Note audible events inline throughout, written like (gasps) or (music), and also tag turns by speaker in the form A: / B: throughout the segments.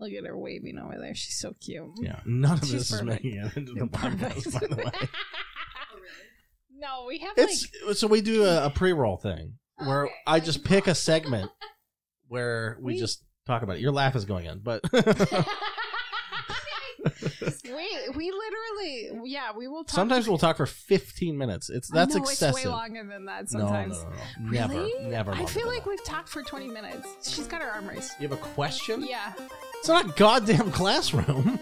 A: Look at her waving over there. She's so cute. (laughs)
B: Yeah, (laughs) none of
A: She's
B: this
A: perfect.
B: is making it into the
A: You're
B: podcast. By
A: (laughs)
B: the way,
A: No, we have
B: it's
A: like
B: so we do a, a pre-roll thing where
A: Okay.
B: I just pick
A: (laughs)
B: a segment where we
A: We-
B: just talk about it. Your laugh is going in,
A: (laughs)
B: but (laughs)
A: we we literally yeah we will talk
B: sometimes we'll talk for 15 minutes. It's that's
A: no,
B: excessive.
A: It's way longer than that
B: No, no,
A: sometimes.
B: no, no.
A: Really?
B: never, never.
A: I
B: longer
A: feel
B: than
A: like
B: that.
A: we've talked for 20 minutes. She's got her arm raised.
B: you have a question.
A: Yeah.
B: It's not a goddamn classroom.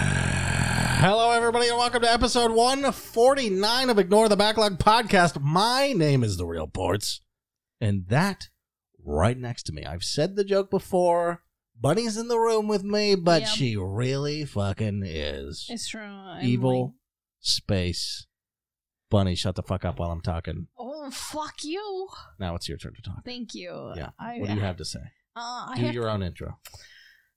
B: Hello, everybody, and welcome to episode 149 of Ignore the Backlog podcast. My name is The Real Ports, and that right next to me. I've said the joke before. Bunny's in the room with me, but
A: Yeah.
B: she really fucking is.
A: It's true. I'm
B: Evil
A: like-
B: space. Bunny, shut the fuck up while I'm talking.
A: oh, fuck you.
B: Now it's your turn to talk.
A: Thank you.
B: Yeah.
A: I,
B: What do you have to say?
A: Uh, I
B: Do
A: have,
B: your own intro.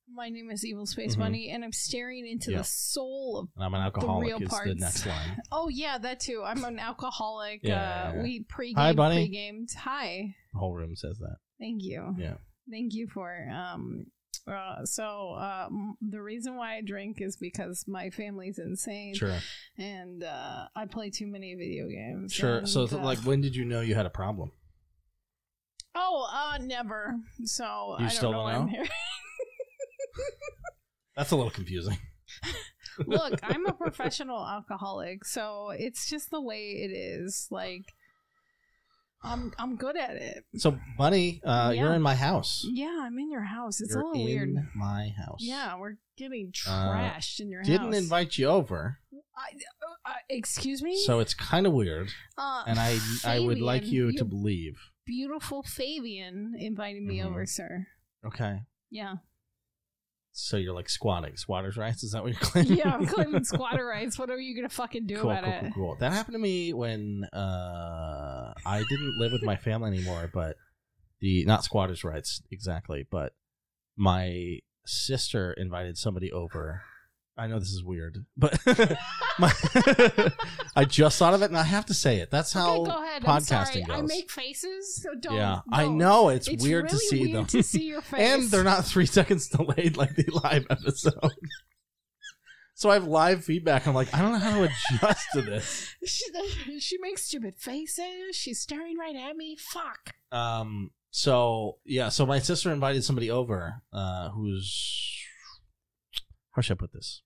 A: my name is Evil Space
B: Mhm.
A: Bunny, and I'm staring into
B: Yeah.
A: the soul of.
B: And I'm an alcoholic.
A: real
B: Is the
A: parts.
B: next line.
A: Oh, yeah, that too. I'm an alcoholic.
B: Yeah,
A: uh,
B: yeah, yeah.
A: We pre
B: Hi,
A: gamed.
B: Bunny.
A: Pre gamed. Hi.
B: The whole room
A: (laughs)
B: says that.
A: Thank you.
B: Yeah.
A: Thank you for. um. Uh, so uh, m- the reason why I drink is because my family's insane,
B: Sure.
A: and uh, I play too many video games.
B: Sure.
A: and,
B: So, th-
A: uh,
B: like, when did you know you had a problem?
A: Oh, uh, never. So
B: You
A: I don't
B: still
A: know.
B: don't
A: why I'm
B: know? (laughs)
A: here.
B: That's a little confusing.
A: Look, I'm a professional alcoholic, so it's just the way it is. Like, I'm I'm good at it.
B: So, Bunny, uh, you're
A: Yeah.
B: in my house.
A: Yeah, I'm in your house. It's
B: you're
A: a little
B: in
A: weird.
B: my house.
A: Yeah, we're getting
B: Uh,
A: trashed in your
B: Didn't
A: house.
B: invite you over,
A: I, uh, uh, excuse me.
B: so it's kind of weird.
A: uh,
B: And I, I would like
A: Fabian,
B: you to believe.
A: beautiful Fabian invited me
B: Mhm.
A: over, sir.
B: Okay. (laughs)
A: Yeah,
B: So you're like squatting, squatters' rights. Is
A: (laughs)
B: that what you're claiming?
A: yeah. I'm claiming squatter rights. What are you gonna fucking do
B: Cool, cool,
A: about it?
B: cool, cool. That happened to me when uh, I didn't live with my family anymore, but the not squatters' rights exactly, but my sister invited somebody over. I know this is weird, but (laughs) my, I just thought of it, and I have to say it. That's how
A: okay, go ahead. I'm sorry.
B: podcasting
A: I
B: goes.
A: make faces, so don't.
B: yeah, I
A: don't.
B: know it's,
A: It's
B: weird to
A: really
B: see
A: weird
B: them,
A: to see your face.
B: (laughs) and they're not three seconds delayed like the live episode. (laughs) so I have live feedback. I'm like, I don't know how to adjust to this.
A: (laughs) She, she makes stupid faces. She's staring right at me. Fuck.
B: Um. So yeah. So my sister invited somebody over. Uh, who's how should I put this?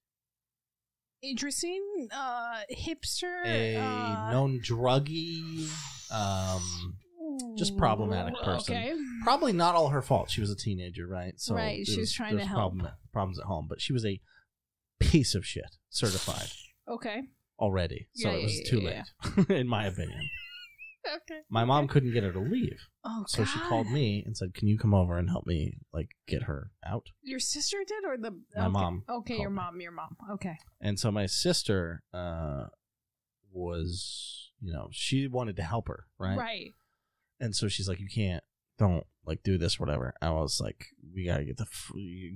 A: Interesting. Uh, hipster.
B: A
A: uh,
B: known druggie. Um, just problematic
A: ooh,
B: person.
A: Okay.
B: probably not all her fault. She was a teenager, right? So
A: Right,
B: it
A: she was trying to
B: there was
A: help.
B: Problem, problems at home, but she was a piece of shit, certified
A: Okay.
B: already. So
A: Yeah,
B: it was
A: yeah,
B: too
A: yeah,
B: late, (laughs) in my opinion.
A: Okay.
B: My mom couldn't get her to leave,
A: Oh
B: so
A: God.
B: she called me and said, "Can you come over and help me like get her out?"
A: Your sister did, or the
B: My
A: okay.
B: mom
A: Okay,
B: called
A: your
B: me.
A: mom. Your mom. Okay.
B: And so my sister uh, was, you know, she wanted to help her, right?
A: Right.
B: And so she's like, "You can't, don't like do this, whatever." I was like, "We gotta get the f-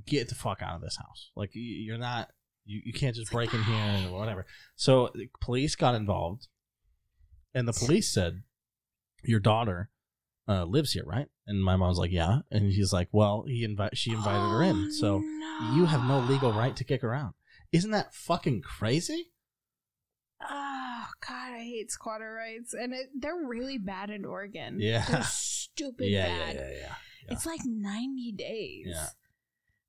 B: get the fuck out of this house. Like, y- you're not, you, you can't just break in here and whatever." So the police got involved, and the police said, "Your daughter." Uh, lives here, right? And my mom's like, yeah. And he's like, well, he invite she invited her in,
A: Oh,
B: so
A: no.
B: you have no legal right to kick her out. Isn't that fucking crazy?
A: Oh God, I hate squatter rights, and it, they're really bad in Oregon.
B: Yeah. (laughs)
A: they're stupid bad.
B: yeah, yeah. yeah.
A: It's like ninety days.
B: Yeah.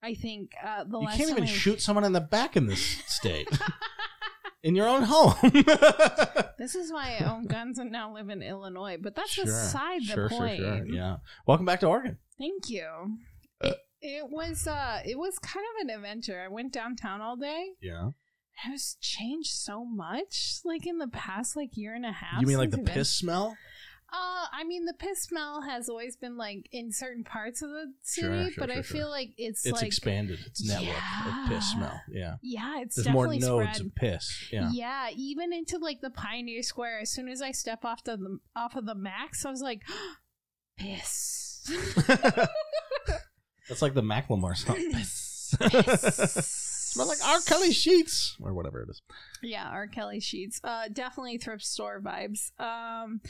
A: I think uh, the
B: You
A: last
B: can't
A: time
B: even
A: I-
B: shoot someone in the back in this state. in your own home.
A: (laughs) This is why I own guns and now live in Illinois, but
B: (laughs)
A: that's beside the point.
B: Yeah. Welcome back to Oregon.
A: Thank you.
B: Uh.
A: It, it was uh, it was kind of an adventure. I went downtown all day.
B: Yeah.
A: It has changed so much, like in the past like year and a half.
B: You mean like
A: since
B: the
A: we've been-
B: piss smell?
A: Uh, I mean, the piss smell has always been like in certain parts of the city,
B: Sure, sure,
A: but
B: sure,
A: I
B: sure.
A: feel like it's,
B: It's
A: like
B: expanded its network of piss
A: Yeah.
B: smell. Yeah.
A: yeah, it's
B: There's more
A: definitely
B: nodes
A: spread.
B: of piss. Yeah.
A: yeah. even into like the Pioneer Square. As soon as I step off the, the off of the Max, I was like, (gasps) piss,
B: That's like the
A: (laughs)
B: Macklemore song. (laughs) (laughs) piss.
A: piss.
B: Smell like R. Kelly sheets or whatever it is.
A: Yeah, R. Kelly sheets. Uh, definitely thrift store vibes. Um,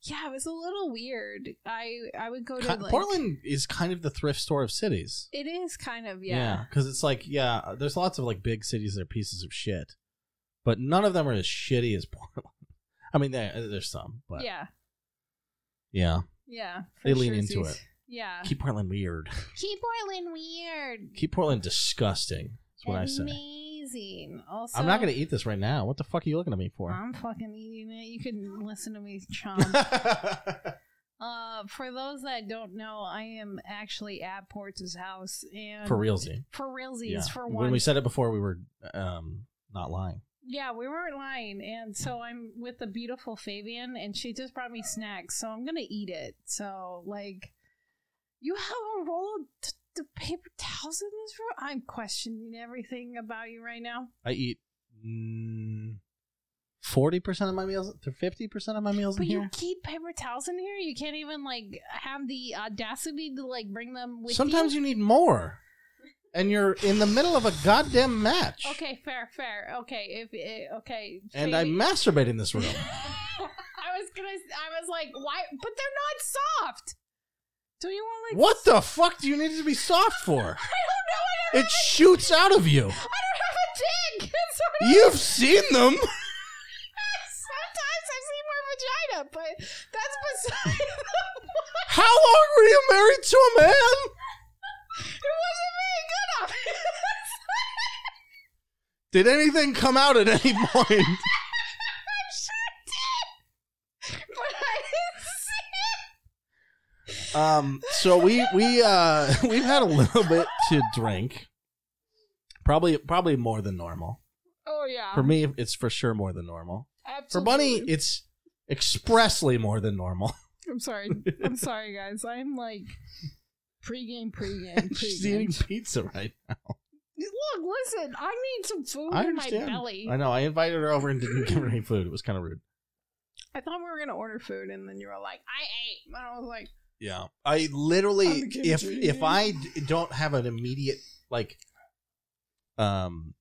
A: yeah, it was a little weird. I I would go to
B: Ki-
A: like,
B: Portland is kind of the thrift store of cities.
A: It is kind of yeah.
B: Yeah, because it's like yeah, uh, there's lots of like big cities that are pieces of shit, but none of them are as shitty as (laughs) Portland. I mean, there, uh, there's some, but yeah,
A: yeah. Yeah.
B: They
A: for
B: lean into
A: sure.
B: it.
A: Yeah.
B: keep Portland weird,
A: Keep Portland weird.
B: keep Portland disgusting. That's what I say.
A: Amazing. Also,
B: I'm not gonna eat this right now. What the fuck are you looking at me (laughs) for?
A: I'm fucking eating it. You can listen to me chomp.
B: (laughs)
A: uh, for those that don't know, I am actually at Ports' house and
B: for realsy.
A: for realsies
B: Yeah.
A: um, for
B: When
A: once.
B: we said it before, we were um, not lying.
A: yeah, we weren't lying. And so I'm with the beautiful Fabian, and she just brought me snacks, so I'm gonna eat it. So like, you have a roll of t- t- paper towels in this room. I'm questioning everything about you right now.
B: I eat. mm, Forty percent of my meals, to fifty percent of my meals
A: But
B: in here.
A: you keep paper towels in here. You can't even like have the audacity to like bring them with
B: Sometimes you need more. And you're in the middle of a goddamn match.
A: Okay, fair, fair. Okay, if eh, okay.
B: And I
A: Jamie-
B: masturbate in this
A: (laughs)
B: room.
A: I was gonna. I was like, why? But they're not soft. Do you want like?
B: what the fuck do you need to be soft for?
A: I don't know. I don't,
B: It shoots out of you.
A: I don't have a dick. (laughs) So
B: You've seen
A: (laughs)
B: them.
A: sometimes I see more vagina, but that's beside (laughs) the point.
B: How long were you married to a man?
A: It wasn't very good of (laughs) it.
B: Did anything come out at any (laughs) point?
A: I sure did, but I didn't see it.
B: Um, so we we uh (laughs) we've had a little bit to drink. Probably probably more than normal.
A: Oh yeah.
B: For me, it's for sure more than normal. For
A: Absolutely.
B: Bunny, it's expressly more than normal. (laughs)
A: I'm sorry. I'm sorry, guys. I'm like pregame, pregame,
B: (laughs) She's eating
A: pregame.
B: pizza right
A: Look, listen. I need some food
B: I
A: in my
B: understand.
A: belly.
B: I know. I invited her over and didn't give her any food. It was kind of rude.
A: I thought we were gonna order food, and then you were like, "I ate," and I was like,
B: Yeah, I literally
A: I'm kidding.
B: if if I d- don't have an immediate like, um,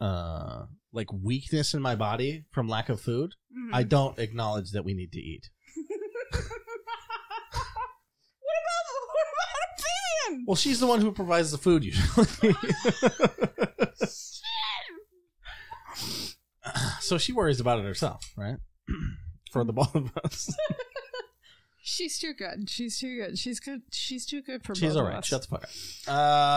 B: uh, like weakness in my body from lack of food,
A: mhm.
B: I don't acknowledge that we need to eat.
A: what about what about a pan?
B: Well, she's the one who provides the food usually,
A: (laughs)
B: so she worries about it herself, right? (clears throat) For the both of us,
A: She's too good. She's too good. She's good. She's too good for both
B: she's all
A: of
B: right.
A: us.
B: Shut the fuck up.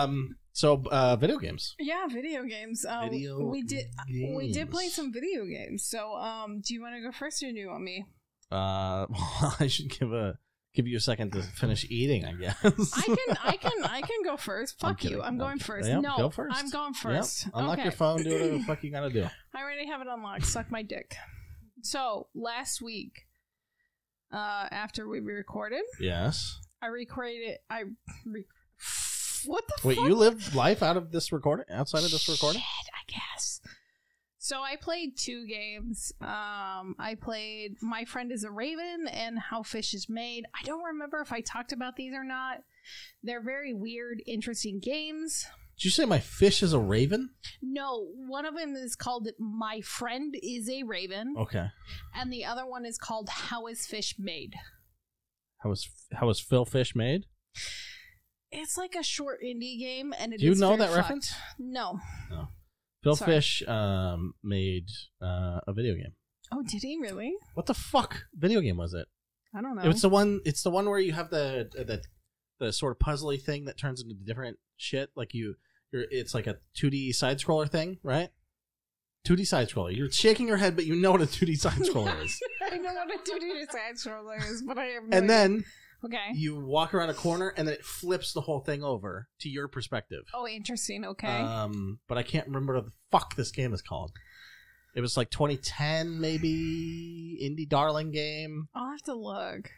B: Um, so uh, video games.
A: yeah, video games. Um, we did. We did play some video games. So, um, do you want to go first, or do you want me?
B: Uh, (laughs) well, I should give a give you a second to finish eating, I guess. (laughs)
A: I can, I can, I can go first.
B: I'm
A: Fuck you.
B: kidding.
A: I'm going
B: kidding.
A: first.
B: Yeah,
A: no,
B: go first.
A: I'm going
B: Yep.
A: first.
B: Unlock
A: okay.
B: your phone. Do whatever the fuck you gotta do.
A: I already have it unlocked. Suck my dick. So last week, uh, after we recorded,
B: Yes.
A: I recreated. I re- what the
B: Wait,
A: fuck?
B: you lived life out of this recording, outside of this recording.
A: Shit, I guess. So I played two games. Um, I played My Friend is a Raven and How Fish is Made. I don't remember if I talked about these or not. They're very weird, interesting games.
B: Did you say my fish is a raven?
A: No, one of them is called My Friend is a Raven,
B: Okay.
A: and the other one is called How is Fish Made.
B: How was how was Phil Fish made?
A: It's like a short indie game, and it is
B: Do you know
A: very
B: that
A: fucked.
B: reference?
A: No.
B: Phil
A: Sorry.
B: Fish um, made uh, a video game.
A: Oh, did he really?
B: What the fuck video game was it?
A: I don't know.
B: It was the one. It's the one where you have the the the sort of puzzly thing that turns into different shit. Like you, you're. It's like a two D side scroller thing, right? Two D side scroller. You're shaking your head, but you know what a two D
A: (laughs)
B: side scroller is.
A: I know what a two-D side scroller is, but I have no idea.
B: And then
A: okay.
B: you walk around a corner, and then it flips the whole thing over to your perspective. Uh,
A: Oh, interesting. Okay.
B: Um, but I can't remember what the fuck this game is called. It was like 2010, maybe indie darling game,
A: I'll have to look.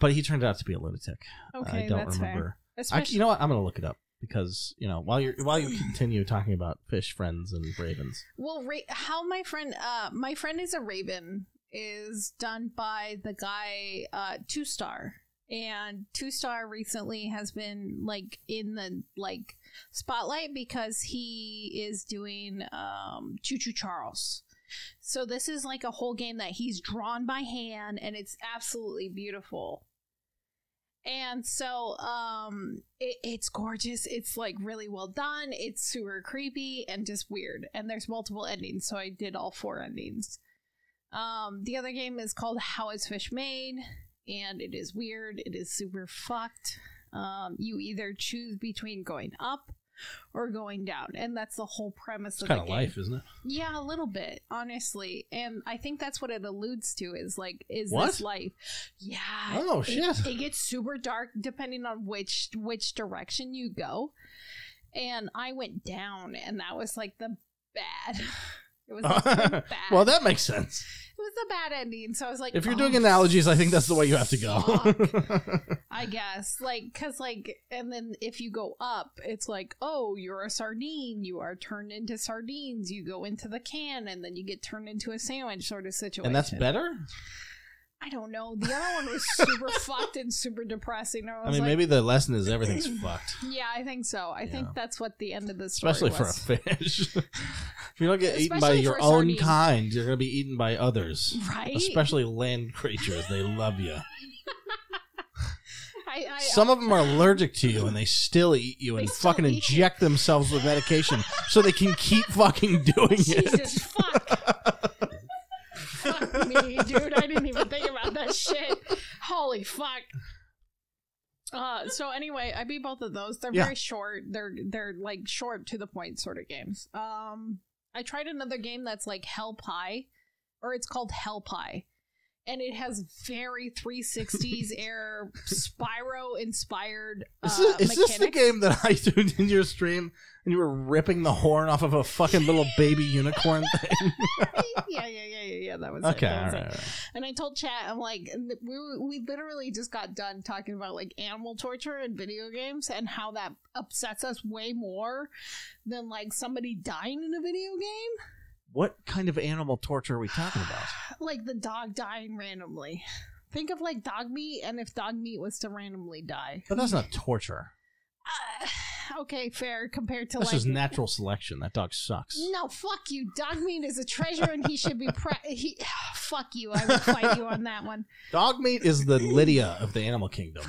B: but he turned out to be a lunatic.
A: Okay,
B: I don't
A: that's fair.
B: remember. I,
A: Especially,
B: you know what? I'm gonna look it up because you know while you're while you continue talking about fish friends and ravens.
A: well, ra- how my friend, uh, my friend is a raven, is done by the guy uh, Two Star, and Two Star recently has been like in the like spotlight because he is doing um, Choo Choo Charles. So this is like a whole game that he's drawn by hand, and it's absolutely beautiful. And so, um, it, it's gorgeous. It's like really well done. It's super creepy and just weird. And there's multiple endings, so I did all four endings. Um, the other game is called How Is Fish Made, and it is weird. It is super fucked. Um, you either choose between going up or going down, and that's the whole premise
B: It's
A: of
B: kind
A: the
B: of
A: game.
B: life, isn't it?
A: Yeah, a little bit, honestly. And I think that's what it alludes to is like, is
B: What?
A: this life? Yeah.
B: Oh,
A: it-
B: shit.
A: It gets super dark depending on which which direction you go. And I went down and that was like the bad. (laughs) It was like, the
B: (laughs)
A: bad.
B: well, that makes sense.
A: it was the bad ending. So I was like,
B: If you're
A: "Oh,
B: doing analogies, I think that's the way you have to (laughs)
A: fuck."
B: go.
A: I guess. Like, because, like, and then if you go up, it's like, oh, you're a sardine. You are turned into sardines. You go into the can, and then you get turned into a sandwich sort of situation.
B: and that's better.
A: I don't know. The other one was super fucked and super depressing. I, was
B: I mean,
A: like,
B: maybe the lesson
A: (laughs)
B: is everything's fucked,
A: Yeah, I think so. I think
B: Yeah.
A: that's what the end of the story
B: especially for a
A: was.
B: fish. (laughs) if you don't get eaten by
A: Especially
B: your
A: for
B: own
A: sardines.
B: kind, you're gonna be eaten by others,
A: (laughs) Right?
B: especially land creatures. They love you.
A: I, I,
B: Some of them are allergic to you, and they still eat you and
A: They still
B: fucking
A: eat you.
B: inject themselves with medication so they can keep
A: (laughs)
B: fucking (laughs) doing it.
A: Jesus, fuck. fuck me, dude. I didn't even think about that shit. Holy fuck. Uh, so anyway, I beat both of those. They're
B: Yeah.
A: very short. They're they're like short to the point sort of games. Um, I tried another game that's like Hell Pie, or it's called Hell Pie, and it has very 360s
B: (laughs)
A: air Spyro inspired. Uh,
B: Is, this, is this the
A: mechanics.
B: game that I tuned into your stream and you were ripping the horn off of a fucking little
A: (laughs)
B: baby unicorn thing?
A: yeah, yeah, yeah, yeah, yeah. That was it.
B: Okay,
A: That
B: all
A: was
B: right,
A: it.
B: all right.
A: And I told chat, I'm like, and th- we, were- we literally just got done talking about like animal torture and video games and how that upsets us way more than like somebody dying in a video game.
B: What kind of animal torture are we talking about?
A: Like the dog dying randomly. Think of like dog meat and if dog meat was to randomly die.
B: But that's not torture.
A: Uh, okay, fair compared to
B: That's
A: like. Mm.
B: just natural selection. That dog sucks.
A: no, fuck you. Dog meat is a treasure and he should be. Pre- he, (sighs) fuck you. I would fight you on that one.
B: Dog meat is the Lydia of the
A: (laughs)
B: animal kingdom.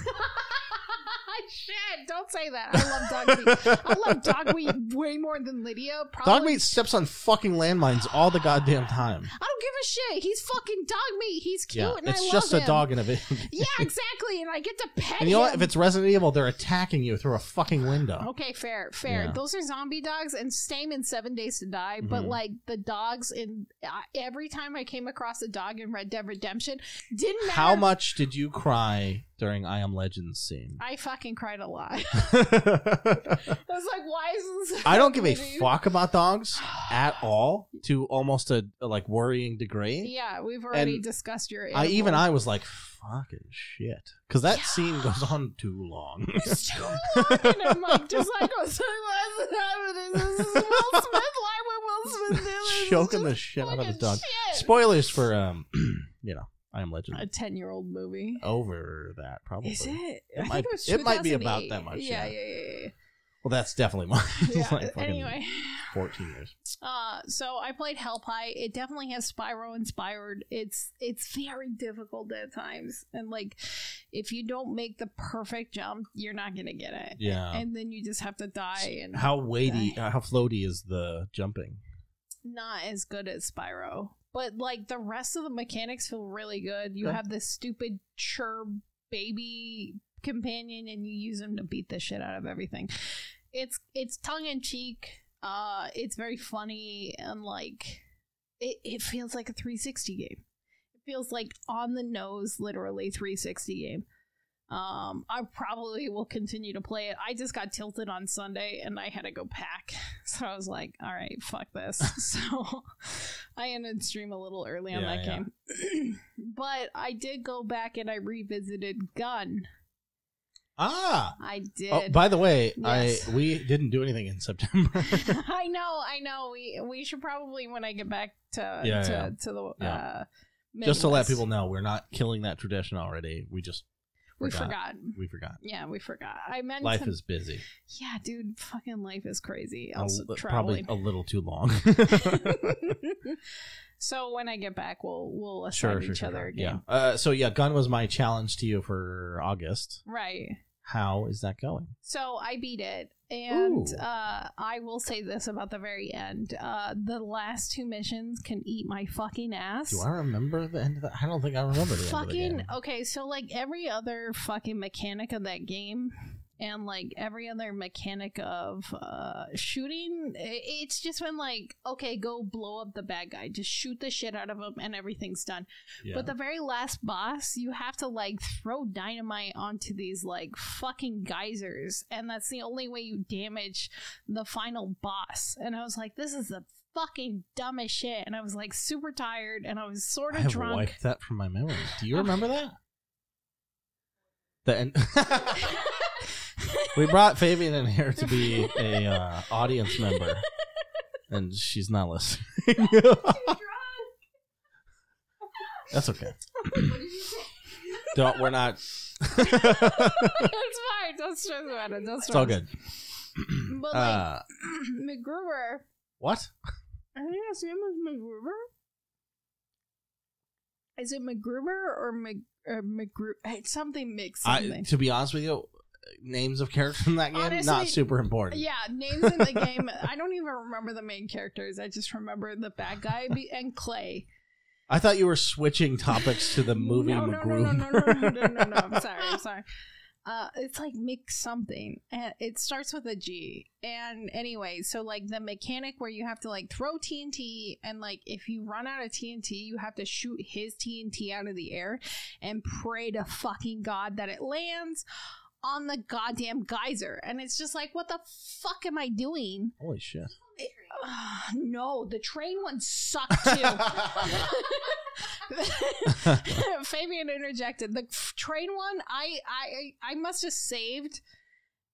A: Shit, don't say that. I love dog meat. I love dogweed way more than Lydia. Probably.
B: Dog meat steps on fucking landmines all the goddamn time.
A: I don't give a shit. He's fucking dog meat. He's cute
B: Yeah,
A: and I
B: it's
A: love
B: just a
A: him.
B: dog in a video game. (laughs)
A: Yeah, exactly. And I get to pet
B: And you know
A: him.
B: what? If it's Resident Evil, they're attacking you through a fucking window.
A: okay, fair, fair.
B: Yeah.
A: Those are zombie dogs, and same in Seven Days to Die. But
B: Mhm.
A: like the dogs in I every time I came across a dog in Red Dead Redemption, didn't matter.
B: How much did you cry during I Am Legends scene?
A: I fucking cried a lot. (laughs)
B: I (laughs)
A: I (laughs) was like, why is this?
B: don't give a
A: happening?
B: fuck
A: (sighs)
B: about dogs at all to almost a, a, like worrying degree.
A: Yeah, we've already
B: And
A: discussed your.
B: I even
A: animal.
B: I was like fucking shit cuz that
A: Yeah.
B: scene goes on too long. (laughs)
A: it's too long. And I'm like, just like, "Oh, what's happening? This is Will Smith. Why would Will Smith do
B: (laughs)
A: this?
B: Choking
A: It's
B: the
A: just
B: shit out of his
A: fucking
B: dog.
A: shit.
B: Spoilers for um (clears throat) you know, I Am
A: a
B: Legend.
A: 10 year old movie.
B: Over that Oh, probably.
A: Is it? I think
B: might-
A: it, was
B: it might be about
A: 2008.
B: that much,
A: Yeah,
B: yeah.
A: yeah,
B: (laughs)
A: yeah.
B: Well, that's definitely mine. (laughs)
A: yeah.
B: It's
A: yeah.
B: like fucking
A: anyway,
B: 14 years.
A: (laughs) uh, so I played Hell Pie. It definitely has Spyro inspired. It's it's very difficult at times, and like if you don't make the perfect jump, you're not gonna get it.
B: Yeah.
A: And then you just have to die. And
B: how weighty, uh, how floaty is the jumping?
A: not as good as Spyro. But like the rest of the mechanics feel really good. You
B: Okay.
A: have this stupid churb baby companion and you use him to beat the shit out of everything. It's it's tongue in cheek. Uh it's very funny and like it, it feels like a 360 game. It feels like on the nose literally 360 game. Um, I probably will continue to play it. I just got tilted on Sunday and I had to go pack. (laughs) So I was like, all right, fuck
B: (laughs)
A: this. so (laughs) I ended stream a little early on
B: Yeah,
A: that
B: yeah.
A: game. (clears throat) but I did go back and I revisited Gun.
B: Ah.
A: I did.
B: Oh, (laughs) by the way,
A: Yes.
B: I we didn't do anything in September.
A: (laughs)
B: (laughs)
A: I know, I know. We we should probably when I get back to
B: Yeah,
A: to,
B: yeah.
A: to the
B: Yeah.
A: uh
B: Just to let
A: Midwest.
B: people know, we're not killing that tradition already. We just
A: we
B: forgot.
A: forgot.
B: we forgot.
A: Yeah, we forgot. I meant
B: Life
A: to, (laughs)
B: is busy.
A: yeah, dude. Fucking life is crazy.
B: A
A: Also
B: li- probably
A: traveling.
B: a little too
A: (laughs)
B: long. (laughs)
A: so when I get back, we'll we'll assign
B: sure, sure,
A: each
B: sure,
A: other
B: sure.
A: again.
B: Yeah. Uh, so yeah, gun was my challenge to you for August.
A: Right.
B: How is that going?
A: So I beat it, and
B: Ooh.
A: uh, I will say this about the very end: uh, the last two missions can eat my fucking ass.
B: Do I remember the end of that? I don't think I remember the
A: fucking
B: end of the game.
A: okay so like every other fucking mechanic of that game and like every other mechanic of uh shooting i- it's just been like okay go blow up the bad guy just shoot the shit out of him and everything's done
B: Yeah.
A: but the very last boss you have to like throw dynamite onto these like fucking geysers and that's the only way you damage the final boss and i was like this is the fucking dumbest shit and i was like super tired and i was sort
B: I
A: of
B: have
A: drunk
B: wiped that from my memory. Do you remember that? The end. (laughs) we brought Fabian in here to be a uh,
A: (laughs)
B: audience member, and she's not listening. That's okay. Don't. We're (laughs) not.
A: it's fine. Don't stress about it. Don't stress.
B: It's all good.
A: But, like-
B: uh,
A: (clears throat) McGruber.
B: what?
A: I think his name is McGruber. Is it McGruber or Mc uh, McGru? It's something mixed.
B: I,
A: Something.
B: to be honest with you, names of characters in that game
A: Honestly-
B: not super important.
A: yeah, names in the game. I don't even remember the main characters. I just remember the bad guy be- and Clay.
B: I thought you were switching topics to
A: (laughs)
B: the movie
A: No, no, no, no,
B: McGroom.
A: no, no, no, no, no, no. I'm sorry.
B: (laughs)
A: I'm sorry. Uh, it's like mix something, and it starts with a G. And anyway, so like the mechanic where you have to like throw TNT, and like if you run out of TNT, you have to shoot his TNT out of the air and pray to fucking god that it lands on the goddamn geyser. And it's just like, what the fuck am I doing? (sighs) (laughs)
B: Holy shit!
A: Ugh, no, the train one sucked
B: (laughs)
A: too. (laughs) Fabian interjected. The f- train one, I, I, I must have saved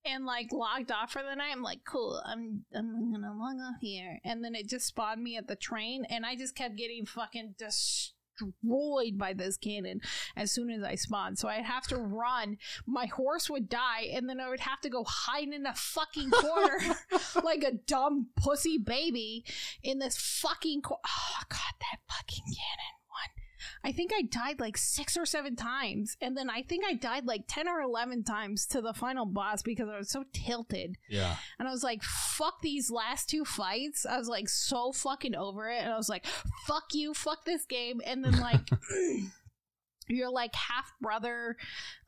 A: and like logged off for the night. I'm like, cool, I'm, I'm gonna log off here, and then it just spawned me at the train, and I just kept getting fucking destroyed by this cannon as soon as I spawned. So I'd have to run. My horse would die, and then I would have to go hide in a fucking corner (laughs) like a dumb pussy baby in this fucking cor- oh god that fucking cannon one i think i died like six or seven times and then i think i died like 10 or 11 times to the final boss because i was so tilted
B: yeah.
A: and i was like fuck these last two fights i was like so fucking over it and i was like fuck you fuck this game and then like your like half brother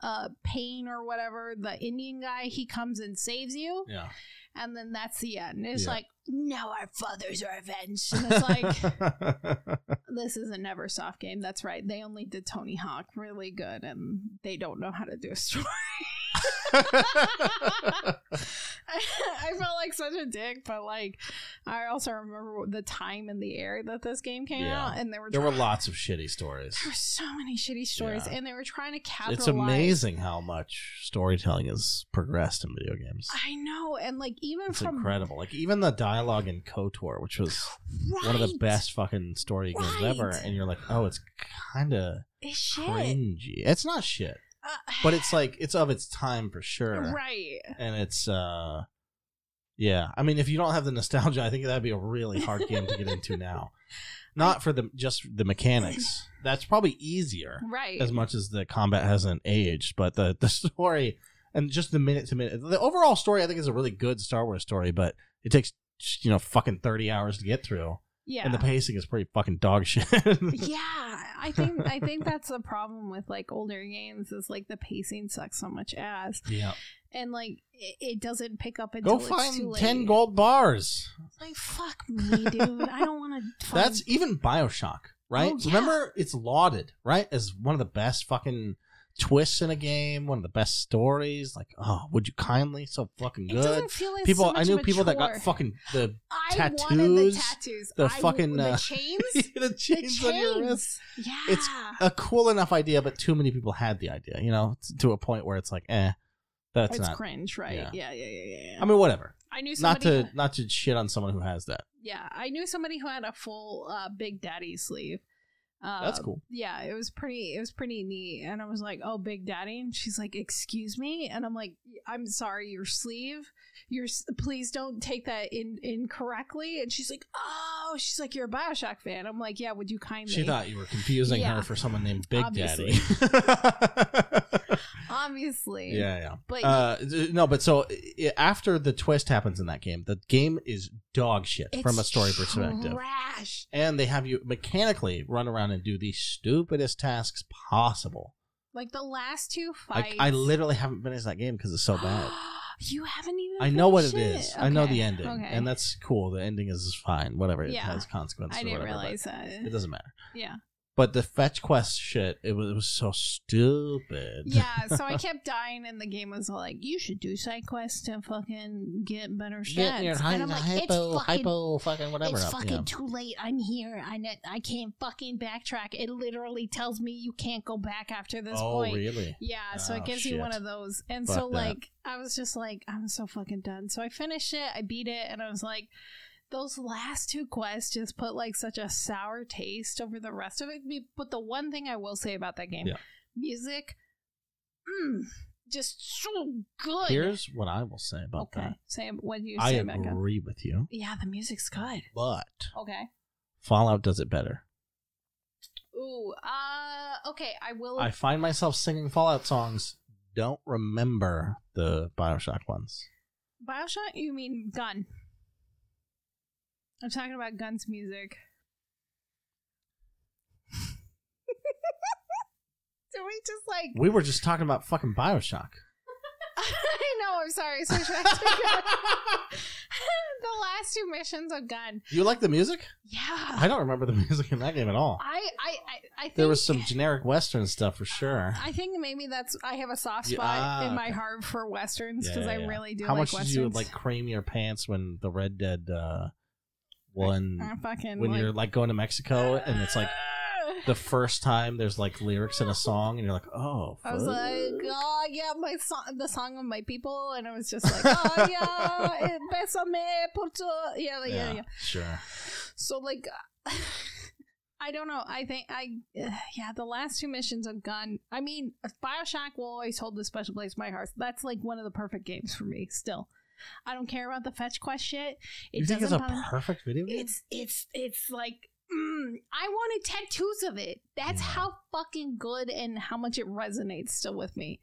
A: uh pain or whatever the indian guy he comes and saves you
B: Yeah.
A: and then that's the end. It's
B: Yeah.
A: like now our fathers are avenged, and
B: (laughs)
A: it's like (laughs) this is a NeverSoft game. That's right. They only did Tony Hawk really good, and they don't know how to do a story. (laughs) I, felt like such a dick, but like I also remember the time in the air that this game came
B: Yeah.
A: out, and they were
B: (laughs) there were
A: try-
B: lots of shitty stories.
A: there were so many shitty stories,
B: Yeah.
A: and they were trying to capitalize.
B: It's amazing how much storytelling has progressed in video games.
A: I know, and like even
B: It's
A: from
B: incredible. Like even the dialogue in KOTOR, which was one of the
A: Right.
B: best fucking story games ever,
A: Right.
B: and you're like, oh, it's kind of
A: It's shit.
B: cringy. It's not shit,
A: Uh, (sighs)
B: but it's like it's of its time for sure,
A: right.
B: and it's uh, yeah. I mean, if you don't have the nostalgia, I think that'd be a really hard game to
A: (laughs)
B: get into now. Not for the just the mechanics. That's probably easier.
A: Right.
B: as much as the combat hasn't aged, but the the story and just the minute to minute, the overall story I think is a really good Star Wars story, but it takes you know fucking thirty hours to get through,
A: yeah.
B: and the pacing is pretty fucking dog shit. (laughs)
A: yeah i think i think that's the problem with like older games is like the pacing sucks so much ass
B: yeah,
A: (laughs) and like it, it doesn't pick up until
B: go
A: it's too
B: find
A: late.
B: ten gold bars.
A: like fuck me dude i don't
B: (laughs)
A: want to
B: That's even Bioshock, right?
A: Oh, yeah.
B: Remember, it's lauded right as one of the best fucking twists in a game, one of the best stories. Like, oh, would you kindly? So fucking
A: It
B: good.
A: doesn't feel like
B: People,
A: So
B: I
A: much
B: knew people that got
A: mature.
B: fucking
A: (laughs)
B: the
A: I wanted the
B: tattoos,
A: tattoos,
B: the
A: I w-
B: fucking,
A: the
B: uh, (laughs)
A: chains,
B: the
A: the
B: chains
A: chains.
B: on your wrist.
A: Yeah,
B: It's- A cool enough idea, but too many people had the idea. You know, t- to a point where it's like, eh, that's
A: it's
B: not.
A: cringe, right?
B: yeah.
A: Yeah, yeah, yeah, yeah. yeah.
B: I mean, whatever.
A: I knew
B: Not
A: somebody.
B: to not to shit on someone who has that.
A: yeah, I knew somebody who had a full uh, Big Daddy sleeve. Uh,
B: That's cool.
A: Yeah, it was pretty. It was pretty neat, and I was like, "Oh, Big Daddy," and she's like, "Excuse me," and I'm like, "I'm sorry, your sleeve. Your s- please don't take that in incorrectly." And she's like, "Oh," she's like, "You're a Bioshock fan." I'm like, "Yeah, would you kindly?"
B: She thought you were confusing
A: Yeah.
B: her for someone named Big
A: Obviously.
B: (laughs) Daddy.
A: obviously,
B: yeah, yeah.
A: but
B: Uh, d- no, but so i- after the twist happens in that game, the game is dog shit
A: it's
B: from a story perspective.
A: trash.
B: And they have you mechanically run around and do the stupidest tasks possible.
A: Like the last two
B: Like
A: fights,
B: I literally haven't finished that game because it's
A: (gasps)
B: so bad.
A: you haven't even.
B: I know what it
A: finished
B: is. I know
A: Okay,
B: the ending,
A: okay.
B: and that's cool. The ending is fine. Whatever. It
A: Yeah.
B: has consequences.
A: I
B: or
A: didn't
B: whatever, but
A: realize that.
B: It doesn't matter. (laughs)
A: Yeah.
B: But the fetch quest shit, it was, it was so stupid.
A: Yeah, so
B: (laughs)
A: I kept dying, and the game was like, "You should do side quests and fucking get better stats."
B: Get your hy-
A: and I'm like,
B: hypo,
A: "It's fucking,
B: hypo, fucking whatever.
A: it's
B: up,
A: fucking
B: yeah.
A: too late. I'm here. I ne- I can't fucking backtrack. It literally tells me you can't go back after this
B: oh,
A: point.
B: really?
A: Yeah, so
B: Oh,
A: it gives you one
B: shit.
A: of those. And
B: Fuck
A: so,
B: that.
A: like, I was just like, I'm so fucking done. So I finished it, I beat it, and I was like, those last two quests just put like such a sour taste over the rest of it. Be- But the one thing I will say about that game
B: Yeah.
A: music, mm, just so good.
B: Here's what I will say about
A: okay,
B: that.
A: Sam, what do you
B: I
A: say, Becca?
B: agree with you,
A: Yeah, the music's good.
B: but
A: Okay.
B: Fallout does it better.
A: Ooh, uh, okay, I will.
B: I find myself singing Fallout songs. Don't remember the Bioshock ones.
A: Bioshock, you mean gun. I'm talking about guns music. (laughs) Did we just like
B: We were just talking about fucking Bioshock.
A: (laughs) I know, I'm sorry, switch back to gun. (laughs) the last two missions of gun.
B: You like the music?
A: Yeah.
B: I don't remember the (laughs) music in that game at all.
A: I I I, I think
B: There was some generic Western stuff for sure.
A: I think maybe that's I have a soft
B: Yeah,
A: spot
B: ah,
A: in my
B: okay.
A: heart for westerns
B: Yeah,
A: because
B: yeah,
A: I
B: yeah.
A: really do
B: How
A: like
B: much
A: westerns.
B: did you like cream your pants when the Red Dead uh, one
A: I fucking
B: when
A: like-
B: you're like going to Mexico and it's
A: (laughs)
B: like the first time there's like lyrics in a song and you're like, oh,
A: I was
B: fuck.
A: like, oh yeah, my song, the song of my people, and I was just like,
B: (laughs)
A: oh yeah, eh, besame por tu, yeah, oh, yeah, yeah, yeah.
B: sure.
A: So like, (sighs) I don't know. I think I, (sighs) yeah, the last two missions of Gun. I mean, Bioshock will always hold a special place in my heart. That's like one of the perfect games for me. Still, I don't care about the fetch quest shit. It
B: you
A: doesn't
B: think it's a
A: bother me.
B: perfect video game?
A: It's it's it's like. Mm, I wanted tattoos of it. That's
B: Yeah.
A: how fucking good and how much it resonates still with me.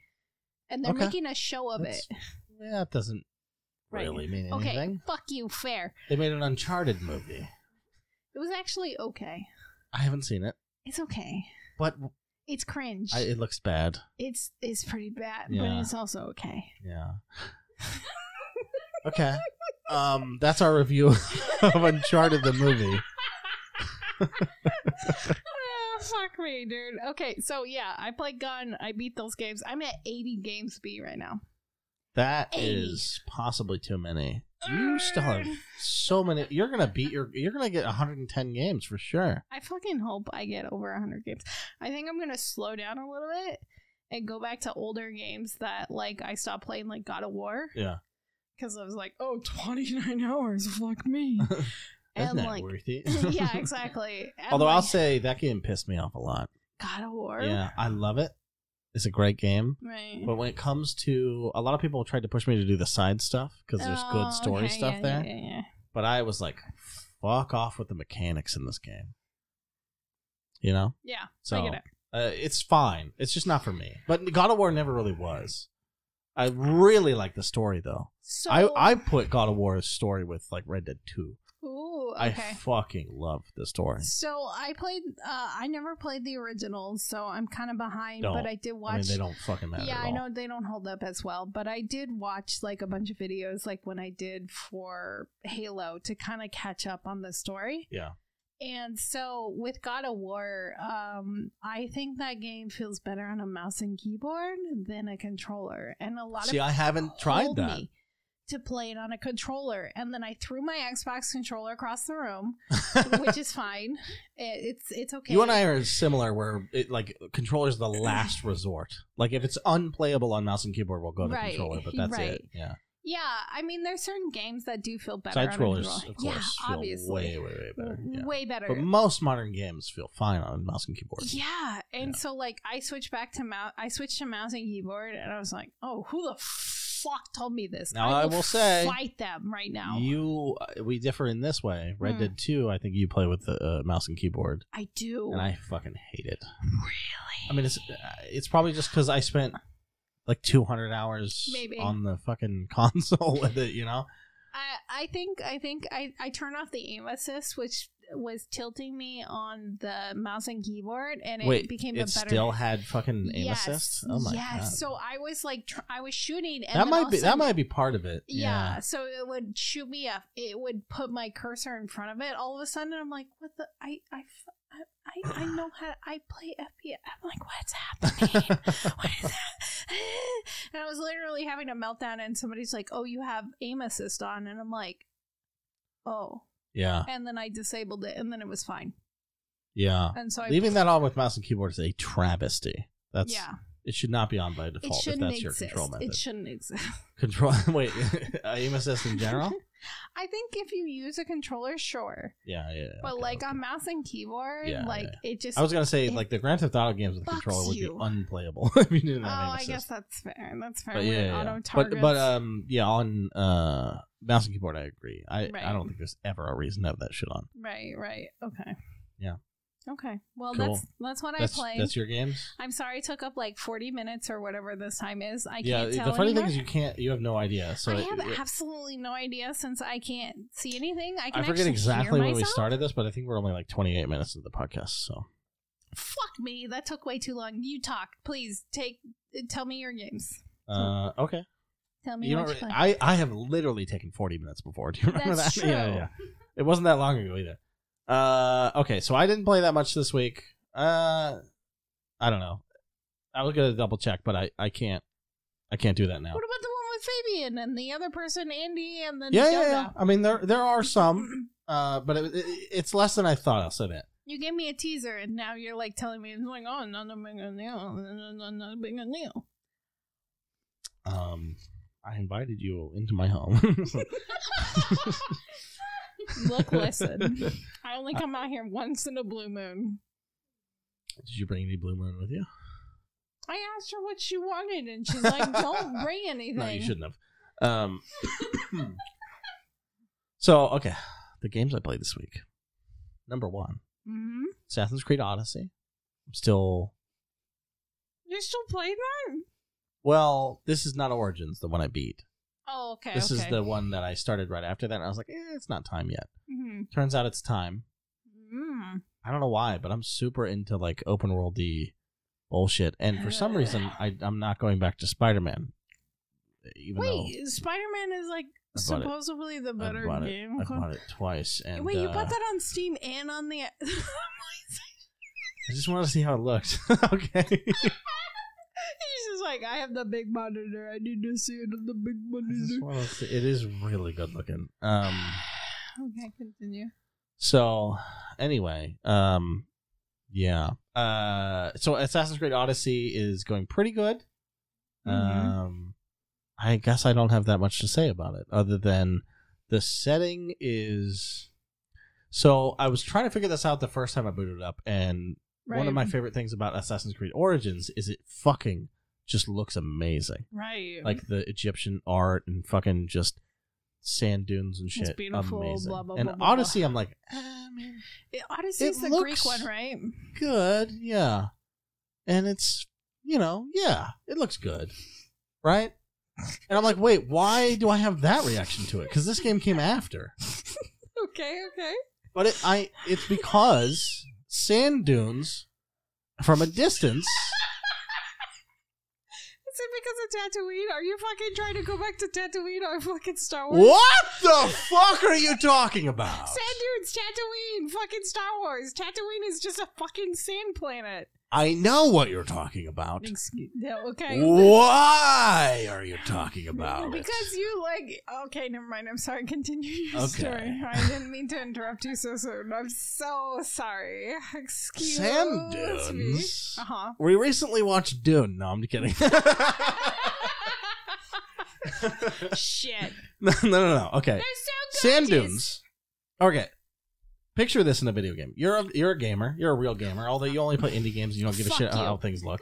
A: And they're
B: Okay.
A: making a show of
B: That's-
A: it.
B: Yeah, it doesn't
A: Right.
B: really mean
A: Okay,
B: anything.
A: fuck you, fair.
B: They made an Uncharted movie.
A: It was actually okay.
B: I haven't seen it,
A: It's okay.
B: but
A: It's cringe.
B: I, it looks bad.
A: it's it's pretty bad,
B: Yeah.
A: but it's also
B: (laughs)
A: okay.
B: Yeah. Okay. Um, that's our review (laughs) of Uncharted the movie.
A: Ah, fuck me, dude. Okay, so yeah, I play Gun. I beat those games. I'm at 80 games B right now.
B: That is
A: Eighty.
B: possibly too many. You still have so many. You're gonna beat your. You're gonna get 110 games for sure.
A: I fucking hope I get over 100 games. I think I'm going to slow down a little bit and go back to older games that like I stopped playing like God of War
B: Yeah.
A: cuz I was like, "Oh, 29 (laughs) hours, fuck me."
B: (laughs) Isn't
A: and (laughs)
B: that
A: like
B: worth it? (laughs)
A: yeah, exactly. And,
B: Although I'll
A: like,
B: say that game pissed me off a lot.
A: God of War.
B: Yeah, I love it. It's a great game.
A: Right.
B: But when it comes to a lot of people tried to push me to do the side stuff because there's
A: Oh,
B: good story
A: okay,
B: stuff
A: yeah,
B: there.
A: yeah, yeah, yeah.
B: But I was like, fuck off with the mechanics in this game. You know?
A: Yeah,
B: So
A: I get it.
B: Uh, it's fine. It's just not for me. But God of War never really was. I really like the story though.
A: So
B: I I put God of War's story with like Red Dead Two.
A: ooh,
B: I
A: okay.
B: fucking love the story.
A: so I played. Uh, I never played the originals, so I'm kind of behind.
B: Don't.
A: But I did watch.
B: I mean, they don't fucking matter.
A: yeah,
B: at
A: I
B: all.
A: know they don't hold up as well, but I did watch like a bunch of videos, like when I did for Halo, to kind of catch up on the story.
B: Yeah,
A: And so with God of War, um, I think that game feels better on a mouse and keyboard than a controller. And a lot
B: See,
A: of
B: I haven't tried
A: told
B: that.
A: me to play it on a controller, and then I threw my Xbox controller across the
B: (laughs)
A: room, which is fine. It, it's it's okay.
B: You and I are similar, where it, like controllers the
A: (laughs)
B: last resort. Like if it's unplayable on mouse and keyboard, we'll go to
A: Right,
B: controller.
A: (laughs)
B: But that's
A: right.
B: it. Yeah,
A: Yeah, I mean, there's certain games that do feel better.
B: side
A: on a
B: scrollers,
A: controller.
B: of course,
A: yeah,
B: feel
A: obviously,
B: way, way, way better. Yeah.
A: way better.
B: But most modern games feel fine on mouse and keyboard.
A: Yeah, and
B: Yeah.
A: so like I switched back to mouse. I switched to mouse and keyboard, and I was like, "Oh, who the fuck told me this?"
B: Now, I will say-
A: fight them right now.
B: You, uh, we differ in this way. Red
A: Hmm.
B: Dead Two, I think you play with the uh, mouse and keyboard,
A: I do.
B: and I fucking hate it.
A: really?
B: I mean, it's uh, it's probably just because I spent like 200 hours
A: Maybe.
B: on the fucking (laughs) console with it. You know,
A: I, I think I think I I turned off the aim assist, which was tilting me on the mouse and keyboard, and it
B: wait,
A: became
B: it
A: a better.
B: still had fucking aim
A: Yes,
B: assist. Oh my
A: yes.
B: god.
A: So I was like, tr- I was shooting, and then
B: that
A: all
B: might
A: of
B: be
A: a
B: that
A: sudden-
B: might be part of it.
A: Yeah.
B: Yeah.
A: So it would shoot me up. It would put my cursor in front of it. All of a sudden, I'm like, "What the? I I f- I- I- I know how I play FPS." I'm like, "What's happening? (laughs) what is that?" (laughs) and I was literally having a meltdown. And somebody's like, "Oh, you have aim assist on," and I'm like, "Oh."
B: (laughs) yeah.
A: And then I disabled it, and then it was fine.
B: Yeah.
A: And so I
B: Leaving that on with mouse and keyboard is a travesty. That's
A: yeah,
B: it should not be on by
A: it
B: default if
A: shouldn't
B: that's your
A: exist.
B: control method.
A: It shouldn't exist.
B: control (laughs) wait, aim assist
A: (laughs)
B: in general?
A: I think if you use a controller, sure,
B: Yeah, yeah.
A: but
B: okay,
A: like
B: okay.
A: on mouse and keyboard,
B: Yeah,
A: like
B: yeah.
A: it just
B: I was gonna say
A: it
B: like the Grand Theft Auto games with a
A: fucks
B: controller would
A: you.
B: be unplayable (laughs) if you didn't
A: Oh,
B: have aim
A: I
B: assist.
A: guess that's fair. That's fair.
B: but
A: We're
B: yeah, yeah, yeah.
A: auto
B: but
A: targets.
B: but um yeah on uh mouse and keyboard I agree I I
A: Right.
B: don't think there's ever a reason to have that shit on
A: right, right. Okay.
B: Yeah.
A: Okay. Well,
B: Cool.
A: that's that's what
B: that's
A: I played.
B: that's your games
A: I'm sorry it took up like 40 minutes or whatever this time is. I
B: yeah
A: can't tell
B: the funny
A: anymore.
B: thing is you can't you have no idea so
A: I
B: it-
A: have
B: it-
A: absolutely no idea since I can't see anything. I can
B: I forget
A: actually
B: exactly
A: hear
B: when we
A: myself.
B: started this, but I think we're only like 28 minutes into the podcast. So
A: Fuck me. That took way too long. You talk. Please take tell me your games.
B: uh, okay,
A: Tell me
B: you
A: what
B: don't.
A: you
B: Really,
A: play.
B: I I have literally taken 40 minutes before. (laughs) Do you remember
A: That's
B: that?
A: true.
B: Yeah, yeah. It wasn't that long ago either. Uh, okay, so I didn't play that much this week. Uh, I don't know. I was gonna double check, but I I can't I can't do that now.
A: What about the one with Fabian and the other person, Andy, and then
B: Yeah,
A: Yoda?
B: yeah, yeah. I mean there
A: (clears throat)
B: there are some, uh, but it, it, it's less than I thought. I'll say that.
A: You gave me a teaser, and now you're like telling me it's like, oh, not a big deal, not a big
B: (laughs)
A: deal.
B: Um, I invited you into my home. (laughs)
A: Look, listen, I only come out here once in a blue moon.
B: Did you bring any blue moon with you?
A: I asked her what she wanted, and she's like,
B: (laughs)
A: "Don't bring anything."
B: No, you shouldn't have. Um, (coughs) so okay, the games I played this week. Number one,
A: hmm
B: Assassin's Creed Odyssey. I'm still
A: You still playing that?
B: well. This is not Origins, the one I beat.
A: Oh, okay.
B: This
A: okay.
B: is the one that I started right after that. And I was like, eh, it's not time yet.
A: Mhm.
B: Turns out it's time.
A: Mm.
B: I don't know why, but I'm super into like open world D bullshit. And for some reason,
A: (sighs)
B: I, I'm not going back to Spider Man. Even though
A: Wait, Spider Man is like
B: it.
A: supposedly the better
B: I bought
A: game.
B: it, I bought it twice. And
A: Wait, you
B: uh,
A: bought that on Steam and on the. (laughs)
B: I just wanted to see how it looked. (laughs) okay.
A: He's just like, I have the big monitor. I need to see it on the big
B: I
A: monitor. (laughs)
B: just wanna see- It is really good looking. Um.
A: (sighs) okay, continue.
B: So, anyway, um, yeah. Uh, so Assassin's Creed Odyssey is going pretty good.
A: Mhm.
B: Um, I guess I don't have that much to say about it, other than the setting is. So I was trying to figure this out the first time I booted it up, and
A: Mm-hmm.
B: one of my favorite things about Assassin's Creed Origins is it fucking just looks amazing.
A: right,
B: like the Egyptian art and fucking just sand dunes and shit.
A: It's beautiful,
B: Amazing.
A: blah, blah,
B: and
A: blah, blah.
B: Odyssey, I'm like, eh, man,
A: It- Odyssey's
B: it
A: the Greek
B: looks-
A: one, right?
B: good, yeah. And it's you know, yeah, it looks good, right? And I'm like, wait, why do I have that reaction to it? Because this game came after.
A: Okay, okay.
B: But it, I, it's because sand dunes from a distance
A: Is it because of Tatooine? Are you fucking trying to go back to Tatooine or fucking Star Wars?
B: What the fuck are you talking about?
A: Sand dunes, Tatooine, fucking Star Wars. Tatooine is just a fucking sand planet.
B: I know what you're talking about.
A: Excuse- no, okay.
B: Why are you talking about it?
A: Because you like okay, never mind. I'm sorry. Continue your
B: Okay.
A: story. I didn't mean to interrupt you so soon. I'm so sorry. Excuse
B: Sand
A: me.
B: dunes.
A: Uh huh.
B: We recently watched Dune. No, I'm kidding. (laughs)
A: Shit.
B: no, no, no, no. Okay.
A: They're so
B: Sand
A: gorgeous.
B: dunes. Okay. Picture this in a video game. You're a you're a gamer. You're a real gamer. Although you only play indie games, and you don't give a
A: Fuck
B: shit
A: you.
B: how things look.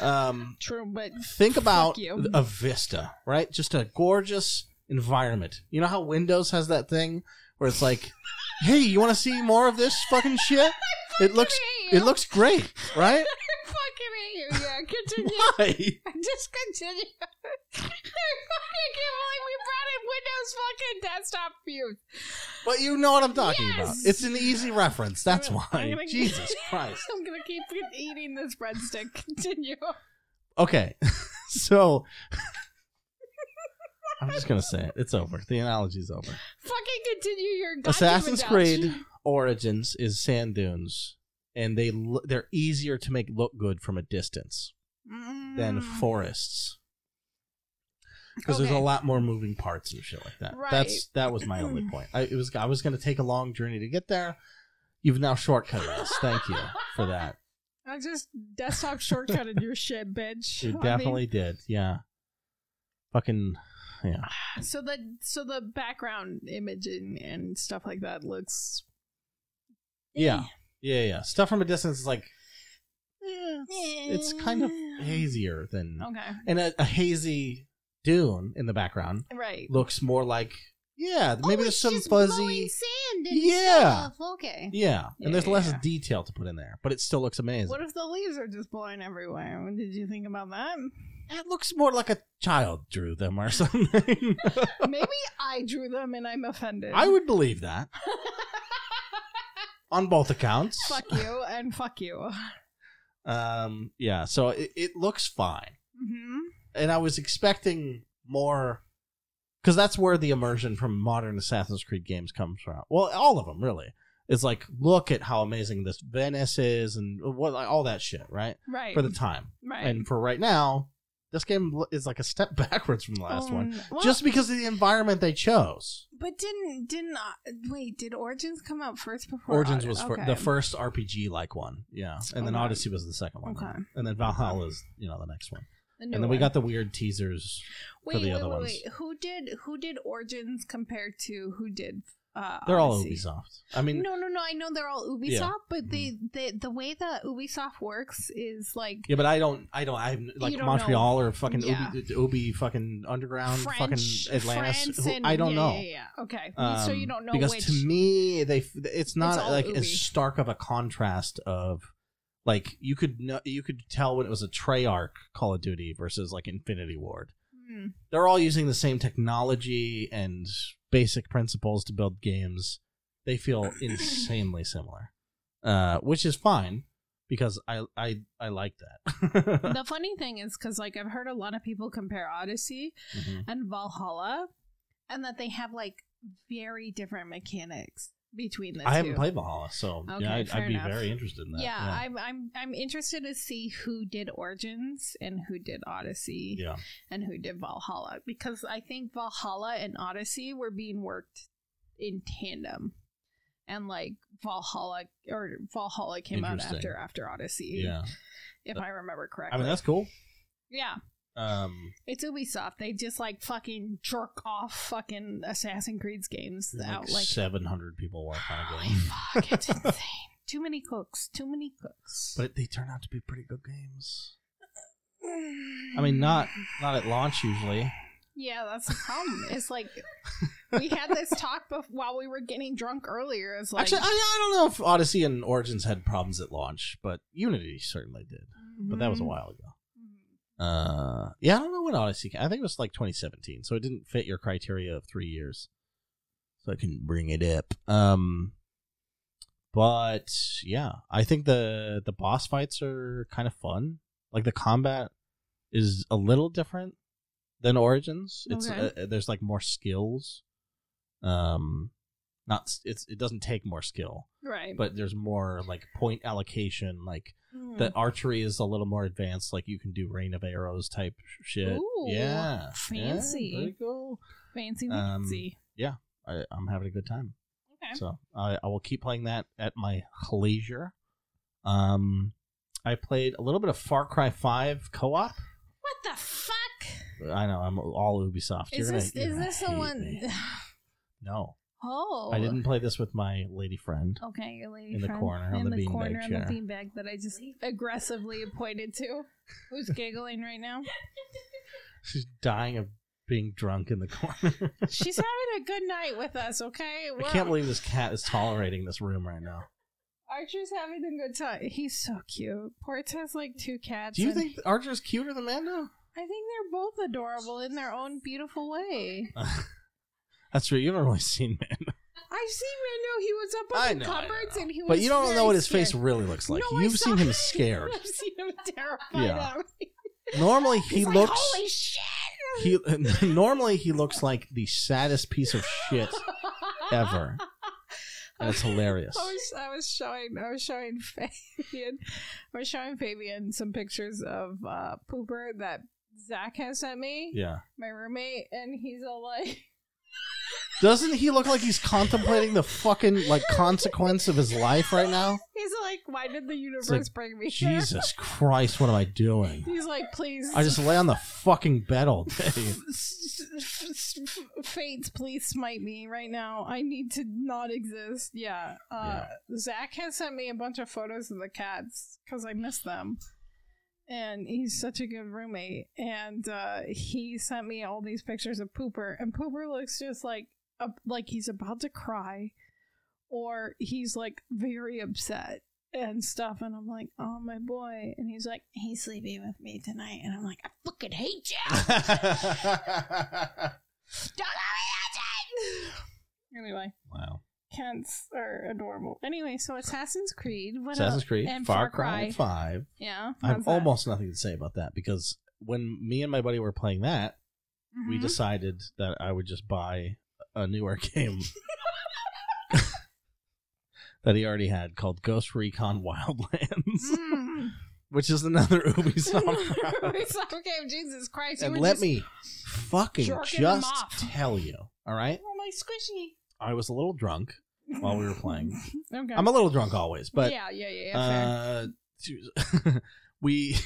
B: Um,
A: True, but
B: think about
A: you.
B: a vista, right? Just a gorgeous environment. You know how Windows has that thing where it's like, "Hey, you want to see more of this fucking
A: (laughs)
B: shit? It looks
A: fucking hate (laughs)
B: it
A: you.
B: looks great,
A: (laughs)
B: right?"
A: I fucking hate you. Yeah,
B: (laughs)
A: continue. (laughs)
B: Why?
A: Just continue. (laughs) I fucking can't believe we brought in Windows fucking desktop views.
B: But you know what I'm talking about.
A: Yes.
B: It's an easy reference. That's
A: I'm
B: why.
A: gonna- I'm gonna-
B: Jesus
A: (laughs)
B: Christ.
A: I'm gonna keep eating this breadstick. (laughs) Continue.
B: Okay. (laughs) so (laughs) I'm just gonna say it. It's over. The analogy's over.
A: Fucking continue your goddamn
B: Assassin's
A: indulge.
B: Creed Origins is sand dunes, and they lo- they're easier to make look good from a distance
A: Mm.
B: than forests because there's
A: Okay.
B: a lot more moving parts and shit like that.
A: Right.
B: That's that was
A: (clears throat)
B: my only point. I it was I was gonna take a long journey to get there. You've now shortcutted us. Thank you for
A: (laughs)
B: that.
A: I just desktop shortcutted your shit, bitch.
B: You
A: I
B: definitely did. Yeah. Fucking yeah.
A: mean, so the so the background imaging and stuff like that looks.
B: Yeah. Yeah, yeah. Stuff from a distance is like
A: Yeah.
B: Eh. it's kind of hazier than
A: Eh. Okay.
B: and a, a hazy dune in the background
A: Right.
B: looks more like yeah,
A: Oh,
B: maybe
A: it's
B: there's some
A: just blowing
B: fuzzy
A: sand and
B: Yeah.
A: stuff. Okay.
B: yeah, and
A: Yeah,
B: there's
A: yeah,
B: less
A: yeah.
B: detail to put in there, but it still looks amazing.
A: What if the leaves are just blowing everywhere? What did you think about that?
B: That looks more like a child drew them or (laughs) something.
A: Maybe
B: (laughs)
A: I drew them and I'm offended.
B: I would believe that on both accounts.
A: (laughs) fuck you and fuck you.
B: Um, yeah, so it, it looks fine.
A: hmm
B: and I was expecting more because that's where the immersion from modern Assassin's Creed games comes from. Well, all of them really. It's like look at how amazing this Venice is and what like, all that shit, right?
A: Right.
B: For the time
A: right.
B: and for right now, this game l- is like a step (laughs) backwards from the last
A: Oh,
B: one,
A: n- well,
B: just because of the environment they chose.
A: but didn't didn't uh, wait? Did Origins come out first before
B: Origins
A: Odyssey?
B: was fir-
A: Okay.
B: the first RPG like one, yeah, and then
A: Okay.
B: Odyssey was the second one,
A: Okay.
B: and then Valhalla is you know the next one,
A: The new
B: and then we
A: one.
B: got the weird teasers
A: wait,
B: the
A: wait,
B: other
A: wait,
B: ones.
A: wait. Who did who did Origins compared to who did? Uh,
B: They're all
A: Odyssey?
B: Ubisoft. I mean,
A: no, no, no. I know they're all Ubisoft,
B: Yeah. Mm-hmm.
A: but they, they the way that Ubisoft works is like
B: yeah, but I don't, I don't, I'm like
A: You don't
B: Montreal or fucking
A: Yeah.
B: Ubi, Ubi, fucking underground,
A: French,
B: fucking Atlantis.
A: France
B: who-
A: and-
B: I don't
A: yeah,
B: know.
A: Yeah, yeah, Okay, so you
B: Um,
A: don't know
B: because
A: which.
B: to me, they, f- it's not
A: all
B: like
A: Ubi.
B: as stark of a contrast of. Like you could know, you could tell when it was a Treyarch Call of Duty versus like Infinity Ward.
A: Hmm.
B: They're all using the same technology and basic principles to build games. They feel insanely similar, uh, which is fine because I I I like that. (laughs)
A: the funny thing is because like I've heard a lot of people compare Odyssey
B: Mhm.
A: and Valhalla, and that they have like very different mechanics between the
B: I
A: 2
B: haven't played Valhalla, so
A: Okay,
B: yeah, I'd,
A: fair
B: I'd be
A: enough.
B: very interested in that.
A: yeah, I'm I'm I'm interested to see who did Origins and who did Odyssey
B: yeah.
A: and who did Valhalla because I think Valhalla and Odyssey were being worked in tandem. And like Valhalla or Valhalla came out
B: Interesting.
A: after after Odyssey,
B: yeah.
A: if I remember correctly.
B: I mean that's cool.
A: yeah,
B: Um,
A: it's Ubisoft. They just like fucking jerk off fucking Assassin's Creed's games
B: there's
A: out
B: like,
A: like Oh,
B: 700 people work on a
A: Holy
B: game,
A: fuck, it's (laughs) insane. Too many cooks. Too many cooks.
B: but they turn out to be pretty good games. I
A: Mm.
B: mean, not not at launch usually.
A: Yeah, that's the problem. It's like we had
B: (laughs)
A: this talk bef- while we were getting drunk earlier. It's like
B: Actually, I, I don't know if Odyssey and Origins had problems at launch, but Unity certainly did. But that was a
A: Mhm.
B: while ago.
A: mm-hmm,
B: Uh, yeah, I don't know when Odyssey. Came. I think it was like 2017, so it didn't fit your criteria of three years, so I couldn't bring it up. Um, but yeah, I think the the boss fights are kind of fun. Like the combat is a little different than Origins. It's
A: Okay.
B: uh, there's like more skills. Um, not s- it's it doesn't take more skill,
A: Right.
B: but there's more like point allocation. Like
A: Mm.
B: the archery is a little more advanced. Like you can do rain of arrows type sh- shit.
A: Ooh,
B: yeah,
A: fancy.
B: Yeah, very cool.
A: fancy
B: um,
A: fancy.
B: I, I'm having a good time.
A: okay.
B: So I, I will keep playing that at my leisure. Um, I played a little bit of Far Cry Five co-op.
A: what the fuck?
B: I know I'm all Ubisoft.
A: Is
B: You're
A: this
B: gonna- you're
A: is
B: gonna
A: this the
B: hate
A: one
B: me. No,
A: (sighs) Oh.
B: I didn't play this with my lady friend.
A: Okay, your lady
B: In the
A: friend.
B: corner on
A: in
B: the
A: the
B: beanbag
A: corner on
B: chair.
A: the beanbag that I just aggressively pointed to.
B: (laughs)
A: Who's giggling right now?
B: She's dying of being drunk in the (laughs) corner.
A: She's having a good night with us, okay?
B: I can't believe this cat is tolerating this room right now.
A: Archer's having a good time. He's so cute. Ports has like two cats.
B: Do you
A: and-
B: think Archer's cuter than Mando?
A: I think they're both adorable in their own beautiful way.
B: (laughs) That's true. You haven't really seen Mando,
A: I see Mando. He was up
B: I
A: on
B: know,
A: the
B: I
A: cupboards
B: know.
A: and he was.
B: but you don't
A: very
B: know what his face
A: scared.
B: really looks like.
A: No, I
B: You've
A: saw (laughs)
B: seen him
A: it.
B: scared.
A: I've seen him terrified.
B: Yeah.
A: at me.
B: Normally, he
A: He's like,
B: looks.
A: Holy shit!
B: he (laughs) normally he looks like the saddest piece of shit ever. And it's hilarious.
A: (laughs) I was I was showing I was showing (laughs) Fabian I was showing Fabian some pictures of uh, Pooper that Zach has sent me,
B: Yeah.
A: my roommate, and he's all like (laughs)
B: Doesn't he look like he's contemplating the fucking like consequence of his life
A: (laughs)
B: right now?
A: he's like, Why did the universe
B: like,
A: bring me here?
B: Jesus Christ, what am I doing?
A: He's like, please
B: I just lay on the fucking bed all (laughs) day.
A: Fates, please smite me right now. I need to not exist. Yeah. Uh, Zach has sent me a bunch of photos of the cats because I miss them. And he's such a good roommate. And uh, he sent me all these pictures of Pooper. And Pooper looks just like uh, like he's about to cry or he's like very upset and stuff. And I'm like, oh, my boy. And he's like, he's sleeping with me tonight. And I'm like, I fucking hate you. Don't have it! Anyway,
B: wow.
A: cats are adorable. Anyway, so Assassin's Creed. What
B: Assassin's
A: else?
B: Creed,
A: And
B: Far Cry 5.
A: Yeah.
B: I have
A: how's that?
B: almost nothing to say about that because when me and my buddy were playing that, we
A: Mhm.
B: decided that I would just buy a newer (laughs)
A: (laughs)
B: game that he already had called Ghost Recon (laughs) Wildlands,
A: Mm.
B: (laughs) which is another (laughs) Ubisoft
A: (laughs)
B: product.
A: It's like, okay, Jesus Christ. you
B: and
A: were
B: let
A: just-
B: me fucking
A: jerking them
B: just
A: off.
B: tell you, all right?
A: Oh, my squishy.
B: I was a little drunk while we were playing.
A: (laughs) Okay.
B: I'm a little drunk always, but
A: yeah, yeah, yeah, yeah. fair.
B: uh, geez. (laughs) we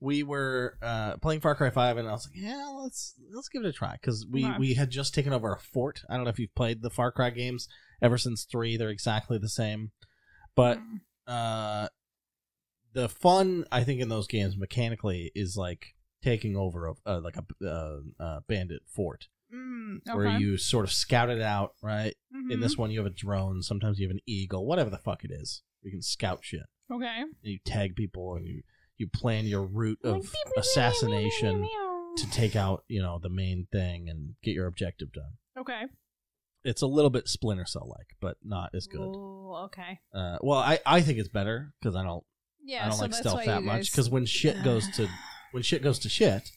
B: we were uh, playing Far Cry Five, and I was like, yeah, let's let's give it a try because we
A: Okay.
B: we had just taken over a fort. I don't know if you've played the Far Cry games ever since three; they're exactly the same, but
A: Mm.
B: uh, the fun I think in those games mechanically is like taking over of uh, like a uh, uh, bandit fort
A: Mm, okay.
B: where you sort of scout it out right in
A: Mhm.
B: this one you have a drone sometimes you have an eagle whatever the fuck it is you can scout shit
A: Okay.
B: and you tag people and you you plan your route
A: Like,
B: of
A: beep, beep, beep, beep,
B: assassination
A: beep, beep,
B: to
A: beep.
B: take out you know the main thing and get your objective done
A: Okay.
B: it's a little bit splinter cell like but not as good
A: Ooh, okay.
B: uh, well I, I think it's better because i don't
A: Yeah,
B: i don't
A: so
B: like
A: that's
B: stealth
A: why
B: that
A: you
B: much
A: guys-
B: because
A: (sighs)
B: when shit goes to when shit goes to shit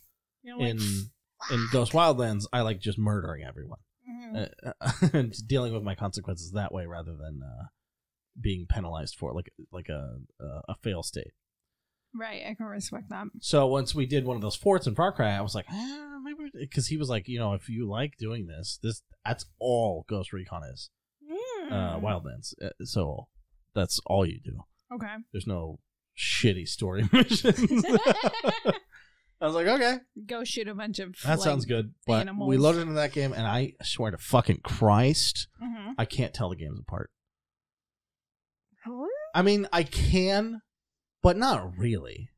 A: You're like,
B: in in ghost wildlands i like just murdering everyone
A: mhm.
B: uh, (laughs) and dealing with my consequences that way rather than uh, being penalized for it, like like a a- a fail state
A: right, I can respect that.
B: So once we did one of those forts in Far Cry, I was like, ah, maybe because he was like, you know, if you like doing this, this that's all Ghost Recon is, uh,
A: Mm.
B: Wildlands. Uh, So that's all you do.
A: Okay.
B: (laughs) There's no shitty story (laughs)
A: (laughs)
B: missions. I was like, okay,
A: Go shoot a bunch of.
B: that sounds good. But we
A: animals.
B: loaded into that game, and I swear to fucking Christ,
A: hmm
B: I can't tell the games apart. I mean, I can, but not really.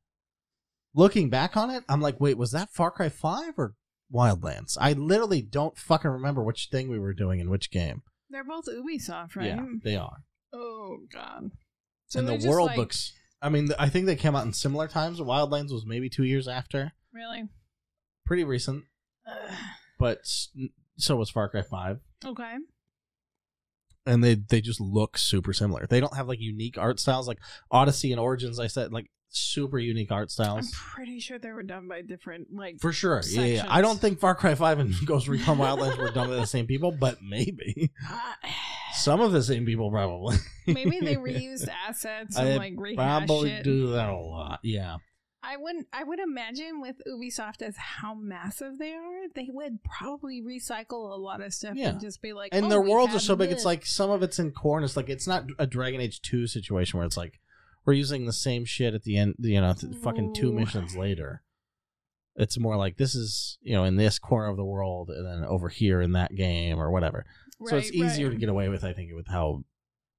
B: Looking back on it, I'm like, wait, was that Far Cry 5 or Wildlands? I literally don't fucking remember which thing we were doing in which game.
A: They're both Ubisoft, right?
B: Yeah, they are.
A: Oh God. So
B: and
A: they're
B: the
A: just
B: world
A: like-
B: looks. I mean, th- I think they came out in similar times. Wildlands was maybe two years after,
A: really.
B: pretty recent,
A: Ugh.
B: but s- so was Far Cry 5.
A: okay.
B: And they, they just look super similar. They don't have like unique art styles like Odyssey and Origins. I said like super unique art
A: I'm
B: styles.
A: pretty sure they were done by different like
B: For sure. Yeah, yeah, yeah. I don't think Far Cry 5 and (laughs) Ghost Recon Wildlands were done by the same people, but
A: (laughs)
B: maybe.
A: uh,
B: Some of the same people probably.
A: (sighs) maybe
B: (laughs)
A: they reused assets
B: I
A: and like rehashed
B: probably
A: it.
B: do that a lot. Yeah.
A: I wouldn't. I would imagine with Ubisoft as how massive they are, they would probably recycle a lot of stuff
B: Yeah.
A: and just be like.
B: And
A: oh,
B: their
A: we
B: worlds are
A: have
B: so big, it's
A: this.
B: like some of it's in core and it's like it's not a Dragon Age 2 situation where it's like we're using the same shit at the end, you know, th- fucking two
A: Ooh.
B: missions later. It's more like this is, you know, in this corner of the world and then over here in that game or whatever. so it's
A: Right,
B: easier
A: right.
B: to get away with, I think, with how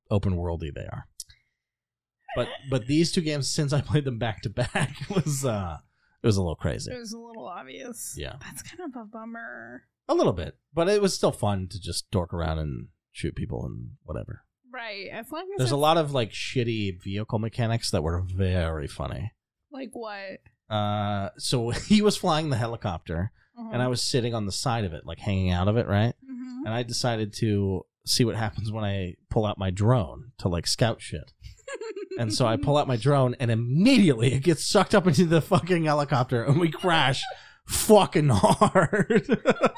B: open worldy they are. But but these two games, since I played them back to back, (laughs) was uh it was a little
A: It
B: crazy.
A: was a little obvious.
B: Yeah.
A: That's kind of a bummer.
B: A little bit. But it was still fun to just dork around and shoot people and whatever.
A: Right. As long as
B: There's a
A: it's,
B: lot of like shitty vehicle mechanics that were very funny.
A: like what?
B: Uh so (laughs) he was flying the helicopter and I was sitting on the side of it, like hanging out of it, right?
A: hmm
B: And I decided to see what happens when I pull out my drone to like scout shit.
A: Mm-hmm.
B: And
A: (laughs)
B: so I pull out my drone, and immediately it gets sucked up into the fucking helicopter, and we crash fucking hard. (laughs)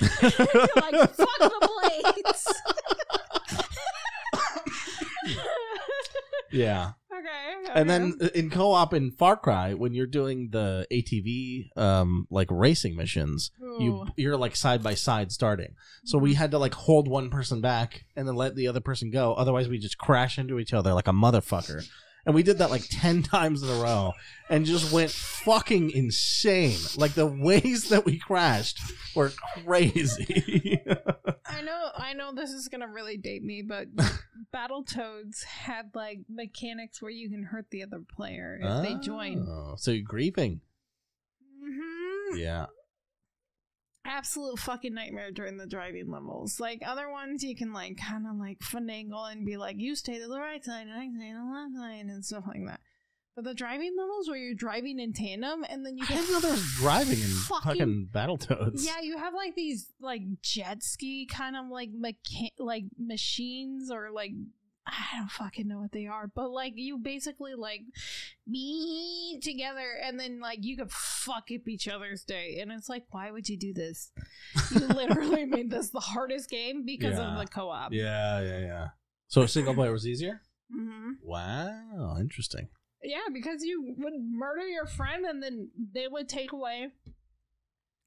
A: like fuck
B: (laughs)
A: the (laughs) blades.
B: yeah.
A: okay,
B: And then
A: okay.
B: in co op in Far Cry, when you're doing the ATV um, like racing missions, you
A: Ooh.
B: you're like side by side starting. So we
A: Mhm.
B: had to like hold one person back and then let the other person go. Otherwise, we just crash into each other like a motherfucker. And we did that like ten (laughs) times in a row, and just went fucking insane. Like the ways that we crashed were crazy.
A: I know, I know this is gonna really date me,
B: (laughs)
A: but Battletoads had like mechanics where you can hurt the other player if
B: (laughs)
A: they join.
B: Oh, so you're grieving. Ah.
A: hmm
B: Yeah.
A: Absolute fucking nightmare during the driving levels. Like other ones, you can like kind of like finagle and be like, you stay to the right side and I stay to the left side and stuff like that. But the driving levels where you're driving in tandem and then you
B: I
A: get
B: didn't know there was driving in
A: Fucking-
B: fucking Battletoads.
A: Yeah, you have like these like jet ski kind of like mecha- like machines or like I don't fucking know what they are, but like you basically like me together and then like you could fuck up each other's day and it's like why would you do this? You
B: (laughs)
A: literally made this the hardest game because
B: Yeah.
A: of the co-op.
B: Yeah, yeah, yeah. So single player was easier?
A: hmm
B: Wow, interesting.
A: Yeah, because you would murder your friend and then they would take away.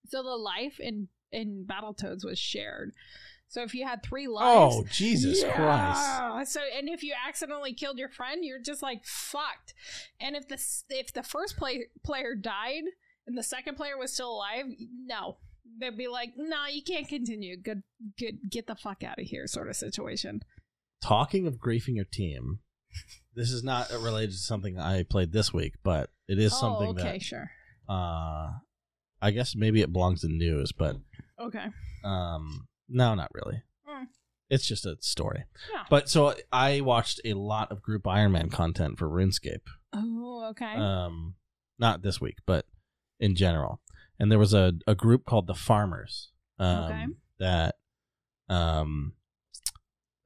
A: So the life in in Battletoads was shared. So if you had three lives,
B: Oh, Jesus Christ.
A: Christ! So and if you accidentally killed your friend, you're just like fucked. And if the s- if the first play, player died and the second player was still alive, no, they'd be like, no, you can't continue. Good, good, get the fuck out of here, sort of situation.
B: Talking of griefing your team, this is not related to something I played this week, but it is something
A: oh, okay, sure,
B: that uh I guess maybe it belongs in news, but
A: okay.
B: um no, not really.
A: Mm.
B: It's just a story.
A: Yeah.
B: But so I watched a lot of group Iron Man content for RuneScape.
A: Oh, okay.
B: Um not this week, but in general. And there was a, a group called the Farmers. Um
A: Okay.
B: that um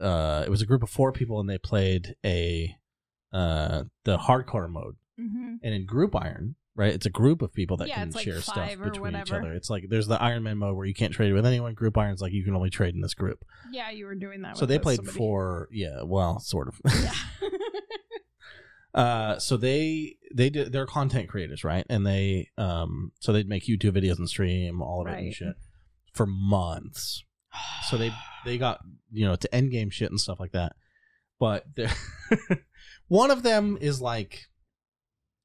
B: uh it was a group of four people and they played a uh the hardcore mode.
A: mm-hmm.
B: And in group iron, right? It's a group of people that
A: Yeah,
B: can
A: it's like
B: share stuff
A: five or
B: between each
A: whatever.
B: other. It's like there's the Iron Man mode where you can't trade with anyone. Group iron's like you can only trade in this group.
A: Yeah, you were doing that.
B: So
A: with
B: they
A: the-
B: played
A: somebody.
B: four yeah, well, sort of.
A: Yeah.
B: Uh, so they they did they're content creators, right? And they um so they'd make YouTube videos and stream all of it and
A: Right.
B: shit for months. (laughs)
A: (sighs)
B: So they they got you know to end game shit and stuff like that. But (laughs) they're- one of them is like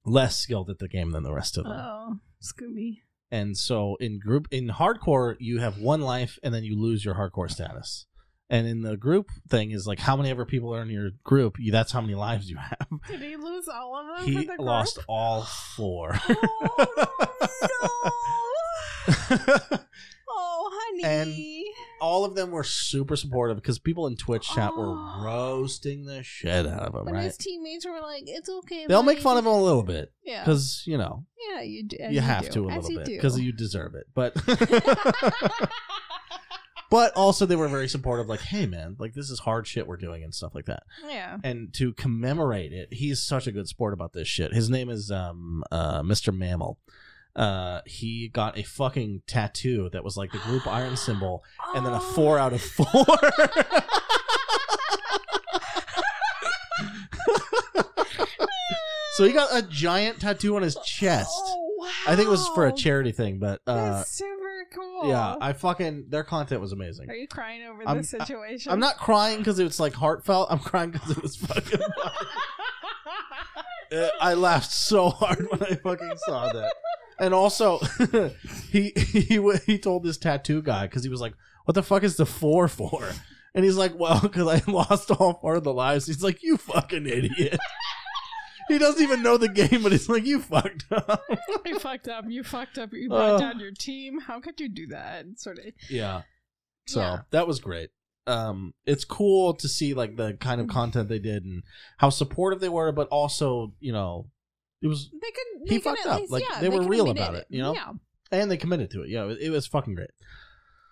B: less skilled at the game than the rest of them.
A: oh, Scooby.
B: And so in group in hardcore you have one life and then you lose your hardcore status. And in the group thing is like how many ever people are in your group, you, that's how many lives you have.
A: Did he lose all of them?
B: He
A: for the (laughs)
B: lost
A: group? (gasps)
B: all four. (laughs)
A: Oh, no. oh, honey.
B: all of them were super supportive because people in Twitch chat were
A: Aw.
B: roasting the shit out of him,
A: but
B: right?
A: his teammates were like, "It's okay."
B: They'll make
A: buddy,
B: fun of
A: just-
B: him a little bit
A: Yeah,
B: because, you know,
A: yeah, you do. as
B: you, have
A: do,
B: to a
A: as (laughs)
B: little
A: you
B: bit
A: do.
B: because you deserve it. But (laughs) But also, they were very supportive. Like, hey, man, like this is hard shit we're doing and stuff like that.
A: Yeah.
B: And to commemorate it, he's such a good sport about this shit. His name is um uh Mr. Mammal. Uh, he got a fucking tattoo that was like the group
A: (gasps)
B: iron symbol, and then
A: Oh.
B: a four out of four. so he got a giant tattoo on his chest.
A: Oh, wow.
B: I think it was for a charity thing, but uh,
A: That's super cool.
B: yeah, I fucking their content was amazing.
A: Are you crying over
B: I'm-
A: this situation? (laughs)
B: (laughs) I'm not crying because it was like heartfelt. I'm crying because it was fucking. Uh, I laughed so hard when I fucking saw that. And also, (laughs) he he wa- he told this tattoo guy because he was like, "What the fuck is the four for?" And he's like, "Well, because I (laughs) lost all four of the lives." He's like, "You fucking idiot." He doesn't even know the game, but he's like, "You fucked up."
A: you fucked up. You fucked up. You brought
B: Uh.
A: down your team. How could you do that? Sort of.
B: Yeah. So
A: Yeah.
B: that was great. Um, it's cool to see like the kind of content they did and how supportive they were, but also you know it was
A: They could.
B: He
A: They could
B: fucked
A: at
B: up.
A: Least,
B: Like,
A: yeah,
B: they were
A: could
B: real
A: admit
B: about it, you know?
A: Yeah.
B: and they committed to it. Yeah, it, it was fucking great.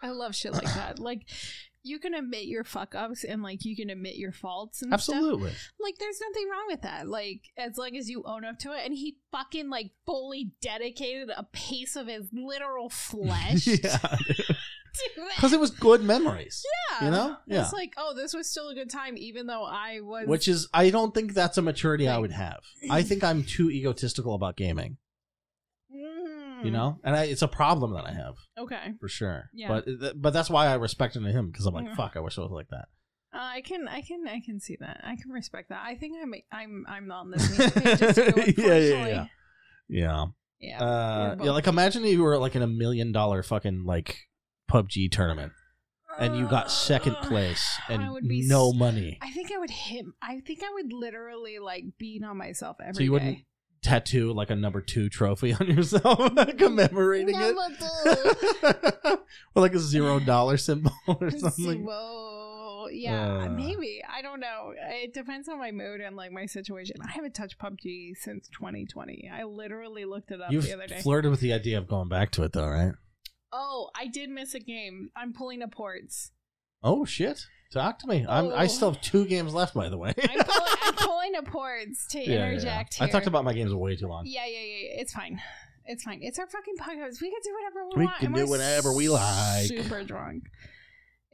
A: I love shit like
B: (laughs)
A: that. Like, you can admit your fuck ups and like you can admit your faults and stuff.
B: Absolutely.
A: Like, there's nothing wrong with that. Like, as long as you own up to it. And he fucking like fully dedicated a piece of his literal (laughs)
B: (laughs)
A: flesh
B: yeah,
A: to it.
B: because it was good memories.
A: Yeah.
B: You know, yeah.
A: It's like, oh, this was still a good time, even though I was.
B: Which is, I don't think that's a maturity I
A: Right.
B: would have. I think I'm too egotistical about gaming.
A: Mm.
B: You know, and I, it's a problem that I have
A: Okay.
B: for sure.
A: Yeah. Mm.
B: But th- but that's why I respected him because I'm like,
A: Yeah.
B: fuck, I wish I was like that.
A: Uh, I can, I can, I can see that. I can respect that. I think I'm, I'm, I'm on this. meeting, just too,
B: (laughs) Yeah, yeah,
A: unfortunately.
B: yeah. Yeah.
A: Yeah.
B: Uh,
A: We're
B: yeah,
A: both-
B: like imagine you were like in a million dollar fucking like PUBG tournament and you got second
A: Uh,
B: place and
A: I would be
B: no
A: s-
B: money.
A: I think I would hit. I think I would literally like beat on myself every day.
B: So you wouldn't tattoo like a number two trophy on (laughs) yourself commemorating
A: Never
B: (laughs)
A: do.
B: it? (laughs) or like a zero dollar symbol
A: (laughs)
B: or something.
A: Whoa. Yeah,
B: Uh.
A: maybe. I don't know. It depends on my mood and like my situation. I haven't touched PUBG since 2020. I literally looked it up
B: You've
A: the other day.
B: flirted with the idea of going back to it though, right?
A: oh, I did miss a game. I'm pulling up
B: (laughs)
A: ports.
B: Oh shit. Talk to me. I'm, I
A: Oh.
B: still have two games left, by the (laughs) way.
A: I'm, pull- I'm pulling up ports to
B: Yeah, yeah, yeah.
A: interject
B: I
A: here.
B: talked about my games way too long.
A: Yeah, yeah, yeah, yeah. It's fine. It's fine. It's our fucking podcast. We can do whatever we,
B: We
A: want.
B: can
A: and
B: do
A: we're
B: whatever we like.
A: Super drunk.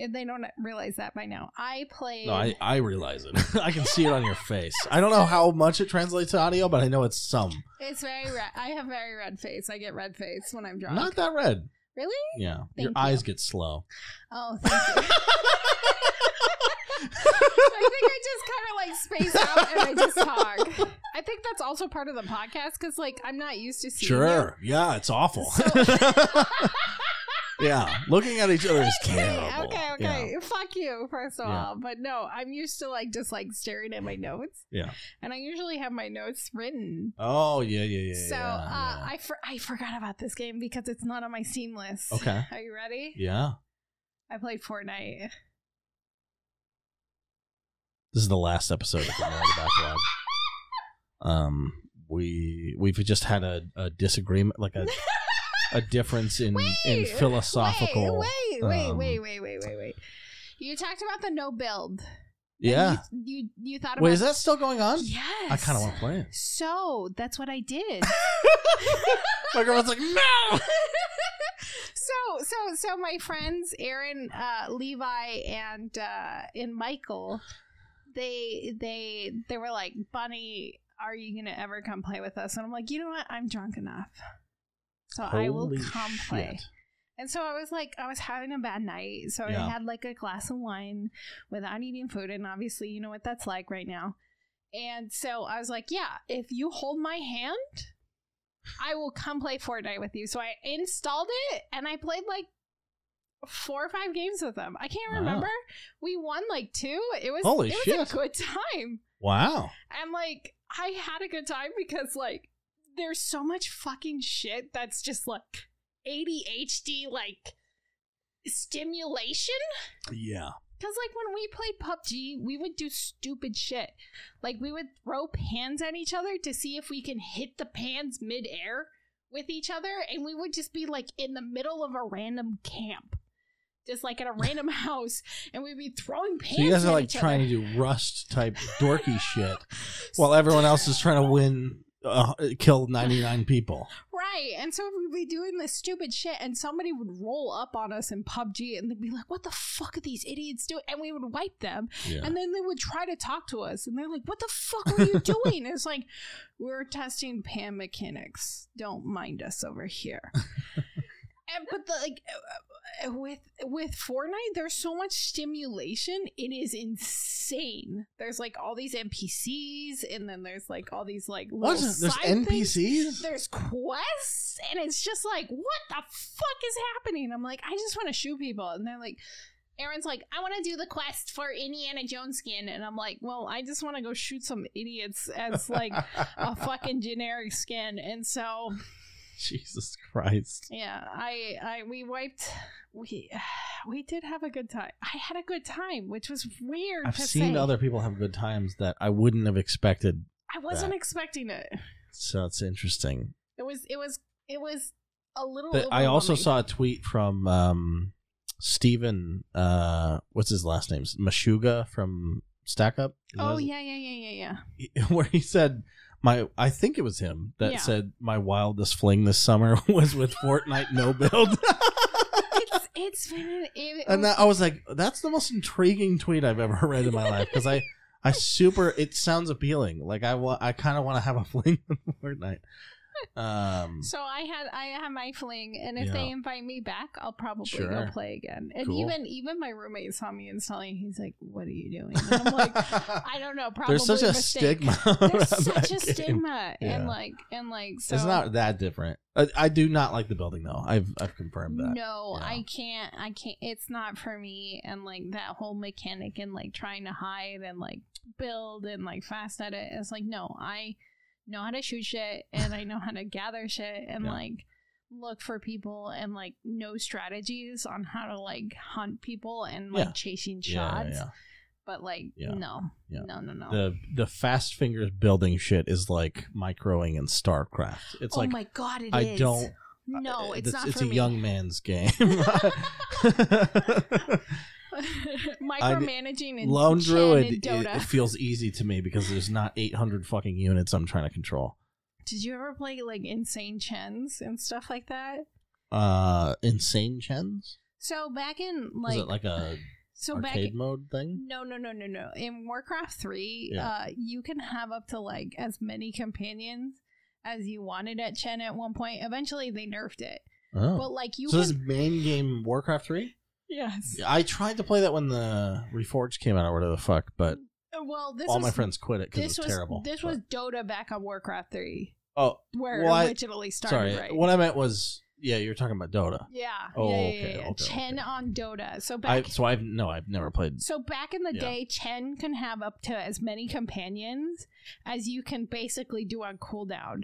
A: And they don't realize that by now. I played.
B: No, I, I realize it. (laughs) I can see it on your face. I don't know how much it translates to audio, but I know it's some.
A: it's very red. I have very red face. I get red face when I'm drunk.
B: Not that red.
A: really?
B: Yeah.
A: Thank
B: your eyes
A: you.
B: get slow.
A: Oh, thank you. (laughs)
B: (laughs)
A: I think I just kind of like space out and I just talk. I think that's also part of the podcast because, like, I'm not used to seeing you.
B: Sure. Yeah, it's awful. (laughs) yeah. Looking at each other is
A: (laughs) Okay,
B: terrible.
A: okay, okay. Fuck you, first of
B: Yeah.
A: all. But no, I'm used to like just like staring at my notes.
B: Yeah.
A: And I usually have my notes written.
B: Yeah. Oh, yeah, yeah, yeah.
A: so
B: yeah,
A: uh,
B: yeah.
A: I for- I forgot about this game because it's not on my Steam list.
B: Okay.
A: (laughs) Are you ready?
B: Yeah.
A: I played Fortnite.
B: This is the last episode of the Moral Backlog.
A: (laughs)
B: Um, we we've just had a, a disagreement, like a
A: (laughs)
B: a difference in in
A: Wait,
B: philosophical.
A: Wait, wait,
B: um,
A: wait, wait, wait, wait, wait, wait. You talked about the no build. And
B: Yeah.
A: You you, you thought about
B: Wait, is that still going on?
A: Yes.
B: I kind of want to play
A: (laughs)
B: it.
A: So that's what I did.
B: My girlfriend's like, no.
A: so so so my friends Aaron, uh, Levi, and uh, and Michael, they they they were like, Bunny, are you gonna ever come play with us? And I'm like, you know what? I'm drunk enough, so I will come play. And so I was like, I was having a bad night, so
B: Yeah.
A: I had like a glass of wine without eating food, and obviously you know what that's like right now. And so I was like, yeah, if you hold my hand, I will come play Fortnite with you. So I installed it and I played like four or five games with them. I can't
B: Wow.
A: remember. We won like two. It was
B: Holy
A: it
B: shit.
A: was a good time.
B: Wow.
A: And like I had a good time because like there's so much fucking shit that's just like ADHD like stimulation
B: Yeah.
A: because, like, when we played PUBG, we would do stupid shit. Like, we would throw pans at each other to see if we can hit the pans midair with each other, and we would just be, like, in the middle of a random camp just like at a random (laughs) house, and we'd be throwing pants.
B: So you guys are
A: at
B: like
A: each
B: trying
A: other.
B: to do
A: (laughs)
B: rust type dorky shit, while everyone else is trying to win, uh, kill ninety
A: (laughs)
B: nine people.
A: Right. And so we'd be doing this stupid shit, and somebody would roll up on us in PUBG and they'd be like, What the fuck are these idiots doing? And we would wipe them.
B: Yeah.
A: And then they would try to talk to us, and they're like, What the fuck were
B: (laughs)
A: you doing? And it's like, We're testing pan mechanics. Don't mind us over
B: (laughs)
A: here. and, but the, like, uh, uh, with with Fortnite, there's so much stimulation; it is insane. There's like all these NPCs, and then there's like all these like little
B: What's it? There's
A: side things
B: NPCs.
A: there's quests and it's just like what the fuck is happening i'm like i just want to shoot people and they're like aaron's like i want to do the quest for indiana jones skin and i'm like well i just want to go shoot some idiots
B: (laughs)
A: as like a fucking generic skin and so
B: Jesus Christ.
A: yeah i i we wiped we (sighs) we did have a good time i had a good time which was weird
B: I've
A: to
B: seen
A: say.
B: other people have good times that I wouldn't have expected.
A: i wasn't expecting it
B: So it's interesting.
A: it was it was it was a little
B: But I also
A: overwhelming.
B: saw a tweet from um, Stephen. Uh, what's his last name? Mashuga from Stack Up. Is that
A: oh
B: his-
A: yeah yeah yeah yeah yeah
B: (laughs) where he said my I think it was him that
A: Yeah.
B: said my wildest fling this summer (laughs) was with Fortnite
A: (laughs)
B: no build.
A: it's it's been it,
B: and that, I was like that's the most intriguing tweet I've ever (laughs) read in my life cuz I I super it sounds appealing. Like I wa- I kind of want to have a (laughs) fling with Fortnite. Um
A: so I had I had my fling, and if they
B: Yeah.
A: invite me back, I'll probably go
B: Sure.
A: play again. And
B: Cool.
A: even even my roommate saw me installing. He's like, "What are you doing?" And I'm like, (laughs) "I don't know. Probably
B: (laughs) There's such a
A: mistake.
B: stigma. (laughs) around
A: There's such
B: that
A: a
B: game.
A: stigma, and
B: Yeah.
A: like and like so
B: It's not that different. I, I do not like the building though. I've I've confirmed that.
A: No,
B: Yeah.
A: I can't. I can't. It's not for me. And like that whole mechanic and like trying to hide and like build and like fast edit. It's like no, I know how to shoot
B: (laughs)
A: shit and I know how to gather shit and
B: Yeah.
A: like look for people and like know strategies on how to like hunt people and like
B: Yeah.
A: chasing
B: Yeah,
A: shots.
B: yeah, yeah.
A: But like
B: Yeah.
A: no,
B: Yeah.
A: no, no, no.
B: the the fast fingers building shit is like microing in StarCraft. It's
A: oh
B: like
A: my god, it
B: I
A: is.
B: don't. uh,
A: No, it's,
B: it's
A: not
B: It's
A: for
B: a
A: me.
B: young man's
A: (laughs)
B: game. (laughs)
A: Micromanaging and
B: Lone
A: Chen
B: Druid,
A: and
B: it,
A: Dota. (laughs)
B: it feels easy to me because there's not 800 fucking units I'm trying to control.
A: Did you ever play like Insane Chens and stuff like that?
B: Uh, insane Chens.
A: So back in
B: Is
A: like,
B: it like a
A: so back
B: arcade mode thing?
A: no no no no no in Warcraft three,
B: Yeah.
A: uh, you can have up to like as many companions as you wanted at Chen at one point. Eventually they nerfed it,
B: Oh.
A: but like you
B: so
A: can
B: this is main game Warcraft three.
A: yes.
B: I tried to play that when the Reforged came out or whatever the fuck, but
A: Uh, Well, this
B: all
A: was,
B: my friends quit it because
A: this
B: it was,
A: was
B: terrible.
A: this
B: but-
A: was Dota back on Warcraft three,
B: oh
A: where
B: Well, I-
A: it originally started.
B: Sorry,
A: right?
B: what I meant was, yeah, you were talking about Dota.
A: yeah.
B: Oh,
A: yeah, yeah,
B: okay,
A: yeah, yeah.
B: okay,
A: Chen
B: okay.
A: on Dota. So
B: I,
A: back
B: so I've no, I've never played.
A: So back in the
B: Yeah.
A: day, Chen can have up to as many companions as you can basically do on cooldown.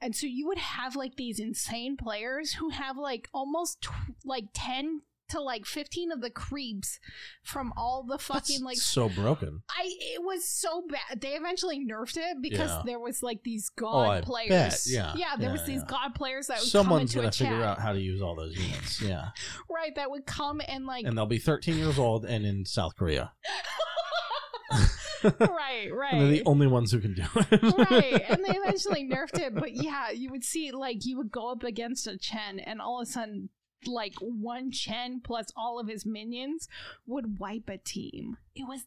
A: And so you would have like these insane players who have like almost tw- like 10 to like 15 of the creeps from all the fucking
B: That's
A: like
B: so broken.
A: I it was so bad. They eventually nerfed it because
B: Yeah.
A: there was like these
B: Oh,
A: god
B: I
A: players.
B: bet. Yeah.
A: Yeah, there
B: Yeah,
A: was these
B: yeah.
A: god players that would
B: Someone's
A: come into a chat.
B: gonna figure out how to use all those units. Yeah,
A: Right, that would come and like
B: and they'll be 13 years old and in South Korea,
A: (laughs) Right, right.
B: and they're the only ones who can do it.
A: right and they eventually nerfed it but yeah you would see like you would go up against a chen and all of a sudden like one chen plus all of his minions would wipe a team it was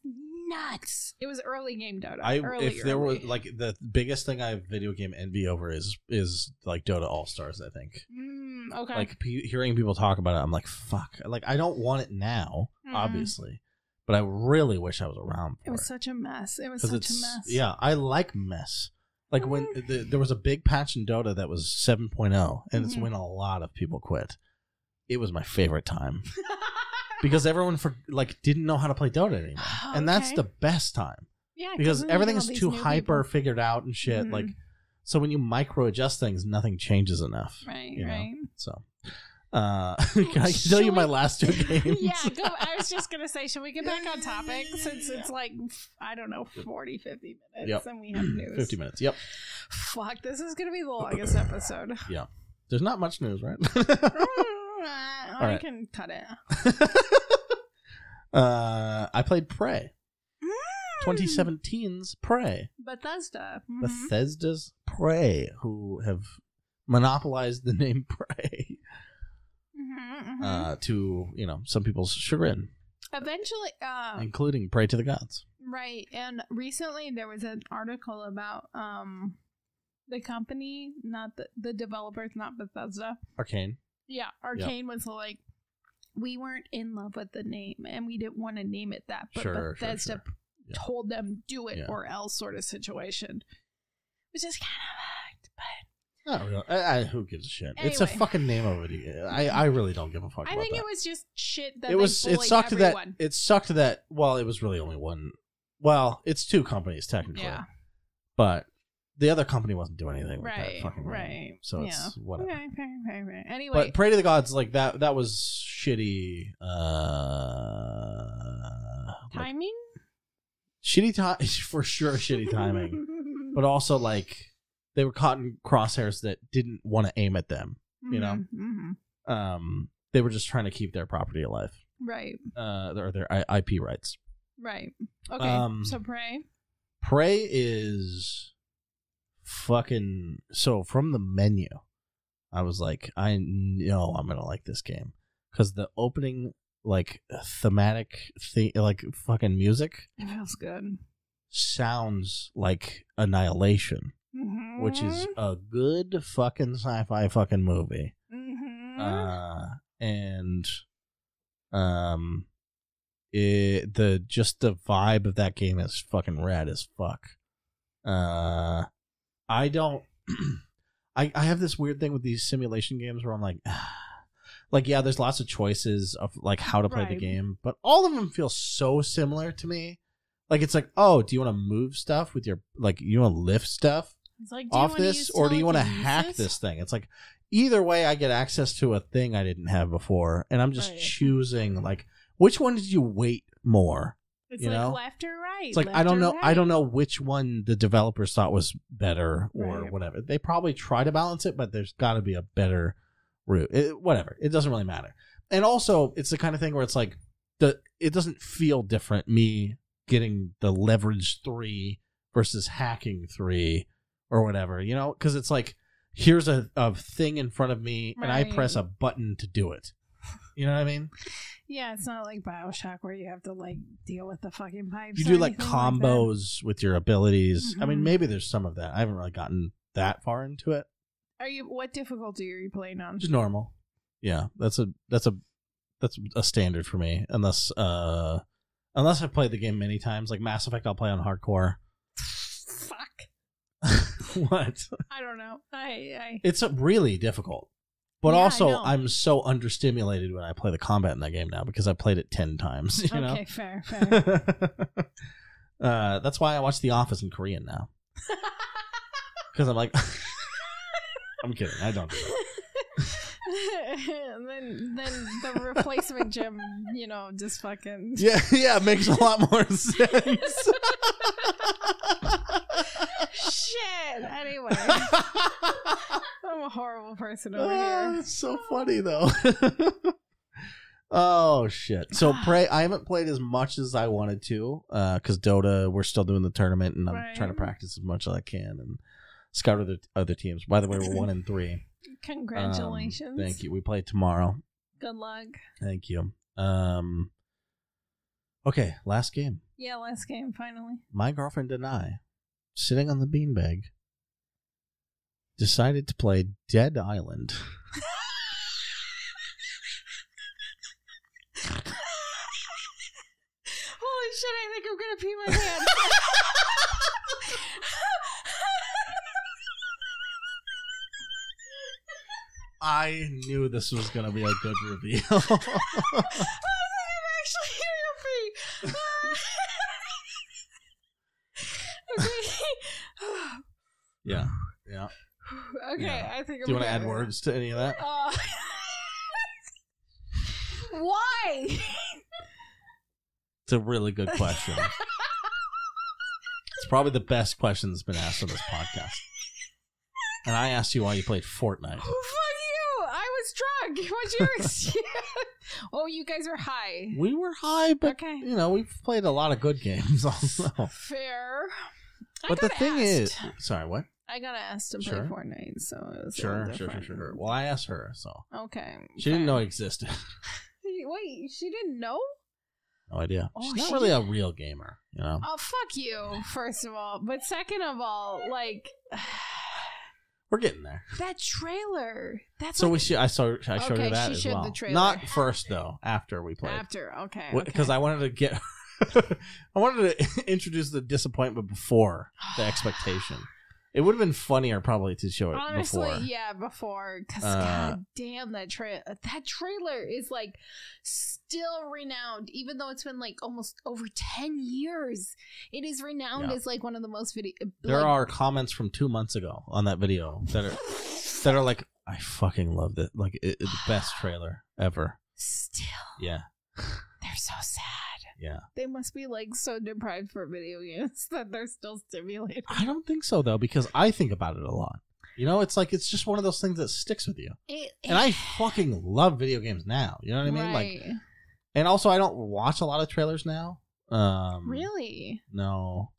A: nuts it was early game dota
B: (laughs) I
A: early,
B: if there
A: early.
B: were like the biggest thing I have video game envy over is is like Dota All Stars. I think
A: mm, okay
B: like pe hearing people talk about it, I'm like fuck. Like I don't want it now,
A: Mm.
B: obviously, but I really wish I was around. For
A: it was such a mess it was
B: because
A: such
B: it's
A: a mess (laughs) Mm-hmm.
B: yeah i like mess like when the, there was a big patch in dota that was 7.0 and it's
A: Mhm.
B: when a lot of people quit it was my favorite time because everyone for like didn't know how to play dota
A: (gasps)
B: anymore and that's
A: Okay.
B: the best time
A: yeah
B: because
A: then you get all
B: everything's
A: these
B: too
A: new
B: hyper
A: people.
B: figured out and shit
A: Mhm.
B: like so when you micro adjust things nothing changes enough
A: right
B: you know.
A: right
B: so uh (laughs) can i tell
A: Shall
B: you my
A: Oh, we-
B: last two games
A: (laughs) yeah,
B: (laughs)
A: go, I was just going to say, should we get back on topic since it's like, I don't know, 40, 50 minutes
B: Yep.
A: and we
B: (clears throat)
A: have news?
B: 50 minutes yep (clears throat)
A: Fuck, this is going to be the longest episode. (laughs)
B: there's not much news right
A: I
B: Alright.
A: can cut it.
B: uh, I played Prey.
A: Mm.
B: 2017's Prey.
A: Bethesda. Mhm.
B: Bethesda's Prey, who have monopolized the (laughs) name Prey
A: Mhm, mhm.
B: uh, to, you know, some people's chagrin,
A: mm-hmm. Eventually, uh,
B: including Prey to the Gods.
A: right. And recently, there was an article about um, the company, not the, the developers, not Bethesda.
B: Arcane.
A: Yeah, Arcane was like, we weren't in love with the name, and we didn't want to name it that. But
B: Sure, sure,
A: Bethesda
B: sure. Yeah.
A: told them do it
B: Yeah.
A: or else, sort of situation, which is kind of fucked. But
B: Not really. I, I, who gives a shit? It's a
A: Anyway.
B: fucking name of it. I, I really don't give a fuck
A: I
B: about
A: think
B: that.
A: it was just shit that
B: it was
A: They
B: it sucked (laughs)
A: everyone.
B: that it sucked that well it was really only one well it's two companies technically
A: Yeah.
B: but the other company wasn't doing anything like
A: Right,
B: that fucking really.
A: right.
B: so it's
A: Yeah.
B: whatever
A: Okay, okay, okay, okay. Anyway,
B: but pray to the gods like that that was shitty uh like,
A: timing
B: shitty time (laughs) for sure
A: (laughs)
B: shitty timing but also like they were caught in crosshairs that didn't want to aim at them you know?
A: Mhm, mhm.
B: um they were just trying to keep their property alive
A: right,
B: uh or their I- ip rights
A: right. Okay,
B: Um,
A: so pray.
B: Prey is fucking so from the menu. I was like, I know I'm gonna like this game because the opening like thematic thing, like fucking music,
A: It feels good,
B: sounds like Annihilation,
A: Mhm,
B: which is a good fucking sci-fi fucking movie.
A: mhm.
B: Uh, and um, it, the just the vibe of that game is fucking rad as fuck. Uh, I don't. (clears throat) I I have this weird thing with these simulation games where I'm like. (sighs) Like yeah, there's lots of choices of like how to play the
A: Right.
B: game, but all of them feel so similar to me. Like it's like, oh, do you want to move stuff with your like you want to lift stuff?
A: It's like, do you
B: off
A: wanna
B: this
A: use
B: or do you want to
A: telekinesis?
B: hack this thing it's like either way i get access to a thing i didn't have before and i'm just
A: Right.
B: choosing like which one did you wait more
A: It's
B: you
A: like
B: know?
A: left or right.
B: it's like i
A: left
B: don't
A: or
B: know i
A: right.
B: don't know which one the developers thought was better or
A: Right.
B: whatever they probably try to balance it but there's got to be a better route It- whatever it doesn't really matter and also it's the kind of thing where it's like the it doesn't feel different me getting the leverage three versus hacking three or whatever you know because it's like here's a, a thing in front of me and i
A: Right.
B: press a button to do it you know what i mean
A: Yeah, it's not like Bioshock where you have to like deal with the fucking pipes.
B: you
A: or
B: do like
A: anything that.
B: combos with your abilities i
A: Mhm.
B: mean maybe there's some of that i haven't really gotten that far into it
A: Are you? What difficulty are you playing on?
B: just normal yeah that's a that's a that's a standard for me unless uh unless i've played the game many times like mass effect i'll play on hardcore
A: (laughs)
B: (laughs)
A: Fuck.
B: what
A: I don't know. I. I
B: it's uh, really difficult but
A: Yeah, I
B: also
A: know.
B: i'm so understimulated when i play the combat in that game now because i played it 10 times (laughs) (laughs) you know
A: okay, fair, fair. (laughs)
B: (laughs) uh, that's why i watch the office in korean now because i'm like (laughs) i'm kidding i don't do that
A: And then then the replacement gym, you know, just fucking
B: (laughs) Yeah, yeah, it makes a lot more (laughs) sense.
A: shit.
B: (laughs)
A: Anyway, I'm a horrible person (laughs) over
B: Ah,
A: here.
B: it's so funny though. (laughs) oh shit!
A: (sighs)
B: So pray. I haven't played as much as I wanted to because Dota. We're still doing the tournament, and I'm
A: Right.
B: trying to practice as much as I can and scout other other teams. By the way, we're one and three. Um,
A: Congratulations.
B: thank you. We play tomorrow.
A: Good luck.
B: Thank you. Um. Okay, last game.
A: Yeah, last game finally.
B: my girlfriend and I, sitting on the beanbag, decided to play Dead Island.
A: Holy shit, I think I'm gonna pee my pants.
B: I knew this was going to be a good reveal.
A: I think I'm actually gonna pee. okay.
B: (laughs) yeah. Yeah.
A: okay,
B: Yeah.
A: I think I'm
B: Do you want to
A: gonna-
B: add words to any of that?
A: Uh, (laughs) why?
B: It's a really good question. it's probably the best question that's been asked on this podcast. And I asked you why you played Fortnite.
A: Fuck you! I was drunk. What's
B: (laughs)
A: your excuse? oh, you guys are high.
B: We were high, but
A: Okay.
B: (laughs) you know we've played a lot of good games (laughs) also.
A: Fair. I
B: But the
A: got
B: thing is,
A: asked.
B: sorry, what?
A: I got asked to play
B: Sure.
A: Fortnite, so it was a little
B: Sure, sure, sure,
A: different.
B: sure, sure. Well, I asked her, so
A: Okay.
B: she didn't
A: fair.
B: know it existed. (laughs)
A: Wait, she didn't know?
B: no idea.
A: Oh,
B: She's not
A: she
B: really a real gamer, you know.
A: Oh, fuck you, first of all. But second of all, like, (sighs)
B: We're getting there.
A: that trailer. That's
B: So we
A: like
B: should. I saw. I showed
A: Okay,
B: her that
A: she
B: as
A: showed the
B: well.
A: trailer.
B: Not first though. After we played,
A: after. Okay.
B: because I wanted to get. (laughs) I wanted to (laughs) introduce the disappointment before
A: (sighs)
B: the expectation. It would have been funnier probably to show it
A: Honestly,
B: before.
A: yeah, before because
B: Uh,
A: god damn that trailer that trailer is like still renowned, even though it's been like almost over ten years. It is renowned
B: Yeah.
A: as like one of the most video.
B: There are comments from two months ago on that video that are that are like, I fucking love it. Like it, it's the best trailer ever.
A: still
B: Yeah,
A: they're so sad.
B: yeah.
A: They must be like so deprived for video games (laughs) that they're still stimulated.
B: I don't think so though because I think about it a lot. You know, it's like it's just one of those things that sticks with you.
A: It,
B: And I fucking love video games now. You know what (laughs) I mean? Like
A: Right.
B: And also, I don't watch a lot of trailers now. Um,
A: really,
B: No.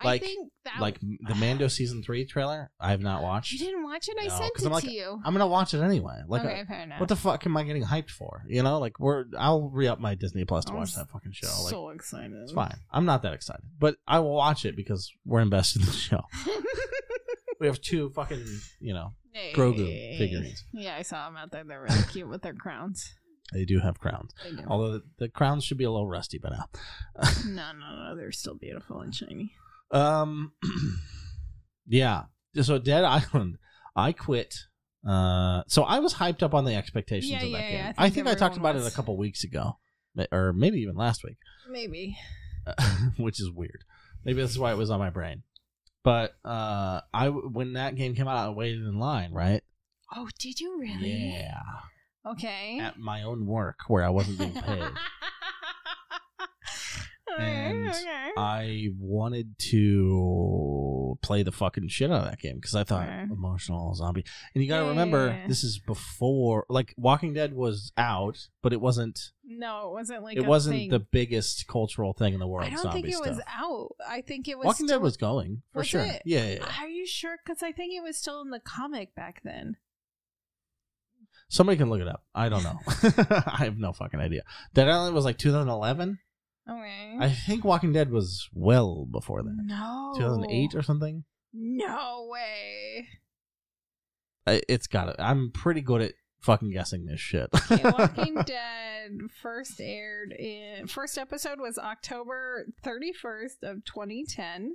A: I
B: like-
A: think that
B: Like the Mando season three trailer, I have not
A: you
B: watched.
A: didn't watch it. I
B: No,
A: sent
B: 'cause
A: it
B: I'm like-
A: to you.
B: I'm gonna watch it anyway. Like,
A: okay,
B: uh,
A: fair enough.
B: what the fuck am I getting hyped for? You know, like we're I'll re up my Disney Plus to
A: I'm
B: watch that fucking show. Like,
A: so excited. (laughs)
B: it's fine. I'm not that excited, but I will watch it because we're invested in the (laughs) show. We have two fucking, you know, Grogu figurines.
A: Yeah, I saw them out there. They're really cute with their crowns. they
B: they do have crowns.
A: do.
B: Although the, the crowns should be a little rusty by now.
A: (laughs) no, no, no. They're still beautiful and shiny.
B: Um, (clears throat) yeah. So Dead Island, I quit. Uh, so I was hyped up on the expectations
A: Yeah,
B: of that
A: yeah,
B: game.
A: yeah,
B: I
A: I
B: think
A: think
B: I, talked
A: everyone
B: about it
A: was.
B: a couple weeks ago, ma- or maybe even last week, (laughs)
A: Maybe.
B: which is weird. Maybe that's why it was on my brain. But uh, I when that game came out, I waited in line, right?
A: Oh, did you really?
B: Yeah,
A: Okay. (laughs)
B: at my own work where I wasn't being paid. And,
A: okay.
B: I wanted to play the fucking shit out of that game because I thought
A: Okay.
B: emotional zombie. And you got to
A: Yeah, yeah,
B: remember,
A: yeah.
B: this is before like Walking Dead was out, but it wasn't.
A: no, it wasn't like
B: it
A: a
B: wasn't
A: thing.
B: the biggest cultural thing in the world.
A: I don't
B: zombie
A: think it
B: stuff.
A: was out. I think it was.
B: Walking
A: still-
B: Dead was going for
A: Was
B: sure.
A: it?
B: Yeah, yeah, yeah.
A: Are you sure? Because I think it was still in the comic back then.
B: Somebody can look it up. I don't know. (laughs) I have no fucking idea. Dead Island was like 2011.
A: Okay.
B: I think Walking Dead was well before that.
A: no.
B: 2008 or something.
A: No way.
B: I- It's got it. I'm pretty good at fucking guessing this shit. (laughs)
A: Okay, Walking Dead first aired in first episode was October 31st of 2010.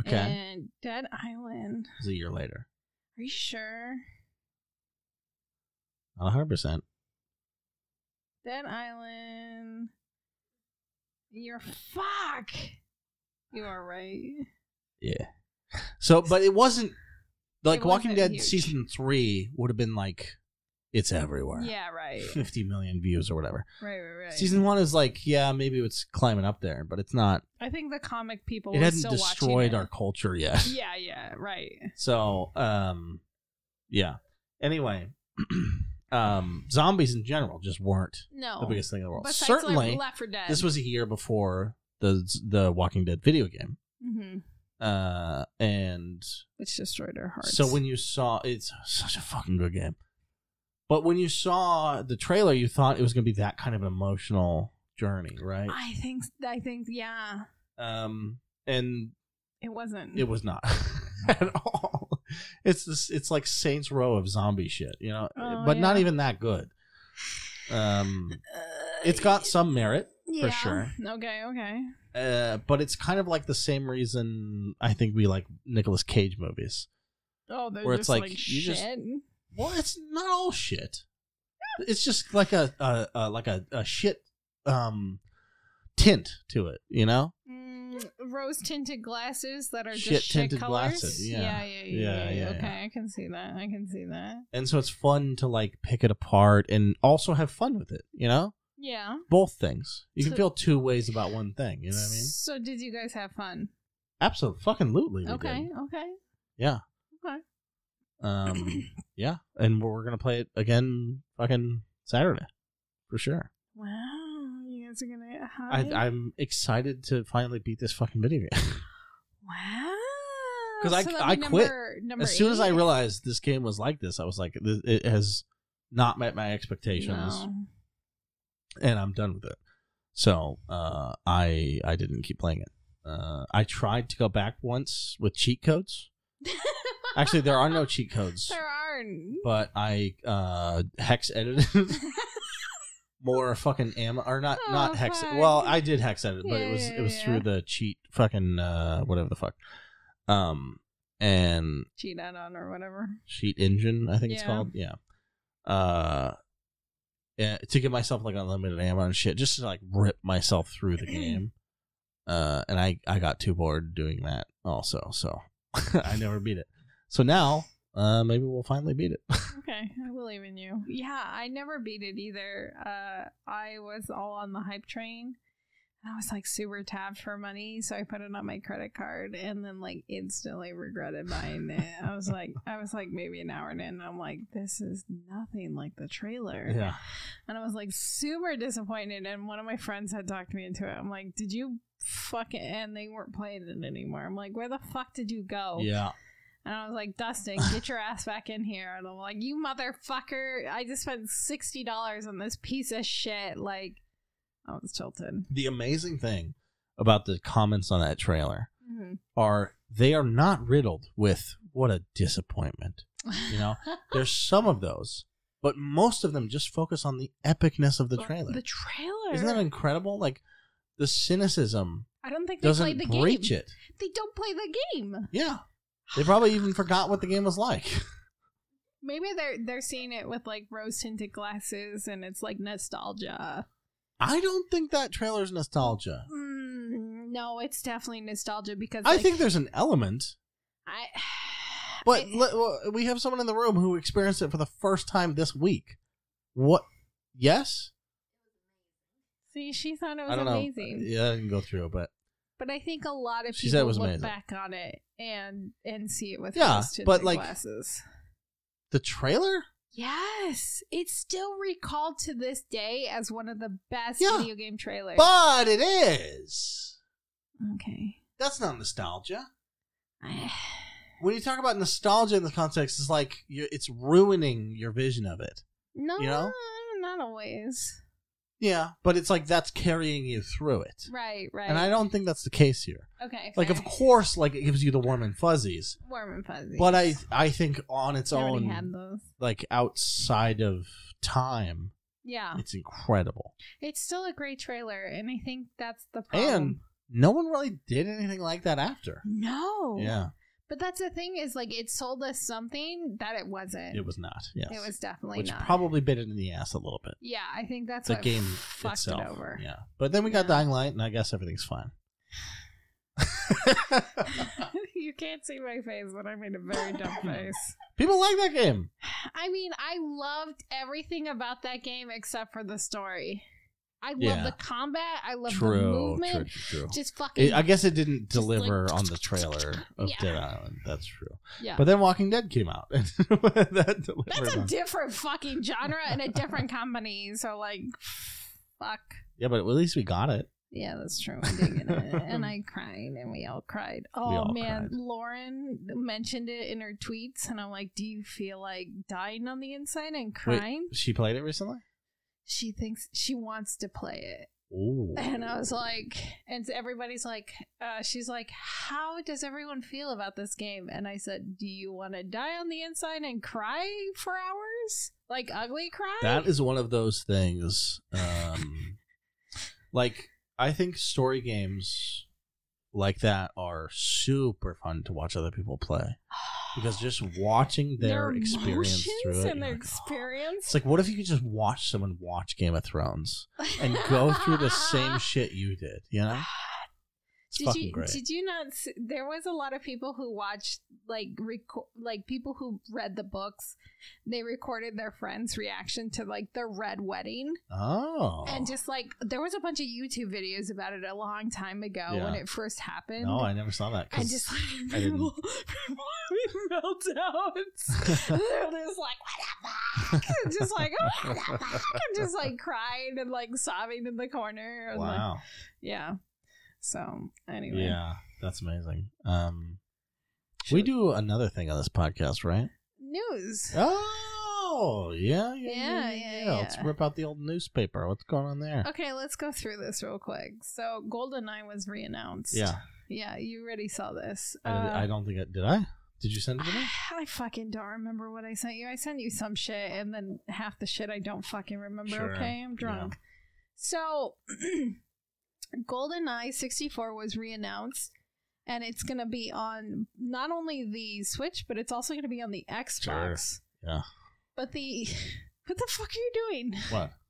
B: Okay.
A: And Dead Island.
B: It was a year later.
A: Are you sure?
B: Not 100%.
A: Dead Island. You're fuck. You are right.
B: So, but it wasn't like
A: It
B: Walking
A: wasn't
B: Dead
A: huge.
B: season three would have been like, it's everywhere.
A: Yeah,
B: (laughs)
A: right.
B: 50 million views or whatever.
A: Right, right, right.
B: Season one is like, yeah, maybe it's climbing up there, but it's not.
A: I think the comic people
B: it
A: were
B: hadn't
A: still watching
B: destroyed
A: it.
B: our culture yet.
A: Yeah, yeah, right.
B: (laughs) So, um, yeah. Anyway, (clears throat) um, zombies in general just weren't
A: No.
B: the biggest thing in the world.
A: Besides
B: Certainly,
A: like Left 4 Dead.
B: this was a year before the the Walking Dead video game.
A: Mhm.
B: Uh, and
A: which destroyed our hearts.
B: So when you saw it's such a fucking good game. But when you saw the trailer, you thought it was going to be that kind of an emotional journey, right?
A: I think I think yeah,
B: Um and
A: it wasn't.
B: it
A: (laughs)
B: was not (laughs) at all. It's this it's like Saints Row of zombie shit, you know,
A: Oh,
B: but not
A: yeah.
B: even that good.
A: (sighs)
B: Um
A: Uh,
B: it's got some merit,
A: yeah.
B: sure.
A: Okay, okay.
B: uh, but it's kind of like the same reason I think we like Nicolas Cage movies.
A: Oh, they're
B: Where
A: just
B: it's
A: like,
B: like, you
A: shit.
B: just- Well, it's not all shit. It's just like a, a, a like a, a shit um tint to it, you know?
A: Mm, rose tinted glasses that are just shit
B: Shit-tinted
A: tinted colors.
B: glasses,
A: yeah,
B: yeah.
A: yeah, yeah,
B: Yeah,
A: yeah, yeah.
B: yeah,
A: Okay, I can see that. I can see that.
B: And so it's fun to like pick it apart and also have fun with it, you know?
A: Yeah.
B: Both things. You can
A: So-
B: feel two ways about one thing, you know what I mean?
A: So did you guys have fun?
B: Absolutely fucking lootly.
A: okay, okay.
B: Yeah.
A: Okay.
B: Um, yeah, and we're, we're gonna play it again, fucking Saturday, for sure.
A: Wow, you guys are gonna get
B: I,
A: high.
B: I'm excited to finally beat this fucking video game.
A: wow.
B: 'Cause I-
A: that'd
B: I
A: be
B: quit
A: number- number
B: as soon as I
A: eight?
B: realized this game was like this, I was like, "This- it has not met my expectations,
A: No. (laughs)
B: and I'm done with it. So uh, I I didn't keep playing it. Uh, I tried to go back once with cheat codes. Actually,
A: (laughs)
B: there are no cheat codes,
A: there aren't.
B: but I uh, hex edited (laughs) more fucking ammo, or not
A: Oh,
B: not hex.
A: fuck.
B: Well, I did hex edit, but
A: Yeah,
B: it was
A: yeah,
B: it was
A: yeah.
B: through the cheat fucking uh, whatever the fuck, um, and
A: (laughs) Cheat on on or whatever.
B: sheet engine i think it's
A: Yeah.
B: called yeah uh yeah, to give myself like unlimited ammo and shit just to like rip myself through the game uh and i i got too bored doing that also so (laughs) i never beat it so now uh maybe we'll finally beat it
A: Okay, I believe in you. Yeah, I never beat it either. Uh, I was all on the hype train. I was like super tapped for money, so I put it on my credit card, and then like instantly regretted buying it. I was like, I was like maybe an hour in, and I'm like, this is nothing like the trailer,
B: yeah
A: and I was like super disappointed. And one of my friends had talked me into it. I'm like, did you fuck it? And they weren't playing it anymore. I'm like, where the fuck did you go?
B: yeah
A: And I was like, Dustin, get your ass back in here. And I'm like, you motherfucker, I just spent sixty dollars on this piece of shit. Like, I was tilted.
B: the amazing thing about the comments on that trailer
A: Mm-hmm.
B: are they are not riddled with what a disappointment you know there's some of those but most of them just focus on the epicness of the trailer
A: The trailer.
B: Isn't that incredible? Like the cynicism
A: I don't think they
B: doesn't
A: played the
B: breach
A: game.
B: it.
A: They don't play the game.
B: Yeah.
A: (sighs)
B: They probably even forgot what the game was like. (laughs)
A: Maybe they're they're seeing it with like rose tinted glasses, and it's like nostalgia.
B: I don't think that trailer's nostalgia.
A: Mm, no, it's definitely nostalgia because
B: I
A: like,
B: think there's an element,
A: I.
B: but
A: I-
B: let- well, we have someone in the room who experienced it for the first time this week. What? Yes?
A: (sighs) see, she thought it was
B: I don't know.
A: amazing.
B: Yeah, I didn't go through, but
A: But I think a lot of people
B: She said it was
A: look
B: amazing.
A: back on it and and see it with
B: Yeah,
A: rose tinted
B: but, like-
A: glasses.
B: the trailer?
A: Yes, it's still recalled to this day as one of the best
B: Yeah,
A: video game trailers.
B: But it is.
A: okay,
B: That's not nostalgia.
A: I,
B: When you talk about nostalgia in the context, it's like you it's ruining your vision of it.
A: no,
B: You know?
A: not always.
B: Yeah, but it's like that's carrying you through it.
A: Right, right.
B: And I don't think that's the case here.
A: okay,
B: Like of
A: fair.
B: course like it gives you the warm and fuzzies,
A: warm and fuzzy.
B: but I I think on its
A: Nobody had
B: own
A: those.
B: like outside of time,
A: Yeah,
B: it's incredible.
A: it's still a great trailer, and I think that's the problem.
B: And no one really did anything like that after.
A: no,
B: Yeah,
A: But that's the thing is like it sold us something that it wasn't.
B: it was not. Yes.
A: It was definitely
B: which
A: not.
B: probably bit it in the ass a little bit.
A: Yeah, I think that's
B: the
A: what
B: game
A: fucked
B: itself.
A: it over.
B: Yeah. But then we got
A: Yeah.
B: Dying Light and I guess
A: (sighs)
B: everything's fine.
A: (laughs)
B: (laughs)
A: you can't see my face, but I made a very
B: (laughs)
A: dumb face.
B: People like that game.
A: I mean, I loved everything about that game except for the story. I love
B: Yeah.
A: the combat. I love the
B: True, true, true,
A: movement.
B: true.
A: Just fucking
B: It, I guess it didn't
A: Just like- (laughs)
B: deliver on the trailer of
A: Yeah.
B: Dead Island. That's true.
A: yeah.
B: But then Walking Dead came out, (laughs) and that delivered.
A: that's a
B: on-
A: different fucking genre and a different company. So
B: (laughs)
A: like, fuck.
B: yeah, but at least we got it.
A: Yeah, that's true. I did get it.
B: (laughs)
A: and I cried, and we all cried. Oh
B: all
A: man,
B: cried.
A: Lauren mentioned it in her tweets, and I'm like, do you feel like dying on the inside and crying?
B: She played it recently.
A: She thinks she wants to play it,
B: Ooh.
A: and I was like, and everybody's like, uh, she's like, how does everyone feel about this game? And I said, do you want to die on the inside and cry for hours, like ugly cry?
B: that is one of those things. Um, (laughs) like I think story games like that are super fun to watch other people play
A: (gasps)
B: because just watching their, experience through
A: emotions
B: it,
A: and their
B: you're like, (gasps) "Oh."
A: experience.
B: It's like, what if you could just watch someone
A: (laughs)
B: watch Game of Thrones? and go through the same shit you did, you know? It's
A: Did
B: fucking
A: you
B: great.
A: did you not? s there was a lot of people who watched like reco- like people who read the books. They recorded their friends' reaction to like the red wedding,
B: Oh.
A: and just like there was a bunch of YouTube videos about it a long time ago when
B: Yeah.
A: it first happened.
B: no, I never saw that. 'cause-
A: and just (laughs) like
B: I didn't.
A: people, (laughs) people
B: (laughs)
A: meltdowns. They're just like, what the fuck? (laughs) And just like, oh, what the
B: (laughs)
A: fuck? And just like crying and like sobbing in the corner. And like,
B: wow.
A: yeah. So anyway.
B: Yeah, that's amazing. Um, we do another thing on this
A: (sighs)
B: podcast, right?
A: news.
B: Oh, yeah, yeah,
A: Yeah,
B: yeah, yeah.
A: yeah,
B: yeah. Let's
A: yeah. Oh,
B: rip out the old newspaper. What's going on there?
A: Okay, let's go through this real quick. So GoldenEye was reannounced.
B: Yeah,
A: Yeah, you already saw this.
B: I, did-
A: uh,
B: I don't think I did. I did you send it to me?
A: (sighs) I fucking don't remember what I sent you. I sent you some shit and then half the shit I don't fucking remember.
B: Sure,
A: Okay, I'm drunk. So, (clears throat) GoldenEye 64 was reannounced and it's going to be on not only the Switch, but it's also going to be on the Xbox.
B: Yeah.
A: But the. (sighs) What the fuck are you doing?
B: What?
A: (laughs)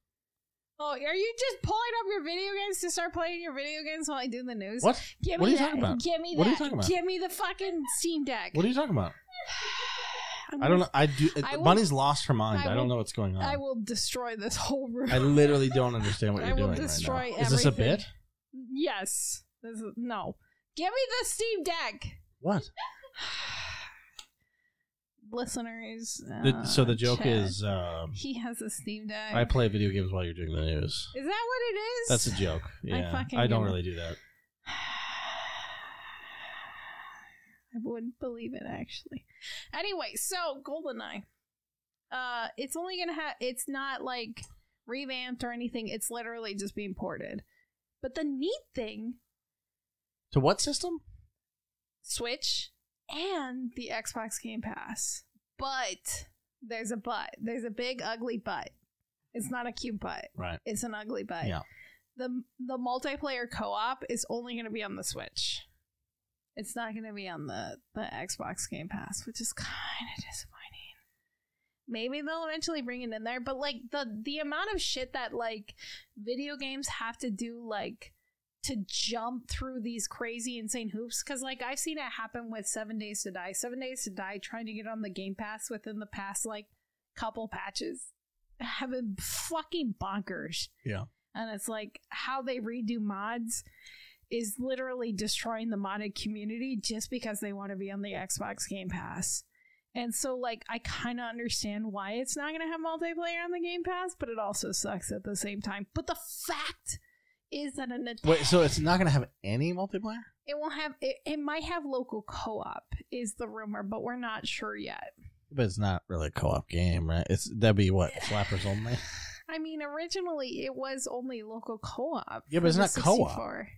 A: Oh, are you just pulling up your video games to start playing your video games while I do the news?
B: What?
A: Give
B: What
A: me
B: are you
A: that.
B: talking about?
A: Give me that.
B: What are you talking about?
A: Give me the fucking Steam Deck.
B: What are you talking about?
A: (sighs) I'm
B: I don't know. I do.
A: I will-
B: Bunny's lost her
A: I
B: mind. I, don't
A: will-
B: know what's going on.
A: I will destroy this whole room.
B: I literally don't understand what
A: I
B: you're
A: will
B: doing
A: destroy
B: right now. Is this a
A: everything.
B: bit?
A: (laughs) yes. This is, no. Give me the Steam Deck. (sighs)
B: What?
A: Listeners.
B: The,
A: uh,
B: so the joke
A: chat.
B: is, um,
A: He has a Steam Deck.
B: I play video games while you're doing the news.
A: is that what it is?
B: That's a joke.
A: I
B: Yeah,
A: fucking
B: I don't
A: get it.
B: really do that.
A: (sighs) I wouldn't believe it actually. Anyway, so Goldeneye. Uh it's only gonna have it's not like revamped or anything. It's literally just being ported. But the neat thing,
B: To what system?
A: Switch and the Xbox Game Pass. But there's a but. There's a big ugly but. It's not a cute but.
B: Right.
A: It's an ugly but.
B: Yeah.
A: the the multiplayer co-op is only going to be on the Switch. It's not going to be on the the Xbox Game Pass, which is kind of disappointing. Maybe they'll eventually bring it in there, but like the the amount of shit that like video games have to do like to jump through these crazy insane hoops cuz like I've seen it happen with 7 Days to Die. 7 Days to Die trying to get on the Game Pass within the past like couple patches have been fucking bonkers
B: Yeah.
A: and it's like how they redo mods is literally destroying the modded community just because they want to be on the Xbox Game Pass. And so like I kind of understand why it's not going to have multiplayer on the Game Pass, but it also sucks at the same time. But the fact is that an attack,
B: Wait, so it's not going to have any multiplayer?
A: it won't have it, it might have local co-op is the rumor, but we're not sure yet.
B: But it's not really a co-op game, right? It's that'd
A: (laughs)
B: be what flappers only.
A: I mean, originally it was only local co-op.
B: Yeah, but it's
A: for the
B: not co-op.
A: 64.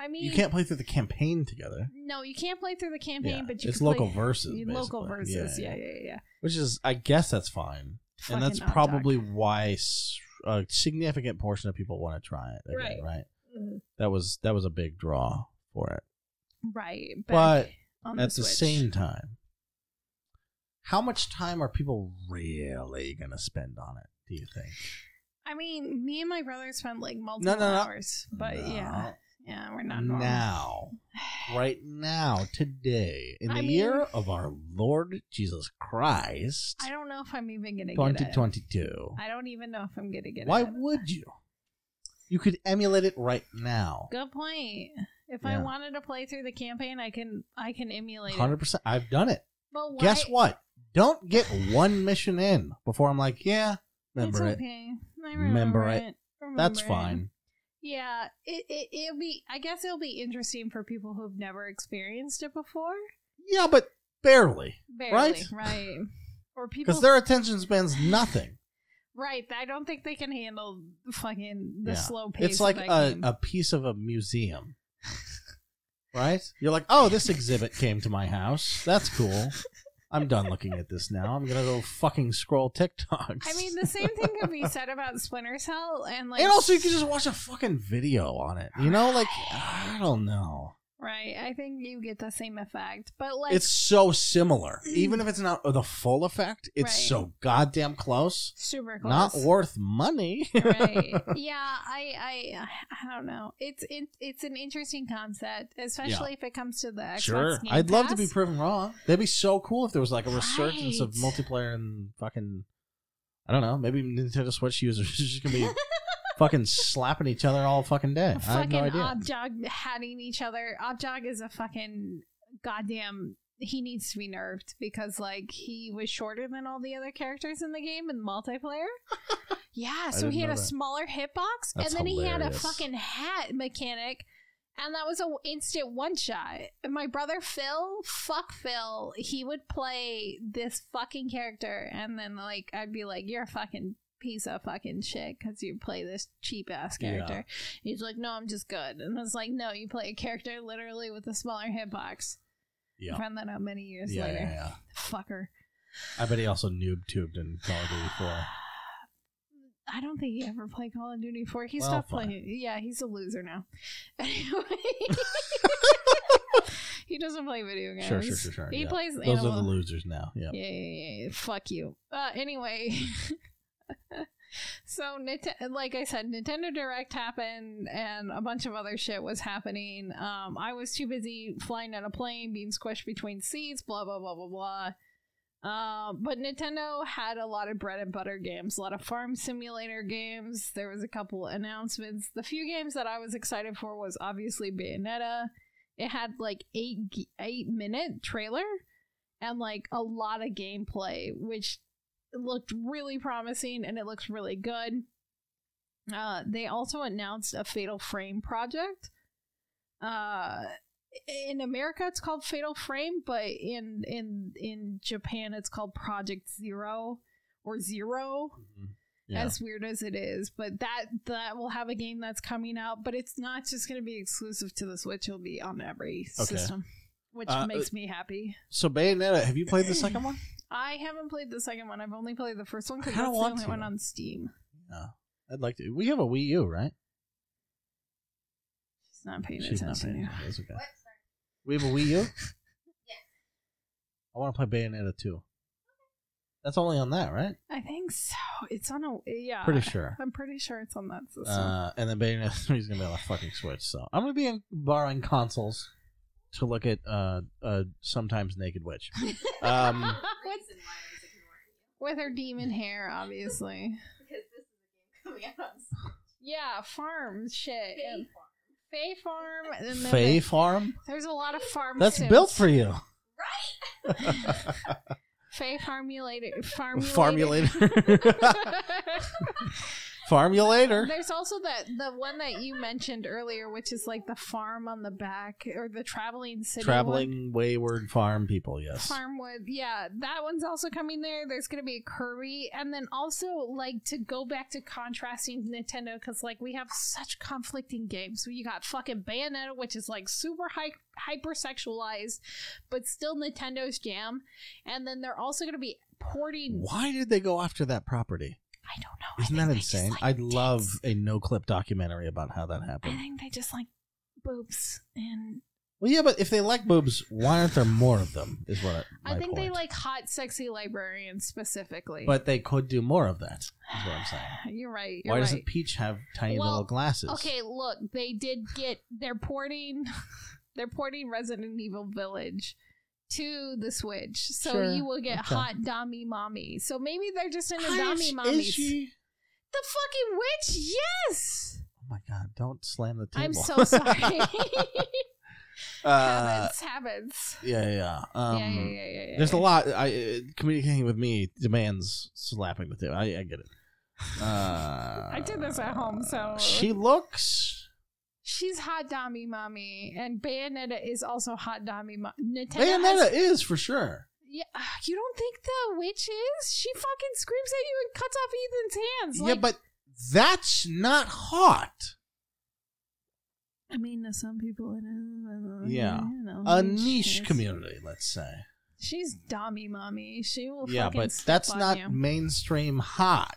A: I mean,
B: You can't play through the campaign together.
A: No, you can't play through the campaign,
B: yeah,
A: but you
B: it's
A: can
B: local
A: play
B: versus.
A: you- local
B: basically.
A: versus. Yeah, yeah, yeah. yeah.
B: Which is, I guess, that's fine, and that's
A: Fucking odd
B: probably why s- a significant portion of people want to try it. Again,
A: Right.
B: right.
A: dog. Mhm.
B: That was that was a big draw for it.
A: right?
B: But
A: on
B: At the
A: Switch.
B: same time, how much time are people really going to spend on it? Do you think?
A: I mean, me and my brother spent like multiple
B: no, no.
A: hours, but yeah, yeah, we're not normal.
B: now, right now, today, in
A: I
B: the
A: mean-
B: year of our Lord Jesus Christ,
A: I don't know if I'm even gonna get it.
B: 2022.
A: I don't even know if I'm gonna get
B: Why
A: it.
B: would you? You could emulate it right now.
A: Good point. If I
B: Yeah.
A: wanted to play through the campaign, I can. I can emulate it.
B: 100%. I've done it.
A: But why,
B: Guess what? Don't get one mission in before I'm like, yeah,
A: It's
B: remember it.
A: okay. I remember,
B: Remember
A: it.
B: it.
A: Remember
B: That's
A: it.
B: fine.
A: Yeah, it, it it'll be. I guess it'll be interesting for people who've never experienced it before.
B: Yeah, but barely.
A: Barely, right?
B: Right? (laughs)
A: Or people,
B: Because their attention
A: (laughs)
B: spans nothing.
A: right? I don't think they can handle the fucking the
B: Yeah.
A: slow pace.
B: It's like
A: of that
B: a,
A: game.
B: a piece of a museum.
A: (laughs)
B: right? You're like, oh, this exhibit came to my house. That's cool. I'm done looking at this now. I'm going to go fucking scroll TikToks.
A: I mean, the same thing could
B: (laughs)
A: be said about Splinter Cell, and like,
B: and also, you can just watch a fucking video on it. You know, like I don't know.
A: Right. I think you get the same effect. But like Mm.
B: it's so similar. Even if it's not the full effect, it's
A: Right.
B: so goddamn close.
A: super close.
B: Not worth money. (laughs)
A: right. Yeah, I, I I don't know. It's it, it's an interesting concept, especially if it comes to the Xbox
B: sure.
A: Game
B: I'd love to
A: Pass.
B: be proven wrong. That'd be so cool if there was like a resurgence of
A: Right.
B: multiplayer and fucking I don't know, maybe Nintendo Switch users (laughs) are just gonna
A: (laughs)
B: be fucking slapping each other all fucking day. I have
A: fucking
B: no idea.
A: Objog hatting each other. Objog is a fucking goddamn. He needs to be nerfed because like he was shorter than all the other characters in the game in
B: (laughs)
A: multiplayer. yeah, so
B: didn't
A: he had
B: know
A: a
B: that.
A: smaller hitbox,
B: That's
A: and then he had a
B: hilarious.
A: fucking hat mechanic. And that was a instant one shot. And my brother Phil, fuck Phil, he would play this fucking character, and then like I'd be like, "You're a fucking piece of fucking shit because you play this cheap ass
B: Yeah.
A: character." He's like, no, I'm just good. And I was like, no, you play a character literally with a smaller hitbox.
B: Yeah.
A: Found that out many years
B: Yeah, yeah,
A: later.
B: yeah.
A: Fucker.
B: I bet he also noob tubed in Call of Duty 4.
A: (sighs) I don't think he ever played Call of Duty 4. He
B: Well,
A: stopped
B: fine.
A: playing. Yeah, he's a loser now. (laughs) Anyway,
B: (laughs)
A: he doesn't play video games.
B: Sure, sure, sure, sure.
A: He
B: yeah.
A: plays
B: Those
A: Animal
B: are the losers now. Yeah.
A: Yeah, yeah, yeah, fuck you. Uh, anyway, (laughs) so Nite- like I said, Nintendo Direct happened, and a bunch of other shit was happening. Um, I was too busy flying on a plane, being squished between seats, blah blah blah blah blah. Um, but Nintendo had a lot of bread and butter games, a lot of farm simulator games. There was a couple announcements. The few games that I was excited for was obviously Bayonetta. It had like eight g- eight minute trailer and like a lot of gameplay, which looked really promising and it looks really good. Uh, they also announced a Fatal Frame project. Uh, in America, it's called Fatal Frame, but in in in Japan, it's called Project Zero or Zero
B: Mhm. Yeah.
A: as weird as it is but that that will have a game that's coming out but it's not just going to be exclusive to the switch it'll be on every
B: Okay.
A: system which
B: Uh,
A: makes me happy
B: so Bayonetta, have you played the
A: (laughs)
B: second one?
A: i haven't played the second one i've only played the first one
B: I
A: because
B: kinda
A: that's the
B: want
A: only
B: to.
A: one on steam
B: No. I'd like to. We have a Wii U, right?
A: she's not paying
B: She's not
A: attention
B: paying.
A: yeah.
B: attention. That's okay. We have a Wii U. I want to play Bayonetta too. That's only on that, right?
A: i think so it's on a yeah
B: Pretty sure.
A: i'm pretty sure it's on that system
B: Uh, and then Bayonetta (laughs) three is gonna be on the fucking Switch. So I'm gonna be in, borrowing consoles to look at uh, uh, sometimes naked witch. Um,
C: (laughs)
A: with,
C: reason why I was ignoring you
A: with her demon hair obviously
C: because this is a game coming out on Steam.
A: yeah farm shit and
C: Farm.
A: Fae farm and then
B: Fae
A: they-
B: Farm.
A: there's a lot of farm
B: That's
A: sims.
B: built for you.
A: Faye farmulator
B: (laughs)
A: farmulator.
B: Farmulator. Farmulator.
A: (laughs) There's also that the one that you mentioned earlier, which is like the farm on the back or the traveling city. one.
B: Traveling wayward farm people. Yes.
A: Farmwood, yeah, that one's also coming there. There's going to be a Kirby, and then also like to go back to contrasting Nintendo because like we have such conflicting games. You got fucking Bayonetta, which is like super hy- hyper sexualized, but still Nintendo's jam, and then they're also going to be porting.
B: Why did they go after that property?
A: I don't know. I
B: Isn't
A: think
B: that
A: they just
B: insane?
A: like
B: I'd
A: dicks.
B: love a no clip documentary about how that
A: I
B: happened.
A: think they just like boobs and
B: Well, yeah, but if they like boobs, why aren't there more of them? Is what I,
A: I
B: my
A: think they
B: point.
A: like hot, sexy librarians specifically.
B: But they could do more of that. Is what I'm saying.
A: you're right. (sighs) You're
B: Why
A: right.
B: doesn't Peach have tiny
A: Well,
B: little glasses?
A: Okay, look, they did get they're porting (laughs) they're porting Resident Evil Village to the Switch. So
B: Sure,
A: you will get
B: okay.
A: hot Dami Mommy. So maybe they're just into
B: Hi,
A: Dami
B: is-
A: Mommies.
B: Is she?
A: The fucking witch, yes.
B: Oh my god! Don't slam the table.
A: I'm so sorry.
B: (laughs) uh,
A: habits, habits.
B: yeah, yeah. Um,
A: yeah, yeah, yeah, yeah, yeah.
B: There's a
A: yeah.
B: lot. I uh, communicating with me demands slapping the table. I, I
A: (laughs)
B: get it. Uh,
A: I did this at home, so-
B: she looks.
A: She's hot Dami Mommy, and Bayonetta is also hot Dami Mommy. Nintendo has
B: Bayonetta is for sure.
A: Yeah, (sighs) uh, you don't think the witch is? She fucking screams at you and cuts off Ethan's hands.
B: yeah,
A: like-
B: but that's not hot.
A: I mean, to some people it is.
B: Yeah.
A: you know,
B: A
A: witch
B: niche
A: is-
B: community, let's say.
A: She's dummy mommy. She will.
B: yeah,
A: fucking
B: but
A: step
B: that's
A: on
B: not
A: you.
B: mainstream hot.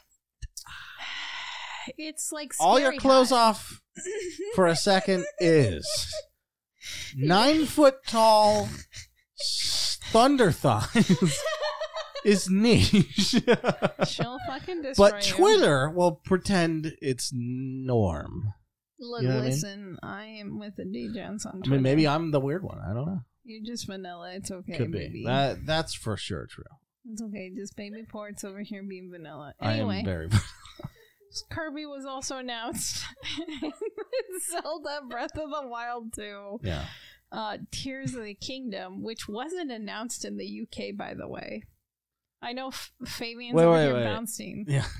A: It's like
B: All your
A: scary
B: clothes
A: hot. (laughs)
B: off for a second is nine foot tall thunder thighs is niche.
A: (laughs) She'll fucking destroy
B: (laughs) but
A: you.
B: Twitter will pretend it's norm.
A: Look,
B: you know what I mean?
A: listen, I, am with the D Jones on
B: I
A: Twitter.
B: mean, maybe I'm the weird one. I don't know.
A: you're just vanilla. It's okay,
B: Could
A: baby.
B: be. That that's for sure true.
A: it's okay. Just baby ports over here being vanilla.
B: I
A: Anyway,
B: am very. (laughs)
A: Kirby was also announced. in (laughs) Zelda Breath of the Wild 2.
B: Yeah.
A: uh, Tears of the Kingdom, which wasn't announced in the UK, by the way. I know F- Fabian's
B: Wait,
A: over
B: wait,
A: here
B: wait.
A: bouncing.
B: Yeah.
A: (laughs)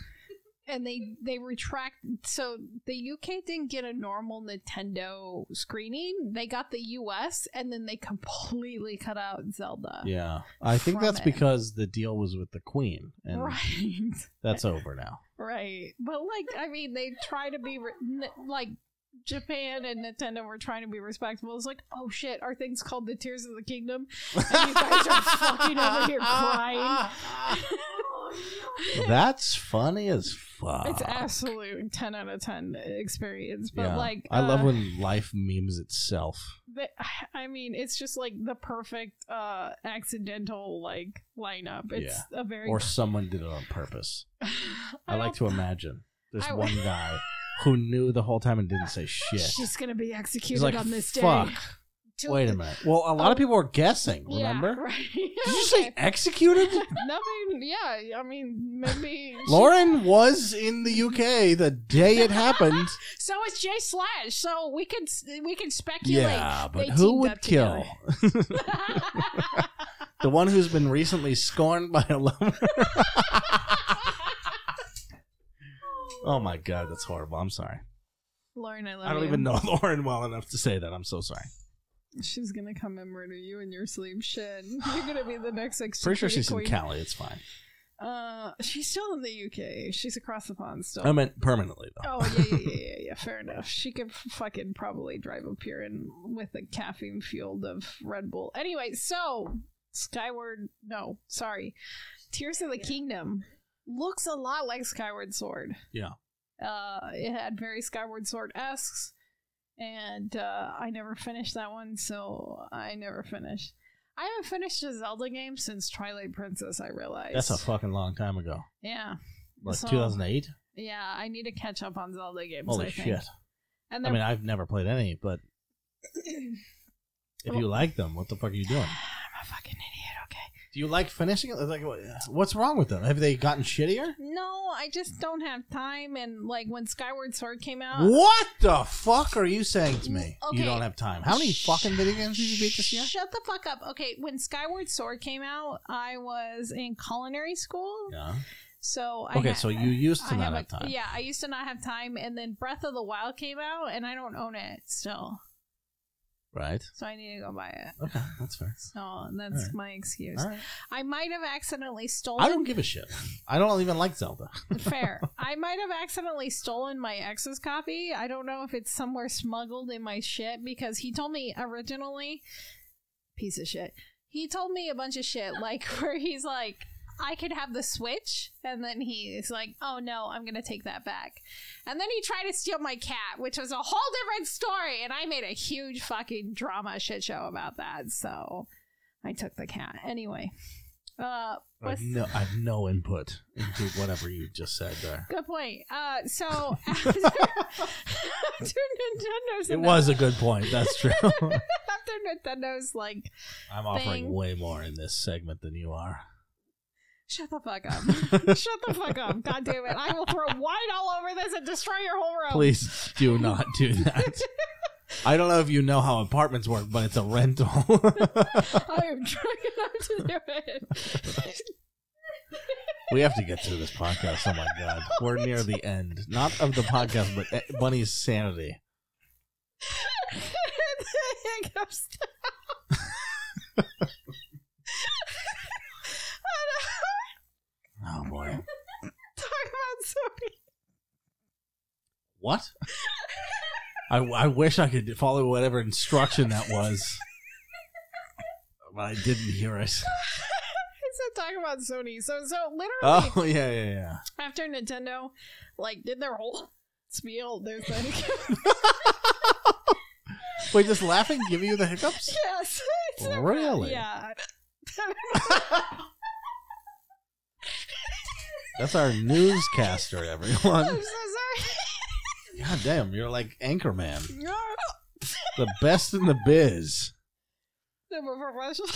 A: And they they retract. So the UK didn't get a normal Nintendo screening. They got the US, and then they completely cut out Zelda.
B: Yeah. I think
A: From
B: that's
A: it.
B: because the deal was with the queen,
A: (laughs)
B: and
A: Right.
B: that's over now.
A: Right. But like, I mean, they try to be re- n- like Japan and Nintendo were trying to be respectful. It's like, oh shit, our thing's called the Tears of the Kingdom, and (laughs) you guys are fucking over here crying.
B: (laughs) That's funny as fuck.
A: It's absolute ten out of ten experience. But
B: Ah. Yeah.
A: like,
B: I love
A: uh,
B: when life memes itself.
A: the- (sighs) I mean, it's just like the perfect uh accidental like lineup. It's a very (laughs)
B: Or someone did it on purpose. I, like to
A: don't-
B: imagine there's
A: I-
B: one guy who knew the whole time and
A: (laughs)
B: didn't say shit.
A: She's gonna be
B: He's
A: executed
B: like,
A: on this
B: fuck.
A: day. Two-
B: Wait a minute. Well, a lot of people were guessing.
A: Yeah,
B: Remember?
A: (laughs) right.
B: Did you say executed?
A: (laughs) Nothing. Yeah, I mean,
B: (laughs)
A: maybe.
B: Lauren was in the UK the day
A: (laughs)
B: it happened.
A: So it's Jay Slash. So we can we can speculate.
B: yeah, but
A: They
B: who
A: teamed
B: would
A: up
B: kill?
A: together.
B: (laughs)
A: (laughs)
B: the one who's been recently scorned by
A: (laughs)
B: a lover. oh my god, that's horrible. I'm sorry.
A: Lauren, I love
B: I don't
A: you.
B: even know (laughs) Lauren well enough to say that. I'm so sorry.
A: She's gonna come and murder you in your sleep.
B: (sighs)
A: Shit, you're gonna be the next.
B: Pretty sure
A: executed
B: she's in
A: queen.
B: Cali. It's fine.
A: Uh, she's still in the UK. She's across the pond still.
B: I meant permanently though.
A: oh yeah, yeah, yeah, yeah, yeah. Fair enough. She could f- fucking probably drive up here and with a caffeine field of Red Bull. Anyway, so Skyward. No, sorry. Tears of the Kingdom looks a lot like Skyward Sword.
B: Yeah.
A: Uh, it had very Skyward Sword esques, and uh, I never finished that one, so I never finished. I haven't finished a Zelda game since Twilight Princess. I realized
B: That's a fucking long time ago.
A: yeah.
B: Like
A: So-
B: 2008.
A: Yeah, I need to catch up on Zelda games.
B: Holy
A: I think.
B: shit.
A: And
B: I
A: they're
B: mean, I've never played any,
A: (clears throat)
B: but if you like them, what the fuck are you doing?
A: I'm a fucking idiot, okay?
B: Do you like finishing it? Like, what- what's wrong with them? Have they gotten shittier?
A: No, I just don't have time. And like when Skyward Sword came out,
B: What the fuck are you saying to me? You
A: Uh, Okay.
B: don't have time. How many
A: Shh.
B: fucking video games did you beat this year?
A: shut the fuck up. Okay, when Skyward Sword came out, I was in culinary school,
B: Yeah.
A: so I
B: Okay,
A: ha-
B: so you used to
A: I
B: not
A: a-
B: have time.
A: Yeah, I used to not have time, and then Breath of the Wild came out, and I don't own it still,
B: Right.
A: so I need to go buy it.
B: Okay, that's fair.
A: So that's
B: Alright.
A: my excuse.
B: All right.
A: I might have accidentally stolen.
B: I don't give a shit. I don't even like Zelda.
A: Fair. I might have accidentally stolen my ex's copy. I don't know if it's somewhere smuggled in my shit because he told me originally, piece of shit. He told me a bunch of shit, like (laughs) where he's like, I could have the Switch. And then he's like, oh no, I'm going to take that back. And then he tried to steal my cat, which was a whole different story. And I made a huge fucking drama shit show about that. So I took the cat. Anyway. Uh,
B: I have
A: what's-
B: no, I have no input into whatever you just said there.
A: Good point. Uh,
B: (laughs)
A: so (laughs) after, after Nintendo's
B: It was a good point. That's true.
A: (laughs) after Nintendo's like
B: I'm offering
A: Thing.
B: way more in this segment than you are.
A: shut the fuck
B: (laughs)
A: up, (laughs) shut the fuck up, god damn it! I will throw wine all over this and destroy your whole room.
B: Please do not do that. (laughs) I don't know if you know how apartments work, but it's a rental. (laughs)
A: I am trying not to do it. (laughs)
B: we have to get through this podcast. Oh my god, we're near the end, not of the podcast, but eh, Bunny's sanity.
A: hiccups. I know.
B: Oh boy,
A: Talk about something.
B: what? I, I wish I could follow whatever instruction that was, but I didn't hear it.
A: I said talk about Sony. So so literally.
B: Oh yeah, yeah, yeah.
A: after Nintendo, (laughs) like, did their whole spiel, there's like,
B: Wait, does laughing give you the hiccups?
A: Yes. (laughs) It's a-
B: Really? (laughs)
A: Yeah.
B: That's our
A: (laughs)
B: newscaster,
A: I'm
B: (laughs) everyone.
A: so (laughs)
B: God damn, you're like Anchorman,
A: sorry.
B: the best in the biz.
A: the professional.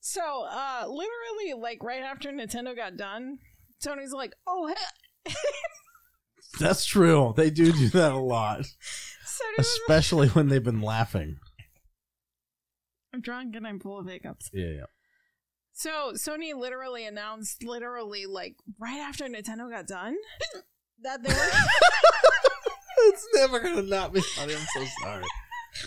A: so, uh, literally, like right after Nintendo got done, Sony's like, "Oh, he-"
B: That's true. They do do that a lot,
A: Sony was like,
B: especially when they've been laughing.
A: I'm drunk and I'm full of hiccups."
B: Yeah, yeah.
A: So Sony literally announced, literally like right after Nintendo got done, (laughs) that they were. (laughs)
B: It's never gonna not be funny. I'm so sorry.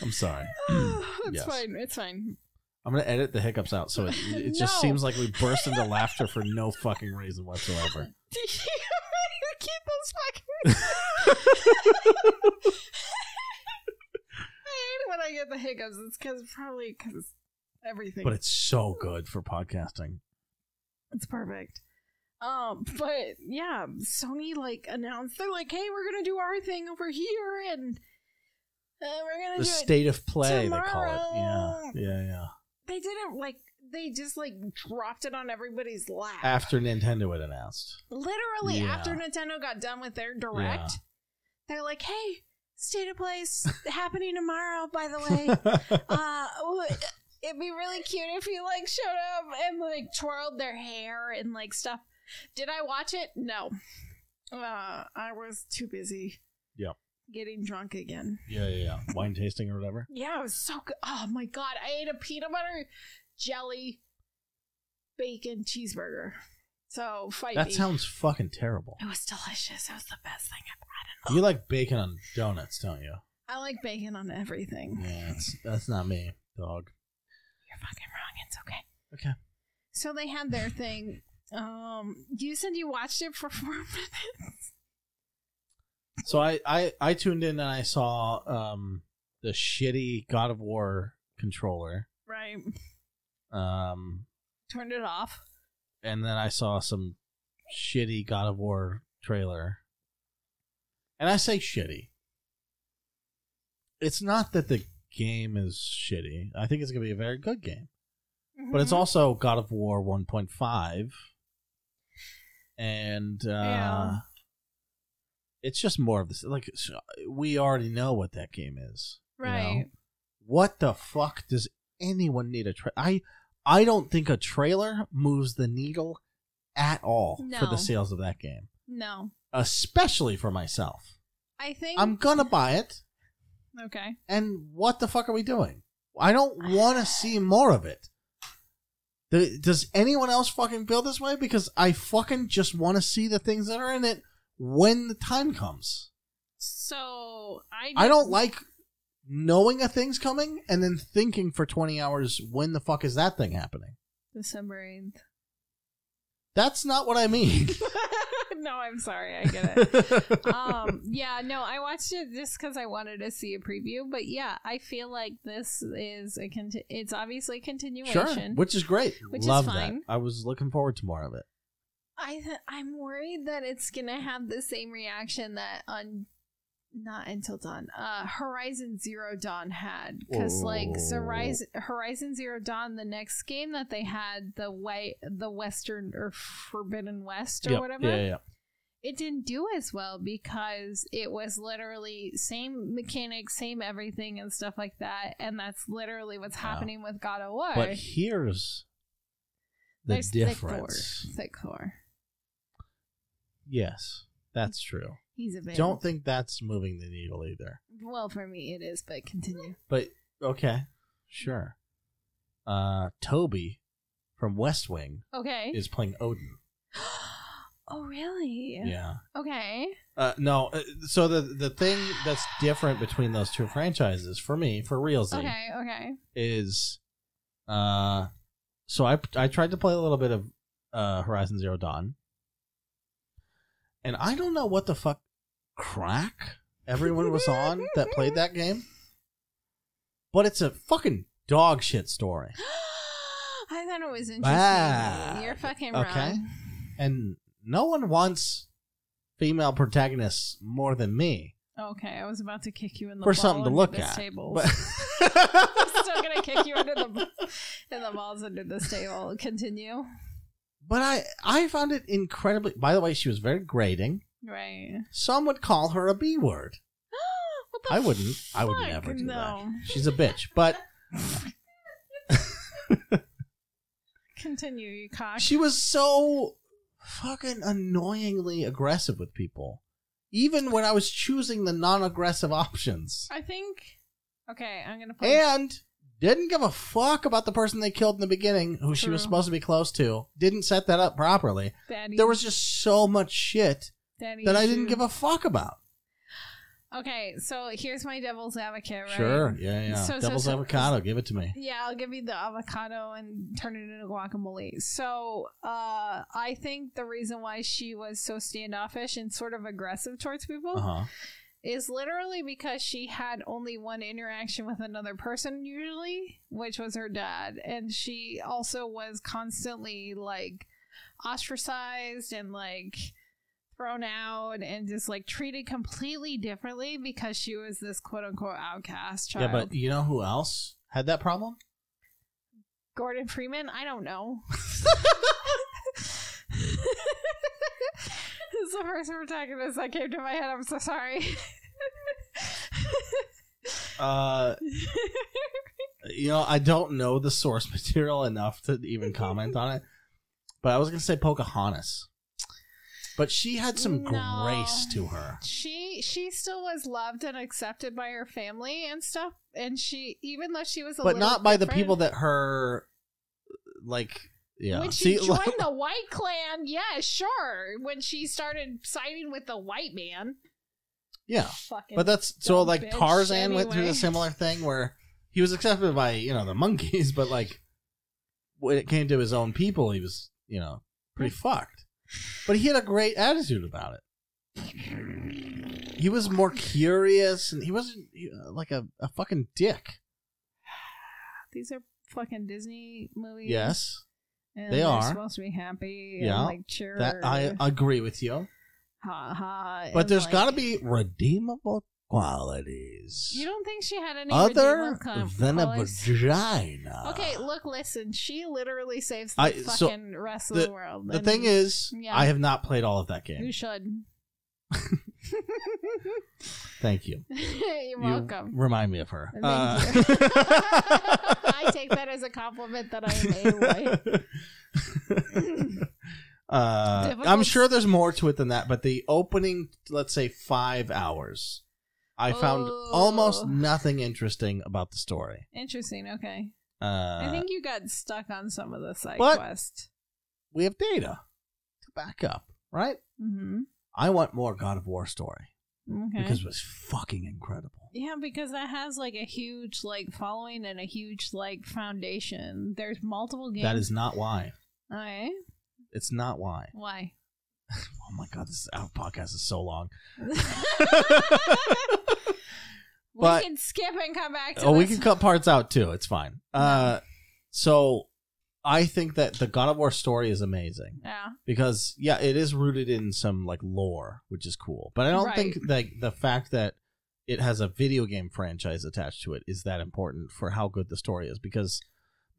B: I'm sorry.
A: it's
B: Yes.
A: fine. It's fine.
B: I'm gonna edit the hiccups out, so it, it just
A: No.
B: seems like we burst into laughter for no fucking reason whatsoever.
A: (laughs) Do you keep those fucking? (laughs) I hate it when I get the hiccups. It's because probably because everything.
B: But it's so good for podcasting.
A: It's perfect. Um, but yeah, Sony like announced they're like, "Hey, we're gonna do our thing over here, and uh, we're gonna
B: The
A: do it."
B: state of play, they call
A: tomorrow.
B: it. Yeah, yeah, yeah.
A: They didn't like they just like dropped it on everybody's lap.
B: After Nintendo had
A: (laughs)
B: announced,
A: Literally
B: Yeah.
A: after Nintendo got done with their direct, they're like, "Hey, state of play's happening tomorrow. By the
B: (laughs)
A: way, uh, w- it'd be really cute if you like showed up and like twirled their hair and like stuff. Did I watch it? No, uh, I was too busy.
B: Yep.
A: Getting drunk again.
B: yeah, yeah, yeah. Wine tasting or whatever.
A: Yeah, it was so good. Oh my god, I ate a peanut butter jelly bacon cheeseburger. So fight
B: That
A: me.
B: sounds fucking terrible.
A: it was delicious. It was the best thing I've
B: You like bacon on donuts, don't you?
A: had. I like bacon on everything.
B: Yeah, that's, that's not me, dog.
A: You're fucking wrong. It's okay.
B: Okay.
A: So they had their thing. Um, you said you watched it for (laughs) four minutes.
B: So I, I, I tuned in and I saw um, the shitty God of War controller.
A: Right.
B: Um,
A: Turned it off.
B: and then I saw some shitty God of War trailer. And I say shitty. It's not that the game is shitty. I think it's going to be a very good game. But it's
A: Mhm.
B: also God of War 1.5. And uh
A: Yeah.
B: it's just more of this like s- we already know what that game is. you know?
A: right.
B: What the fuck does anyone need a tra- I I don't think a trailer moves the needle at all for
A: No.
B: the sales of that game,
A: No.
B: especially for myself.
A: I think
B: I'm gonna buy it,
A: okay.
B: and what the fuck are we doing? I don't want to see more of it. Th- Does anyone else fucking feel this way? Because I fucking just want to see the things that are in it when the time comes.
A: So I
B: I don't like knowing a thing's coming and then thinking for 20 hours when the fuck is that thing happening.
A: December eighth. (laughs)
B: That's not what I mean.
A: no, I'm sorry. I get it. (laughs) um yeah no i watched it just because i wanted to see a preview but yeah i feel like this is a conti- it's obviously a
B: (laughs) sure,
A: continuation
B: which is great.
A: Which is
B: Love
A: fine.
B: that. I was looking forward to more of it.
A: I th- I'm worried that it's gonna have the same reaction that on not until dawn uh horizon zero dawn had because like
B: Oh.
A: horizon horizon zero dawn the next game that they had the way the western or forbidden west or
B: Yep.
A: whatever
B: Yeah, yeah.
A: it didn't do as well because it was literally same mechanics, same everything and stuff like that. And that's literally what's
B: Yeah.
A: happening with God of War.
B: But here's the
A: There's
B: difference.
A: Thick core. Thick core.
B: Yes, that's true.
A: He's a big
B: Don't think that's moving the needle either.
A: Well, for me it is, but continue.
B: But okay, sure. Uh, Toby from West Wing
A: Okay.
B: is playing Odin.
A: oh really?
B: Yeah.
A: Okay.
B: Uh, no, uh, so the the thing that's different between those two franchises for me, for realsy,
A: Okay, okay. (gasps)
B: is uh so I I tried to play a little bit of uh Horizon Zero Dawn. And I don't know what the fuck crack everyone was on that played that game. But it's a fucking dog shit story.
A: I thought it was interesting.
B: Bad.
A: You're fucking
B: Okay.
A: wrong.
B: And no one wants female protagonists more than me.
A: Okay, I was about to kick you in the
B: For
A: ball
B: something to
A: under
B: look
A: this
B: at,
A: Table.
B: But
A: I'm (laughs) still gonna kick you under the (laughs) in the balls under this table. Continue.
B: (laughs) but I I found it incredibly. By the way, she was very grating.
A: Right. (gasps)
B: Some would call her a b word.
A: what (laughs) the
B: I wouldn't. I would
A: fuck?
B: never do that.
A: no.
B: She's a bitch.
A: (laughs)
B: But
A: Continue, you cock.
B: she was so fucking annoyingly aggressive with people, even when I was choosing the non-aggressive options,
A: I think. Okay, I'm gonna play.
B: and didn't give a fuck about the person they killed in the beginning, who she was
A: True.
B: supposed to be close to. Didn't set that up properly.
A: Daddy,
B: There was just so much shit
A: Daddy
B: that I didn't
A: issue.
B: give a fuck about.
A: Okay, so here's my devil's advocate, right?
B: Sure, yeah, yeah.
A: So- so-
B: Devil's
A: so-
B: avocado, give it to me.
A: Yeah, I'll give you the avocado and turn it into guacamole. So, uh, I think the reason why she was so standoffish and sort of aggressive towards people
B: Uh huh.
A: is literally because she had only one interaction with another person, usually, which was her dad. And she also was constantly like ostracized and like thrown out and just like treated completely differently because she was this quote unquote outcast child.
B: Yeah, but you know who else had that problem?
A: Gordon Freeman? I don't
B: (laughs)
A: know. this is the first protagonist that came to my head. I'm so sorry.
B: Uh, you know, I don't know the source (laughs) material enough to even comment on it, but I was gonna say Pocahontas. But she had some
A: No.
B: grace to her.
A: she she still was loved and accepted by her family and stuff and she even though she was a
B: but
A: little
B: not by the
A: different-
B: people that her like yeah
A: when she
B: see (laughs)
A: joined
B: like,
A: the white clan yeah sure when she started siding with the white man
B: yeah
A: fucking
B: but that's so
A: dumb
B: like
A: bitch
B: tarzan went through
A: anyway.
B: the similar thing where he was accepted by you know the monkeys but like when it came to his own people he was you know pretty fucked but he had a great attitude about it he was more curious and he wasn't he- uh, like a, a fucking dick
A: these are fucking disney movies
B: yes
A: and
B: they
A: they're
B: are.
A: supposed to be happy
B: Yeah,
A: and like cheer
B: that i agree with you
A: ha ha
B: but
A: and,
B: there's
A: like-
B: gotta be redeemable qualities
A: you don't think she had any
B: other
A: redeemable com-
B: than a
A: qualities?
B: vagina.
A: okay look listen she literally saves the
B: I- so,
A: fucking rest of the, world
B: The
A: and-
B: thing is,
A: Yeah.
B: I have not played all of that game.
A: You should. (laughs)
B: Thank you.
A: You're
B: You (laughs)
A: welcome.
B: remind me of her.
A: Thank
B: Uh,
A: you.
B: (laughs)
A: (laughs) I take that as a compliment that I am
B: Uh,
A: Difficult.
B: I'm sure there's more to it than that, but the opening, let's say, five hours, I found
A: Oh.
B: almost nothing interesting about the story.
A: a Interesting. Okay.
B: Uh,
A: I think you got stuck on some of the side
B: but-
A: quest.
B: we have data to back up, right?
A: Mm-hmm.
B: I want more God of War story
A: Okay.
B: because it was fucking incredible.
A: yeah, because that has like a huge like following and a huge like foundation. There's multiple games.
B: That is not why.
A: Okay.
B: It's not why. (laughs)
A: Why?
B: Oh my god, this our podcast is so long. But-
A: we can skip and come back to
B: oh, we
A: this.
B: can cut parts out too. It's fine. Uh, so I think that the God of War story is amazing
A: (laughs) Yeah.
B: because yeah, it is rooted in some like lore, which is cool. But I don't
A: Right.
B: think like the fact that it has a video game franchise attached to it is that important for how good the story is because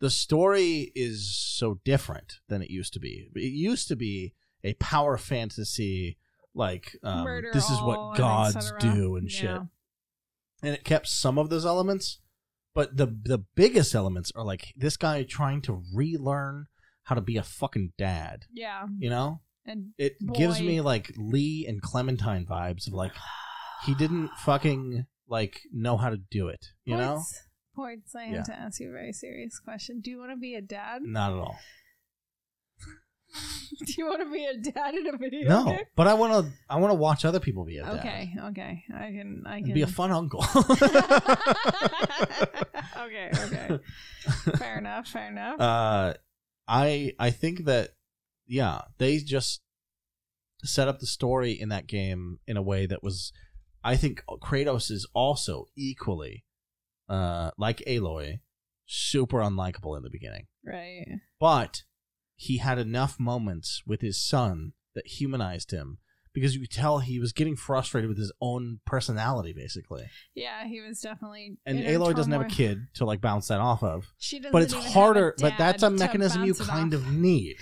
B: the story is so different than it used to be. It used to be a power fantasy like um,
A: Murder
B: this is
A: all
B: what
A: and et
B: gods
A: cetera.
B: do and shit
A: Yeah.
B: and it kept some of those elements but the the biggest elements are like this guy trying to relearn how to be a fucking dad
A: Yeah.
B: you know
A: And
B: it gives
A: Boy.
B: me like lee and clementine vibes of like he didn't fucking like know how to do it you know
A: Ports, Ports, I have
B: Yeah.
A: to ask you a very serious question. Do you want to be a dad? (laughs)
B: not at all
A: Do you want to be a dad in a video
B: no
A: game?
B: but i want to i want to watch other people be a dad
A: Okay, okay. I can I can
B: and be a (laughs) fun uncle
A: (laughs) Okay,
B: (laughs)
A: okay. Fair enough, fair enough.
B: uh i i think that yeah they just set up the story in that game in a way that was i think kratos is also equally uh like aloy super unlikable in the beginning
A: right.
B: but he had enough moments with his son that humanized him because you could tell he was getting frustrated with his own personality, basically.
A: yeah, he was definitely.
B: And
A: in
B: Aloy doesn't have a
A: turmoil.
B: kid to like bounce that off of,
A: She doesn't.
B: but it's
A: even have a
B: harder. But
A: dad
B: that's
A: to
B: a mechanism you
A: bounce it
B: kind
A: off.
B: of need.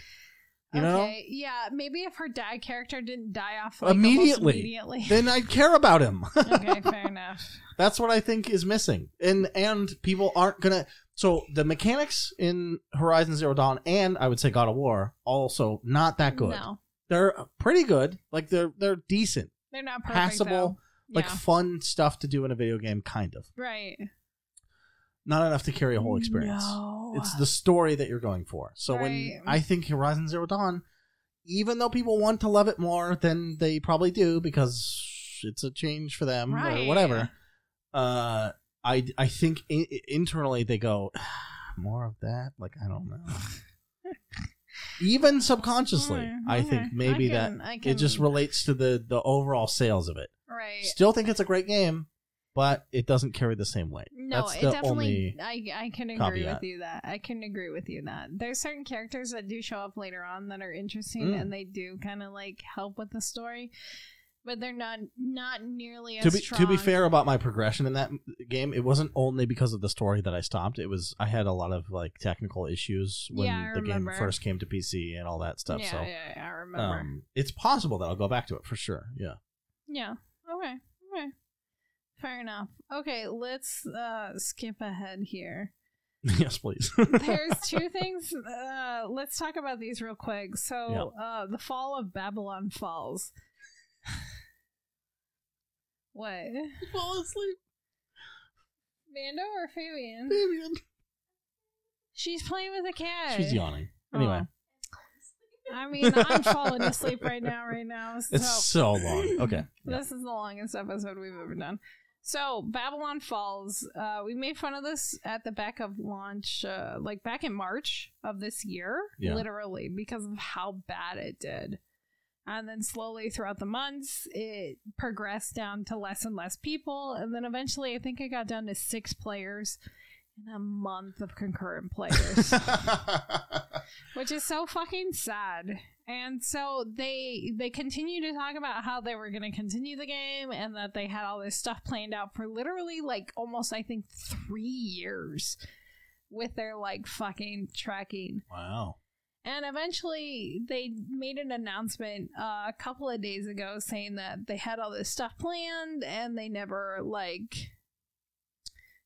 B: You know,
A: Okay, yeah. Maybe if her dad character didn't die off like, almost
B: Immediately.
A: immediately. (laughs)
B: then I'd care about him. (laughs)
A: okay, fair enough.
B: That's what I think is missing, and and people aren't gonna. So the mechanics in Horizon Zero Dawn and I would say God of War also (laughs) not that good.
A: No,
B: They're pretty good, like they're they're decent,
A: they're not perfect.
B: passable,
A: though.
B: like
A: yeah.
B: fun stuff to do in a video game, kind of.
A: right.
B: Not enough to carry a whole experience.
A: No.
B: It's the story that you're going for. So when
A: Right.
B: I think Horizon Zero Dawn, even though people want to love it more than they probably do because it's a change for them or
A: Right.
B: whatever, uh, I I think I- i- internally they go "Ah, more of that. Like I
A: (laughs)
B: don't know. even subconsciously,
A: Okay,
B: I
A: Mm, okay.
B: think maybe
A: I
B: that
A: can- I
B: it just
A: can-
B: relates to the the overall sales of it.
A: right.
B: Still think it's a great game, but it doesn't carry the same weight.
A: No,
B: That's
A: it
B: the
A: definitely.
B: only
A: I I can agree
B: caveat.
A: with you that I can agree with you that there's certain characters that do show up later on that are interesting
B: Mm.
A: and they do kind of like help with the story, but they're not not nearly
B: to
A: as
B: be
A: strong.
B: to be fair about my progression in that m- game, it wasn't only because of the story that I stopped. It was I had a lot of like technical issues when
A: Yeah, I
B: the game
A: remember.
B: first came to PC and all that stuff.
A: yeah,
B: so
A: yeah, yeah, I remember.
B: um, it's possible that I'll go back to it for sure. Yeah, (laughs)
A: Yeah. Okay. Okay. Fair enough. Okay, let's uh, skip ahead here.
B: yes, please. (laughs)
A: There's two things. Uh, let's talk about these real quick. So, uh, the fall of Babylon Falls. what?
B: fall (laughs) asleep,
A: Mando or Fabian?
B: Fabian.
A: She's playing with a cat. Oh.
B: She's yawning. Anyway,
A: I mean, I'm falling asleep right now, right now. So.
B: (laughs) it's so long.
A: (laughs)
B: Okay, yeah.
A: This is the longest episode we've ever done. So Babylon Falls, uh, we made fun of this at the back of launch, uh, like back in March of this year,
B: Yeah.
A: literally because of how bad it did. And then slowly throughout the months, it progressed down to less and less people, and then eventually, I think it got down to six players in a month of concurrent
B: (laughs)
A: players which is so fucking sad. And so they they continue to talk about how they were going to continue the game and that they had all this stuff planned out for literally like almost I think 3 years with their like fucking tracking.
B: wow.
A: And eventually they made an announcement uh, a couple of days ago saying that they had all this stuff planned and they never like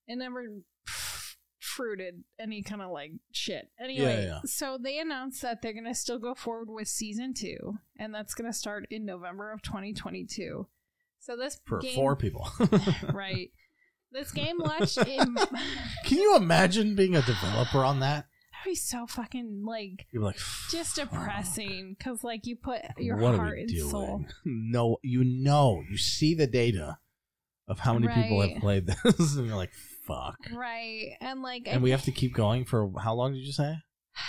A: it never f- fruited any kind of like shit. Anyway,
B: yeah.
A: so they announced that they're going to still go forward with season 2 and that's going to start in November of 2022. So this
B: For
A: game
B: four people, (laughs)
A: right. This game launched in (laughs) I'd
B: can you imagine being a developer on that?
A: be so fucking like
B: You're like
A: just
B: "Fuck."
A: depressing because like you put your
B: What are
A: heart
B: we
A: and
B: doing?
A: soul
B: (laughs) No, you know, you see the data of how many people have
A: Right.
B: played this, (laughs) and you're like, "Fuck!"
A: right and like
B: And we have to keep going for how long? Did you say?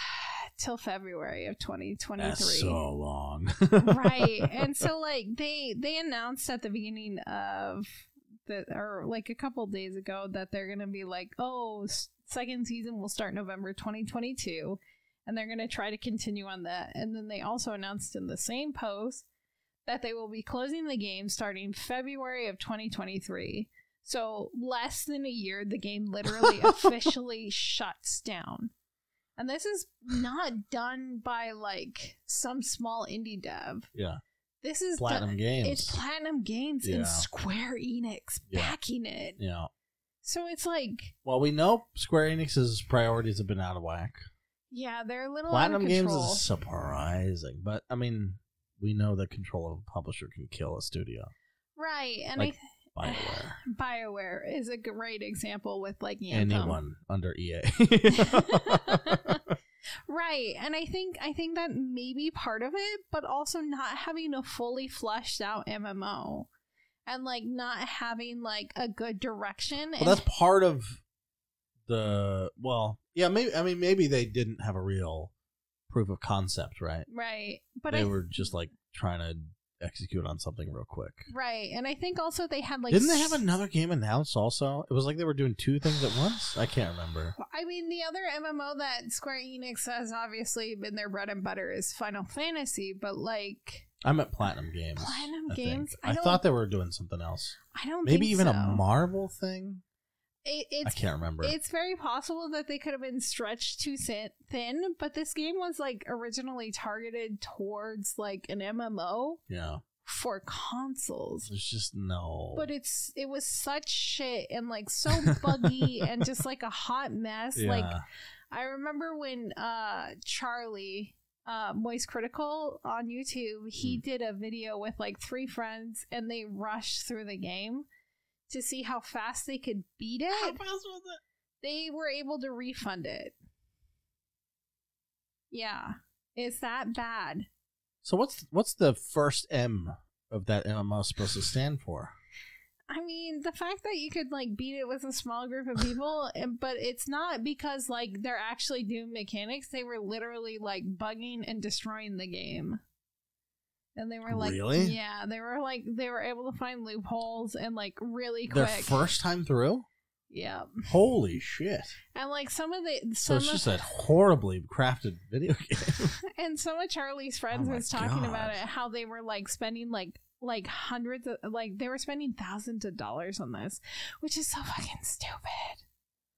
A: (sighs) till february of 2023
B: That's so long. (laughs)
A: right and so like they they announced at the beginning of the or like a couple days ago that they're gonna be like oh s- second season will start november 2022 and they're gonna try to continue on that and then they also announced in the same post that they will be closing the game starting february of 2023 so less than a year the game literally officially shuts down and this is not done by like some small indie dev
B: yeah,
A: this is done-
B: platinum games.
A: it's Platinum Games
B: Yeah.
A: and Square Enix
B: Yeah.
A: backing it.
B: yeah.
A: So it's like,
B: Well, we know Square Enix's priorities have been out of whack.
A: yeah, they're a little
B: platinum
A: out of
B: games
A: control.
B: is surprising, but I mean, we know that control of a publisher can kill
A: (sighs)
B: a studio.
A: right, and
B: like,
A: I
B: Bioware,
A: BioWare is a great example with like Anthem.
B: anyone under E EA.
A: (laughs)
B: (laughs)
A: Right. And I think I think that may be part of it, but also not having a fully fleshed out MMO and like not having like a good direction and
B: Well, that's part of the well, yeah. Maybe I mean maybe they didn't have a real proof of concept, right?
A: right. But
B: they
A: I
B: were just like trying to execute on something real quick.
A: right. And I think also they had like
B: Didn't they
A: s-
B: have another game announced? Also, it was like they were doing two things at once. I can't remember.
A: I mean, the other MMO that Square Enix has obviously been their bread and butter is Final Fantasy, but like
B: I'm at Platinum Games.
A: Platinum
B: I think.
A: Games? I
B: I,
A: don't-
B: thought they were doing something else.
A: I don't
B: Maybe
A: think
B: even
A: so.
B: a Marvel thing.
A: It, it's
B: I can't remember.
A: It's very possible that they could have been stretched too sin- thin, but this game was like originally targeted towards like an MMO
B: yeah,
A: for consoles.
B: there's just no.
A: But it's it was such shit and like
B: (laughs)
A: so buggy and just like a hot mess.
B: yeah.
A: Like I remember when uh Charlie uh Moist Critical on YouTube, he did a video with like three friends and they rushed through the game to see how fast they could beat
B: How
A: it
B: fast was it?
A: they were able to refund it. Yeah. It's that bad.
B: So what's what's the first M of that MMO supposed to stand for?
A: I mean, the fact that you could like beat it with a small group of
B: (laughs)
A: people, and, but it's not because like they're actually doing mechanics. They were literally like bugging and destroying the game. And they were like,
B: Really?
A: yeah, they were like, they were able to find loopholes and like really
B: Their
A: quick.
B: first time through?
A: (laughs) yeah.
B: Holy shit!
A: And like some of the, some
B: So it's
A: of
B: just a horribly crafted video (laughs) game.
A: and some of Charlie's friends
B: Oh my
A: was talking about
B: God.
A: it how they were like spending like like hundreds of like they were spending thousands of dollars on this, which is so fucking stupid.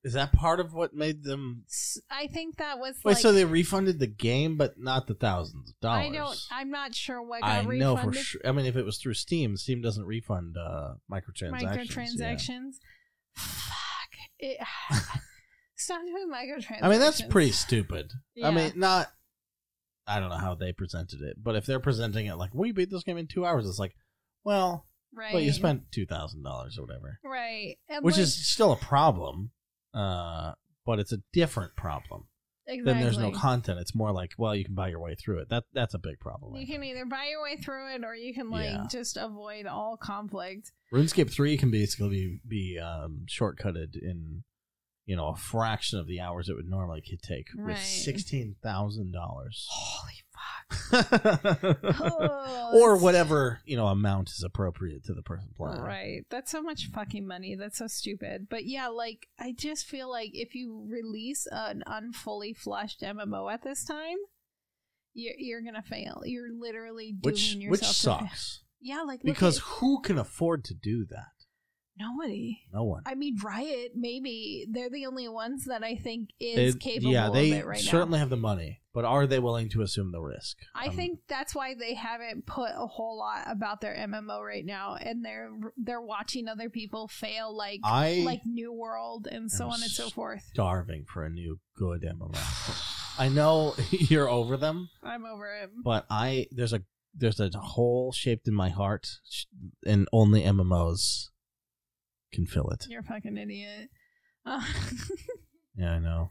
B: Is that part of what made them?
A: S- I think that was
B: Wait,
A: like
B: so they refunded the game, but not the thousands of dollars.
A: I don't I'm not sure what got
B: I
A: refunded.
B: know for sure. I mean, if it was through Steam, Steam doesn't refund uh, microtransactions. yeah.
A: Microtransactions. Fuck it. (laughs) Stop doing microtransactions.
B: I mean, that's pretty stupid.
A: Yeah.
B: I mean, not. I don't know how they presented it, but if they're presenting it like we beat this game in two hours, it's like, well,
A: right.
B: but you spent two thousand dollars or whatever,
A: right, and
B: which
A: like-
B: is still a problem. Uh, but it's a different problem.
A: exactly.
B: Then there's no content. It's more like, well, you can buy your way through it. That that's a big problem. I
A: You
B: think.
A: can either buy your way through it, or you can like
B: Yeah.
A: just avoid all
B: (laughs)
A: conflict.
B: RuneScape three can basically be um, shortcutted in, you know, a fraction of the hours it would normally could take
A: Right.
B: with sixteen thousand dollars,
A: Holy fuck!
B: (laughs) or
A: Oh, that's-
B: whatever you know amount is appropriate to the person playing.
A: Right. That's so much fucking money. That's so stupid. But yeah, like I just feel like if you release an unfully flushed MMO at this time, you're you're gonna fail. You're literally doing
B: Which
A: yourself.
B: which
A: to fail.
B: sucks
A: Yeah, like (laughs) look
B: because
A: at-
B: who can afford to do that?
A: nobody.
B: No one.
A: I mean, Riot. Maybe they're the only ones that I think
B: They-
A: is capable
B: yeah, they
A: of it right now.
B: certainly have the money, but are they willing to assume the risk?
A: I
B: Um,
A: think that's why they haven't put a whole lot about their MMO right now, and they're they're watching other people fail, like
B: I
A: like New World and so
B: I'm
A: on and so forth.
B: starving for a new good MMO. I know (laughs) you're over them,
A: I'm over it.
B: but I there's a there's a hole shaped in my heart, sh- and only MMOs can fill it.
A: You're a fucking idiot. Uh, (laughs)
B: Yeah, I know.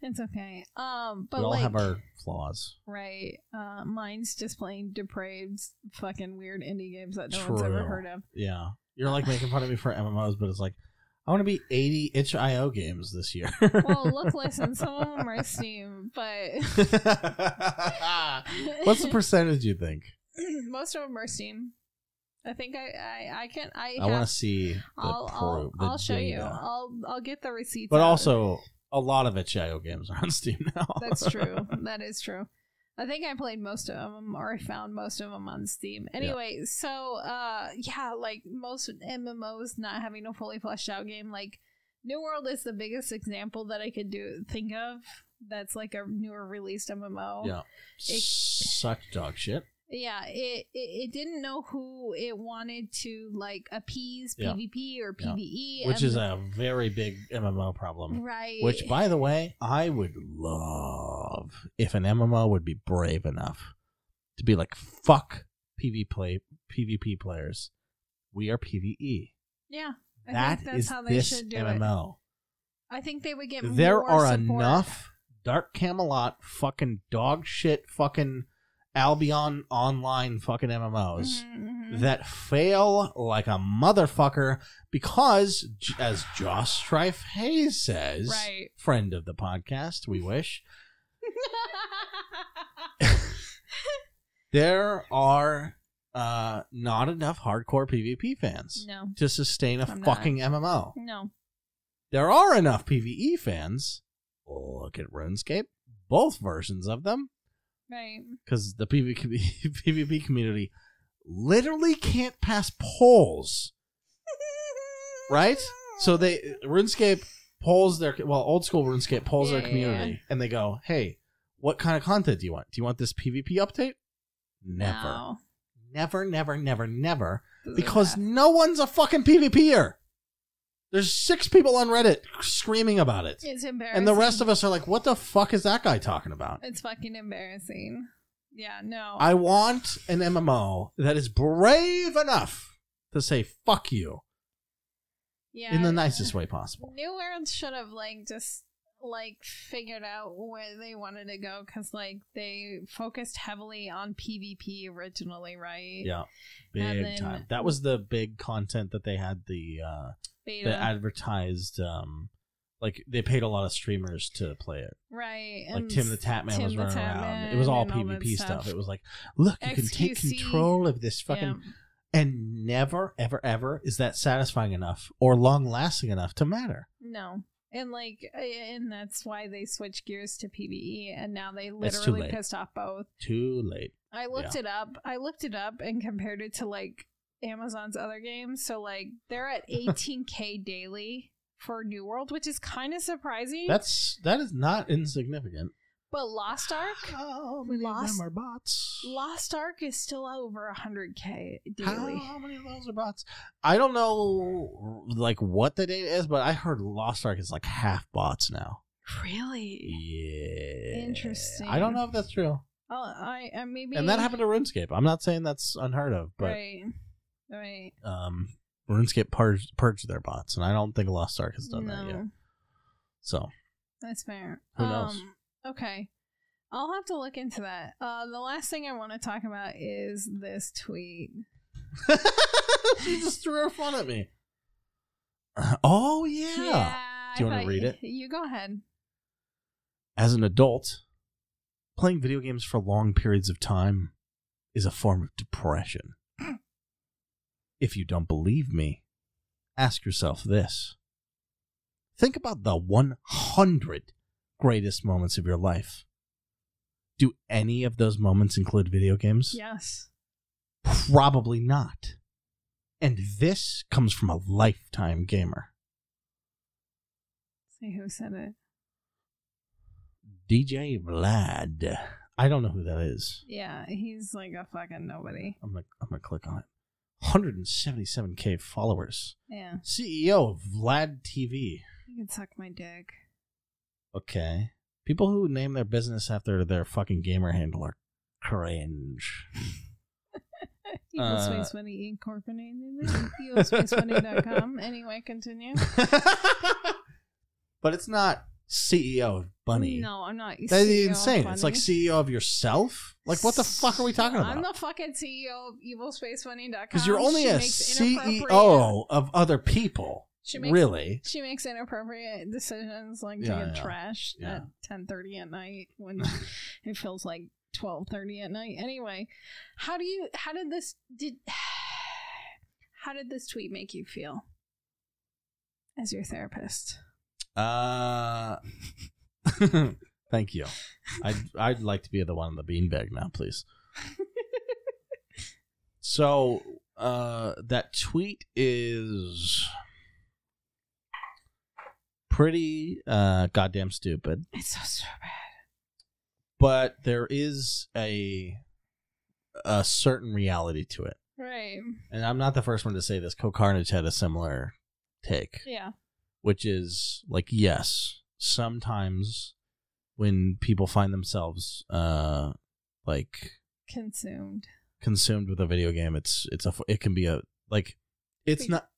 A: it's okay. Um, but
B: we all
A: like,
B: have our flaws.
A: right? Uh, mine's just playing depraved, fucking weird indie games that no one's ever
B: True.
A: heard of.
B: Yeah, you're like making fun of me for MMOs, but it's like I want to be 80 itch.io games
A: (laughs)
B: this year. (laughs)
A: Well, look, listen, some of them are Steam, but (laughs)
B: What's the percentage you think?
A: (clears throat) most of them are Steam. I think I I, I can I,
B: I want
A: have
B: to see the
A: I'll
B: pro- the
A: I'll, I'll show you.
B: data.
A: I'll I'll get the receipts.
B: but
A: out.
B: also, a lot of itch.io games are on Steam (laughs) now.
A: that's true. That is true. I think I played most of them, or I found most of them on Steam. Anyway, so uh, yeah, like most MMOs not having a fully fleshed out game, like New World is the biggest example that I could do think of. That's like a newer released MMO.
B: yeah,
A: It-
B: suck dog shit.
A: Yeah, it, it it didn't know who it wanted to like appease
B: Yeah.
A: PvP or
B: Yeah.
A: PvE,
B: Which
A: and-
B: is a very big MMO problem.
A: right.
B: Which, by the way, I would love if an MMO would be brave enough to be like, "Fuck PV play PvP players, we are PVE."
A: yeah, I
B: That
A: think
B: is
A: that's how they
B: this
A: should do it.
B: MMO.
A: I think they would get
B: There
A: more
B: are
A: support.
B: enough Dark Camelot, fucking dog shit, fucking Albion online, fucking MMOs.
A: Mhm, mhm.
B: that fail like a motherfucker because, j- as Josh Strife Hayes says,
A: Right.
B: friend of the podcast, we wish, there are uh, not enough hardcore PvP fans
A: (laughs) no,
B: to sustain a
A: I'm not.
B: fucking MMO.
A: no.
B: There are E enough PvE fans. Look at RuneScape, both versions of them,
A: Right.
B: because the PvP, com- PvP community literally can't pass polls, (laughs) right? So they RuneScape polls their well, old school RuneScape polls
A: Yeah,
B: their
A: yeah, yeah.
B: community, and they go, "Hey, what kind of content do you want? Do you want this PvP update? Never,
A: No.
B: never, never, never, never,
A: This is
B: because
A: bad.
B: no one's a fucking PvPer. There's six people on Reddit screaming about it,
A: it's embarrassing.
B: and the rest of us are like, "What the fuck is that guy talking about?"
A: It's fucking embarrassing. Yeah, no.
B: I want an MMO that is brave enough to say fuck you
A: yeah.
B: in the nicest way
A: (laughs)
B: possible.
A: New World should have like just like figured out where they wanted to go because like they focused heavily on PvP originally, right?
B: Yeah.
A: And
B: Big
A: then-
B: time. That was the big content that they had the uh
A: Beta.
B: the advertised um like they paid a lot of streamers to play it.
A: right.
B: Like Tim the Tap Man
A: Tim
B: was
A: the
B: running
A: Tap
B: around.
A: Man
B: It was all
A: and all that
B: PvP
A: stuff.
B: stuff. It was like, look, you can take
A: XQC.
B: control of this fucking
A: yeah.
B: and never ever ever is that satisfying enough or long lasting enough to matter.
A: No. And like, uh, and that's why they switched gears to PVE, and now they
B: It's too
A: literally
B: late.
A: pissed off both.
B: Too late.
A: I looked it up. I looked it up and compared it to like Amazon's other games. So like, they're at 18k (laughs) daily for New World, which is kind of surprising.
B: That's that is not insignificant.
A: but Lost
B: (sighs)
A: Ark,
B: How
A: many of Lost- them
B: are bots?
A: Lost Ark is still over 100k daily.
B: How many of those are bots? I don't know, like what the data is, but I heard Lost Ark is like half bots now.
A: Really?
B: Yeah,
A: Interesting.
B: I don't know if that's true,
A: Oh, I, I maybe.
B: and that happened to RuneScape. I'm not saying that's unheard of, but
A: right. Right.
B: um, RuneScape purged, purged their bots, and I don't think Lost Ark has done
A: No.
B: that yet. So (laughs)
A: That's fair. Um,
B: Who knows?
A: Okay. I'll have to look into that. Uh, the last thing I want to talk about is this tweet.
B: she just threw her fun at me. Oh yeah. Do you
A: I
B: wanna
A: thought
B: read
A: y-
B: it?
A: (laughs) You go ahead.
B: As an adult, playing video games for long periods of time is a form of depression. if you don't believe me, ask yourself this. Think about the 100 greatest moments of your life. Do any of those moments include video games?
A: Yes.
B: Probably not. And this comes from a lifetime gamer.
A: See who said it.
B: DJ Vlad. I don't know who that is.
A: Yeah, he's like a fucking nobody.
B: I'm gonna I'm gonna click on it. 177k followers.
A: Yeah.
B: CEO of Vlad TV.
A: You can suck my dick.
B: Okay. People who name their business after their fucking gamer handle are cringe. (laughs)
A: Evil
B: Uh,
A: Space Money Incorporated.
B: (laughs)
A: EvilSpaceMoney.com. Anyway, continue.
B: but it's not CEO of Bunny.
A: No, I'm not. E
B: That's
A: CEO
B: insane.
A: Bunny.
B: It's like CEO of yourself. Like what the fuck are we talking about?
A: I'm the fucking CEO of EvilSpaceMoney.com.
B: because you're only
A: She
B: a E
A: makes inappropriate-
B: CEO of other people.
A: She makes
B: really?
A: She makes inappropriate decisions like
B: Yeah,
A: to get
B: yeah.
A: trashed
B: Yeah.
A: at ten thirty at night when
B: (laughs)
A: it feels like twelve thirty at night. Anyway, how do you how did this did (sighs) how did this tweet make you feel as your therapist?
B: Uh, (laughs) thank you. I'd I'd like to be the one in the beanbag now, please. so, uh, that tweet is pretty uh goddamn stupid,
A: It's so stupid.
B: but there is a a certain reality to it,
A: Right.
B: and I'm not the first one to say this. Co Carnage had a similar take
A: Yeah.
B: which is like yes sometimes when people find themselves uh like
A: Consumed.
B: consumed with a video game it's it's a it can be a like it's
A: Wait.
B: not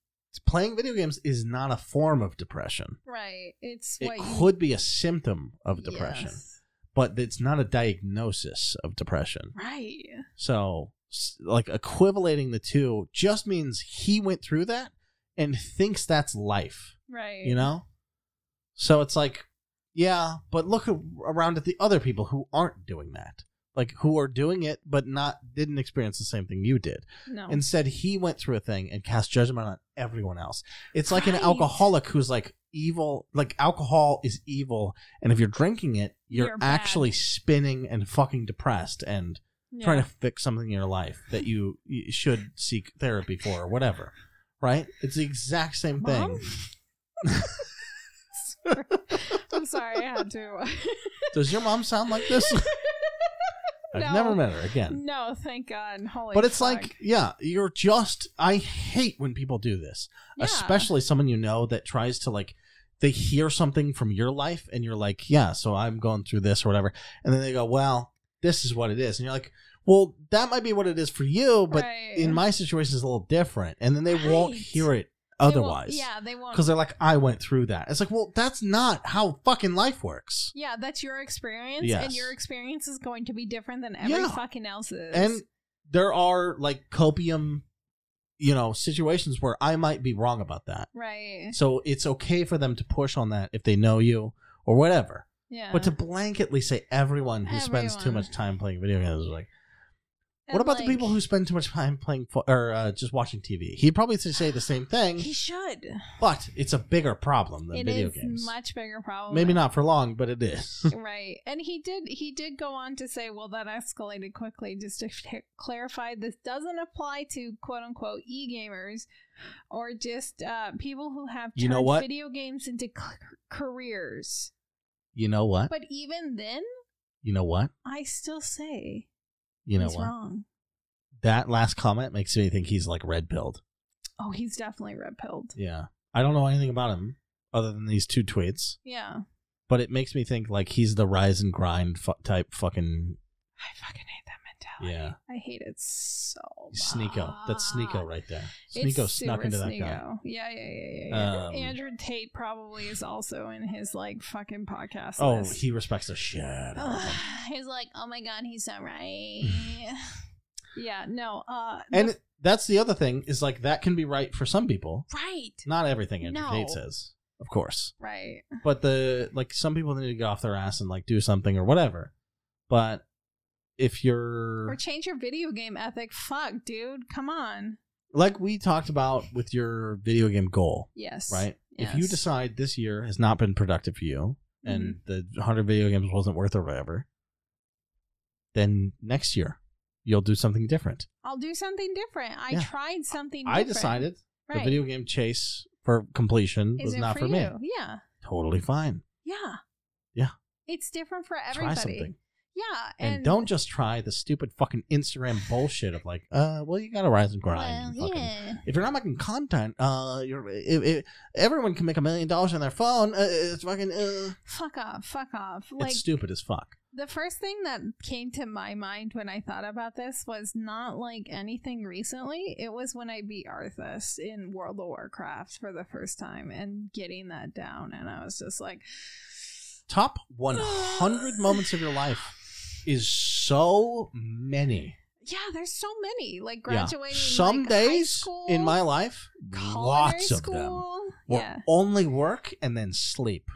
B: playing video games is not a form of depression
A: Right. It's
B: it
A: what you
B: could be a symptom of depression
A: Yes.
B: but it's not a diagnosis of depression
A: Right.
B: so s- like equivalating the two just means he went through that and thinks that's life
A: Right.
B: you know so it's like yeah but look a- around at the other people who aren't doing that like who are doing it but not didn't experience the same thing you did.
A: No.
B: Instead, he went through a thing and cast judgment on everyone else. It's like an
A: Right.
B: alcoholic who's like evil, like alcohol is evil, and if you're drinking it, you're,
A: You're bad.
B: actually spinning and fucking depressed and
A: Yeah.
B: trying to fix something in your life that you, you should seek therapy for or whatever. Right? It's the exact same
A: Mom?
B: thing.
A: I'm sorry, I had
B: (laughs)
A: to. (laughs)
B: Does your mom sound like this? I've
A: No.
B: never met her again.
A: no, thank God. Holy
B: but it's
A: fuck.
B: like, yeah, you're just. I hate when people do this,
A: Yeah.
B: especially someone you know that tries to like. They hear something from your life, and you're like, yeah, so I'm going through this or whatever, and then they go, well, this is what it is, and you're like, well, that might be what it is for you, but
A: Right.
B: in my situation, it's a little different, and then they won't
A: Right.
B: hear it
A: They won't-
B: otherwise.
A: yeah, they won't.
B: Because they're like, I went through that. It's like, well, that's not how fucking life works.
A: Yeah, that's your experience, and
B: Yes.
A: your experience is going to be different than every
B: Yeah.
A: fucking else's.
B: and there are like copium you know situations where i might be wrong about that
A: right,
B: so it's okay for them to push on that if they know you or whatever
A: yeah.
B: but to blanketly say everyone who spends too
A: Uh-huh. Everyone.
B: much time playing video games is like
A: And,
B: what about
A: like,
B: the people who spend too much time playing fo- or uh, just watching tv he'd probably say the same
A: (sighs)
B: thing
A: He should.
B: but it's a bigger problem than
A: It
B: video
A: is
B: games
A: much bigger problem.
B: maybe not for long but it is
A: Right, and he did. He did go on to say, "Well, that escalated quickly." Just to f- clarify, this doesn't apply to "quote unquote" e-gamers or just uh, people who have
B: You know
A: turned
B: what?
A: video games into c- careers.
B: (laughs) you know what
A: But even then,
B: you know what
A: I still say
B: you know
A: he's
B: what
A: wrong.
B: that last comment makes me think he's like red pilled
A: Oh, he's definitely red pilled.
B: Yeah. I don't know anything about him other than these two tweets,
A: Yeah.
B: but it makes me think like he's the rise and grind fu- type fucking
A: I fucking hate that mentality. Yeah. I hate it so much.
B: Sneeko. That's Sneeko right there.
A: It's
B: Sneeko snuck
A: super
B: into that guy.
A: Sneeko. Yeah, yeah, yeah, yeah. yeah.
B: Um,
A: Andrew Tate probably is also in his like fucking podcast.
B: Oh,
A: list.
B: he respects the shit. out of him.
A: Ugh, (sighs) he's like, oh my god, he's so right.
B: (sighs)
A: yeah, no, uh,
B: and that's the other thing is like that can be right for some people.
A: right,
B: Not everything Andrew
A: No.
B: Tate says, of course.
A: right,
B: But the like some people need to get off their ass and like do something or whatever. But if you're
A: or change your video game ethic. Fuck, dude, come on.
B: like we talked about with your video game goal,
A: Yes,
B: right? If you
A: Yes.
B: decide this year has not been productive for you
A: Mm-hmm.
B: and the 100 video games wasn't worth it or whatever, then next year you'll do something different.
A: I'll do something different. I
B: Yeah.
A: tried something.
B: I
A: different.
B: decided
A: right.
B: the video game chase for completion was
A: Isn't
B: not for, me.
A: you. Yeah,
B: Totally fine.
A: yeah,
B: Yeah.
A: It's different for
B: Try
A: everybody.
B: something.
A: Yeah,
B: And, don't just try the stupid fucking Instagram bullshit of like, uh, well, you gotta rise and grind.
A: Well,
B: fucking-
A: yeah.
B: If you're not making content, uh, you're if, if, everyone can make a million dollars on their phone. Uh, it's fucking, uh,
A: Fuck off. Fuck off. Like
B: it's stupid as fuck.
A: the first thing that came to my mind when I thought about this was not like anything recently. It was when I beat Arthas in World of Warcraft for the first time and getting that down, and I was just like,
B: top
A: (sighs)
B: 100 moments of your life is so many.
A: yeah, there's so many like
B: Yeah.
A: graduating.
B: Some
A: like, high
B: days
A: school,
B: in my life,
A: culinary
B: lots of them
A: school.
B: will
A: Yeah.
B: only work and then sleep.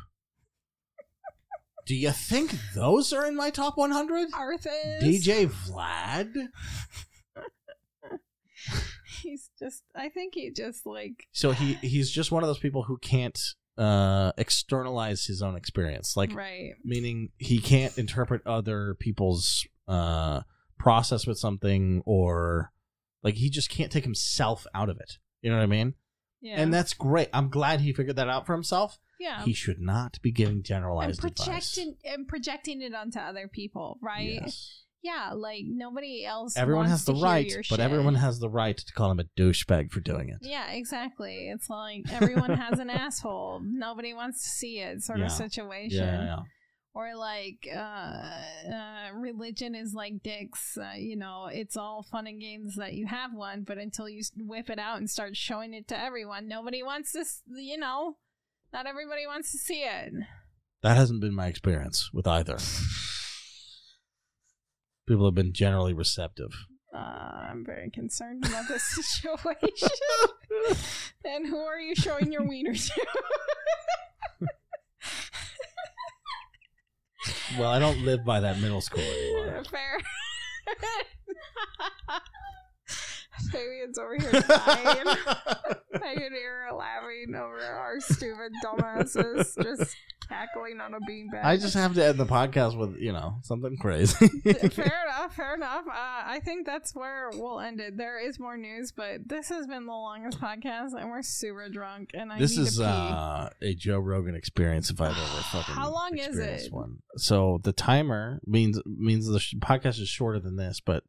B: Do you think those are in my top 100?
A: Arthas.
B: DJ Vlad?
A: (laughs) He's just. I think he just like.
B: So he he's just one of those people who can't uh externalize his own experience. Like
A: right.
B: meaning he can't interpret other people's uh process with something or like he just can't take himself out of it you know what i mean
A: Yeah.
B: and that's great i'm glad he figured that out for himself
A: yeah.
B: he should not be giving
A: and
B: generalized advice
A: projecting and projecting it onto other people, right?
B: Yes.
A: Yeah, like nobody else.
B: everyone
A: wants
B: has the
A: to hear
B: right
A: your
B: but
A: shit.
B: everyone has the right to call him a douchebag for doing it
A: Yeah, exactly. It's like everyone has an asshole. Nobody wants to see it, sort
B: Yeah.
A: of situation.
B: yeah, yeah, yeah.
A: Or like uh, uh, religion is like dicks. Uh, you know, it's all fun and games that you have one, but until you s- whip it out and start showing it to everyone, nobody wants to. s- You know, not everybody wants to see it.
B: that hasn't been my experience with either people have been generally receptive
A: Uh, I'm very concerned about this (laughs)
B: (laughs)
A: situation. and who are you showing your wiener to?
B: well i don't live by that middle school anymore
A: (laughs) Fair. Fabian's over here dying. I could hear her laughing over our stupid dumbasses just cackling on a beanbag.
B: (laughs) I just have to end the podcast with you know something crazy.
A: fair enough, fair enough. Uh, I think that's where we'll end it. There is more news, but this has been the longest podcast, and we're super drunk. And I
B: (laughs) this
A: need
B: is
A: to pee.
B: uh, a Joe Rogan experience if I've ever fucking
A: (sighs) How long is
B: experienced
A: it?
B: One. So the timer means means the sh- podcast is shorter than this, but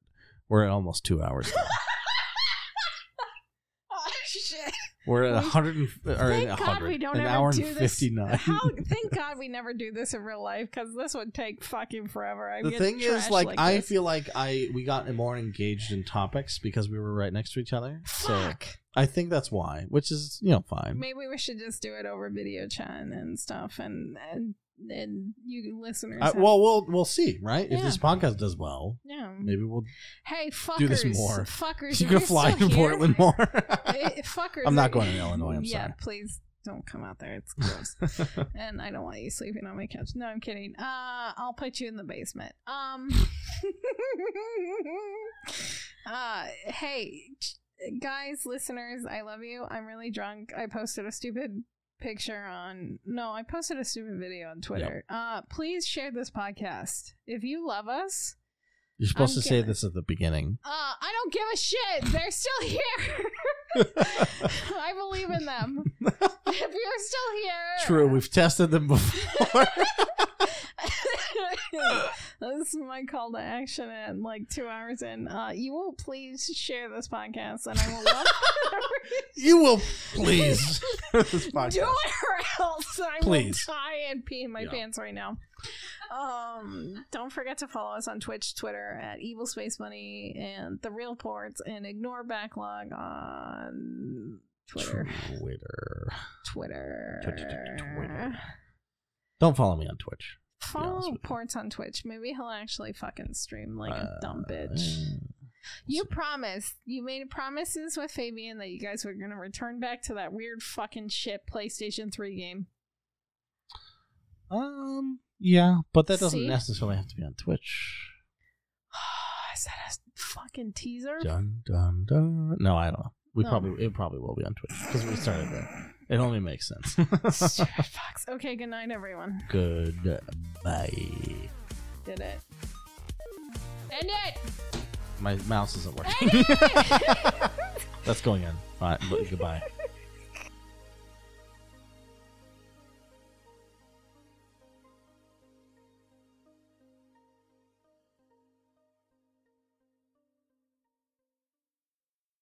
B: we're at almost two hours.
A: (laughs)
B: now.
A: (laughs) oh shit!
B: We're at a
A: We-
B: hundred and f- or
A: Thank
B: a
A: God we
B: hundred,
A: don't
B: an
A: ever
B: hour
A: do
B: and fifty nine.
A: this.
B: (laughs)
A: How? Thank God we never do this in real life because this would take fucking forever. I
B: the
A: get
B: thing is
A: trashed
B: like, i
A: this.
B: feel like i we got more engaged in topics because we were right next to each other so
A: fuck.
B: i think that's why which is you know fine
A: Maybe we should just do it over video chat and stuff, and and and you listeners.
B: I,
A: have-
B: Uh, well we'll we'll see right if
A: Yeah.
B: this podcast does well
A: yeah.
B: maybe we'll
A: Hey, fuckers!
B: do this more.
A: Fuckers!
B: you (laughs)
A: if
B: can
A: (laughs) you're
B: fly
A: still
B: to
A: here-
B: portland
A: (laughs)
B: more
A: Eh, fuckers!
B: I'm not
A: if-
B: going to Illinois, I'm
A: yeah,
B: sorry.
A: please don't come out there.
B: (laughs)
A: It's gross. and I don't want you sleeping on my couch. No, I'm kidding. Uh, I'll put you in the basement. Um, (laughs) uh, hey, ch- guys, listeners, I love you. I'm really drunk. I posted a stupid picture on no i posted a stupid video on twitter uh please share this podcast if you love us
B: (laughs) you're supposed
A: I'm
B: to say
A: gonna-
B: this at the beginning
A: uh i don't give a shit they're still here (laughs) i believe in them if you're still here
B: true (laughs) we've tested them before
A: (laughs)
B: (laughs)
A: this is my call to action at like two hours in. Uh, you will please share this podcast, and I will
B: (laughs)
A: love (laughs)
B: you will please (laughs) this
A: do it
B: podcast.
A: or else I
B: Please.
A: will die and pee in my
B: Yeah.
A: pants right now. Um, don't forget to follow us on Twitch, Twitter at Evil Space Money and The Real Ports, and ignore backlog on Twitter.
B: twitter
A: Twitter.
B: Twitter, Twitter. don't follow me on twitch honest
A: Follow
B: with you.
A: Ports on Twitch. Maybe he'll actually fucking stream like a
B: Uh,
A: dumb bitch. You
B: see.
A: promised. You made promises with Fabian that you guys were going to return back to that weird fucking shit PlayStation 3 game. (sighs)
B: Um, yeah, but that doesn't
A: See?
B: necessarily have to be on Twitch.
A: Is that a fucking
B: (laughs)
A: teaser?
B: Dun dun dun. No, I don't know. We
A: No.
B: probably it probably will be on Twitch because we started there. It only makes sense.
A: (laughs) Stupid Fox. Okay, good night, everyone.
B: Goodbye.
A: Did it. End it!
B: My mouse isn't working. (laughs)
A: End it!
B: That's going in. All right, goodbye.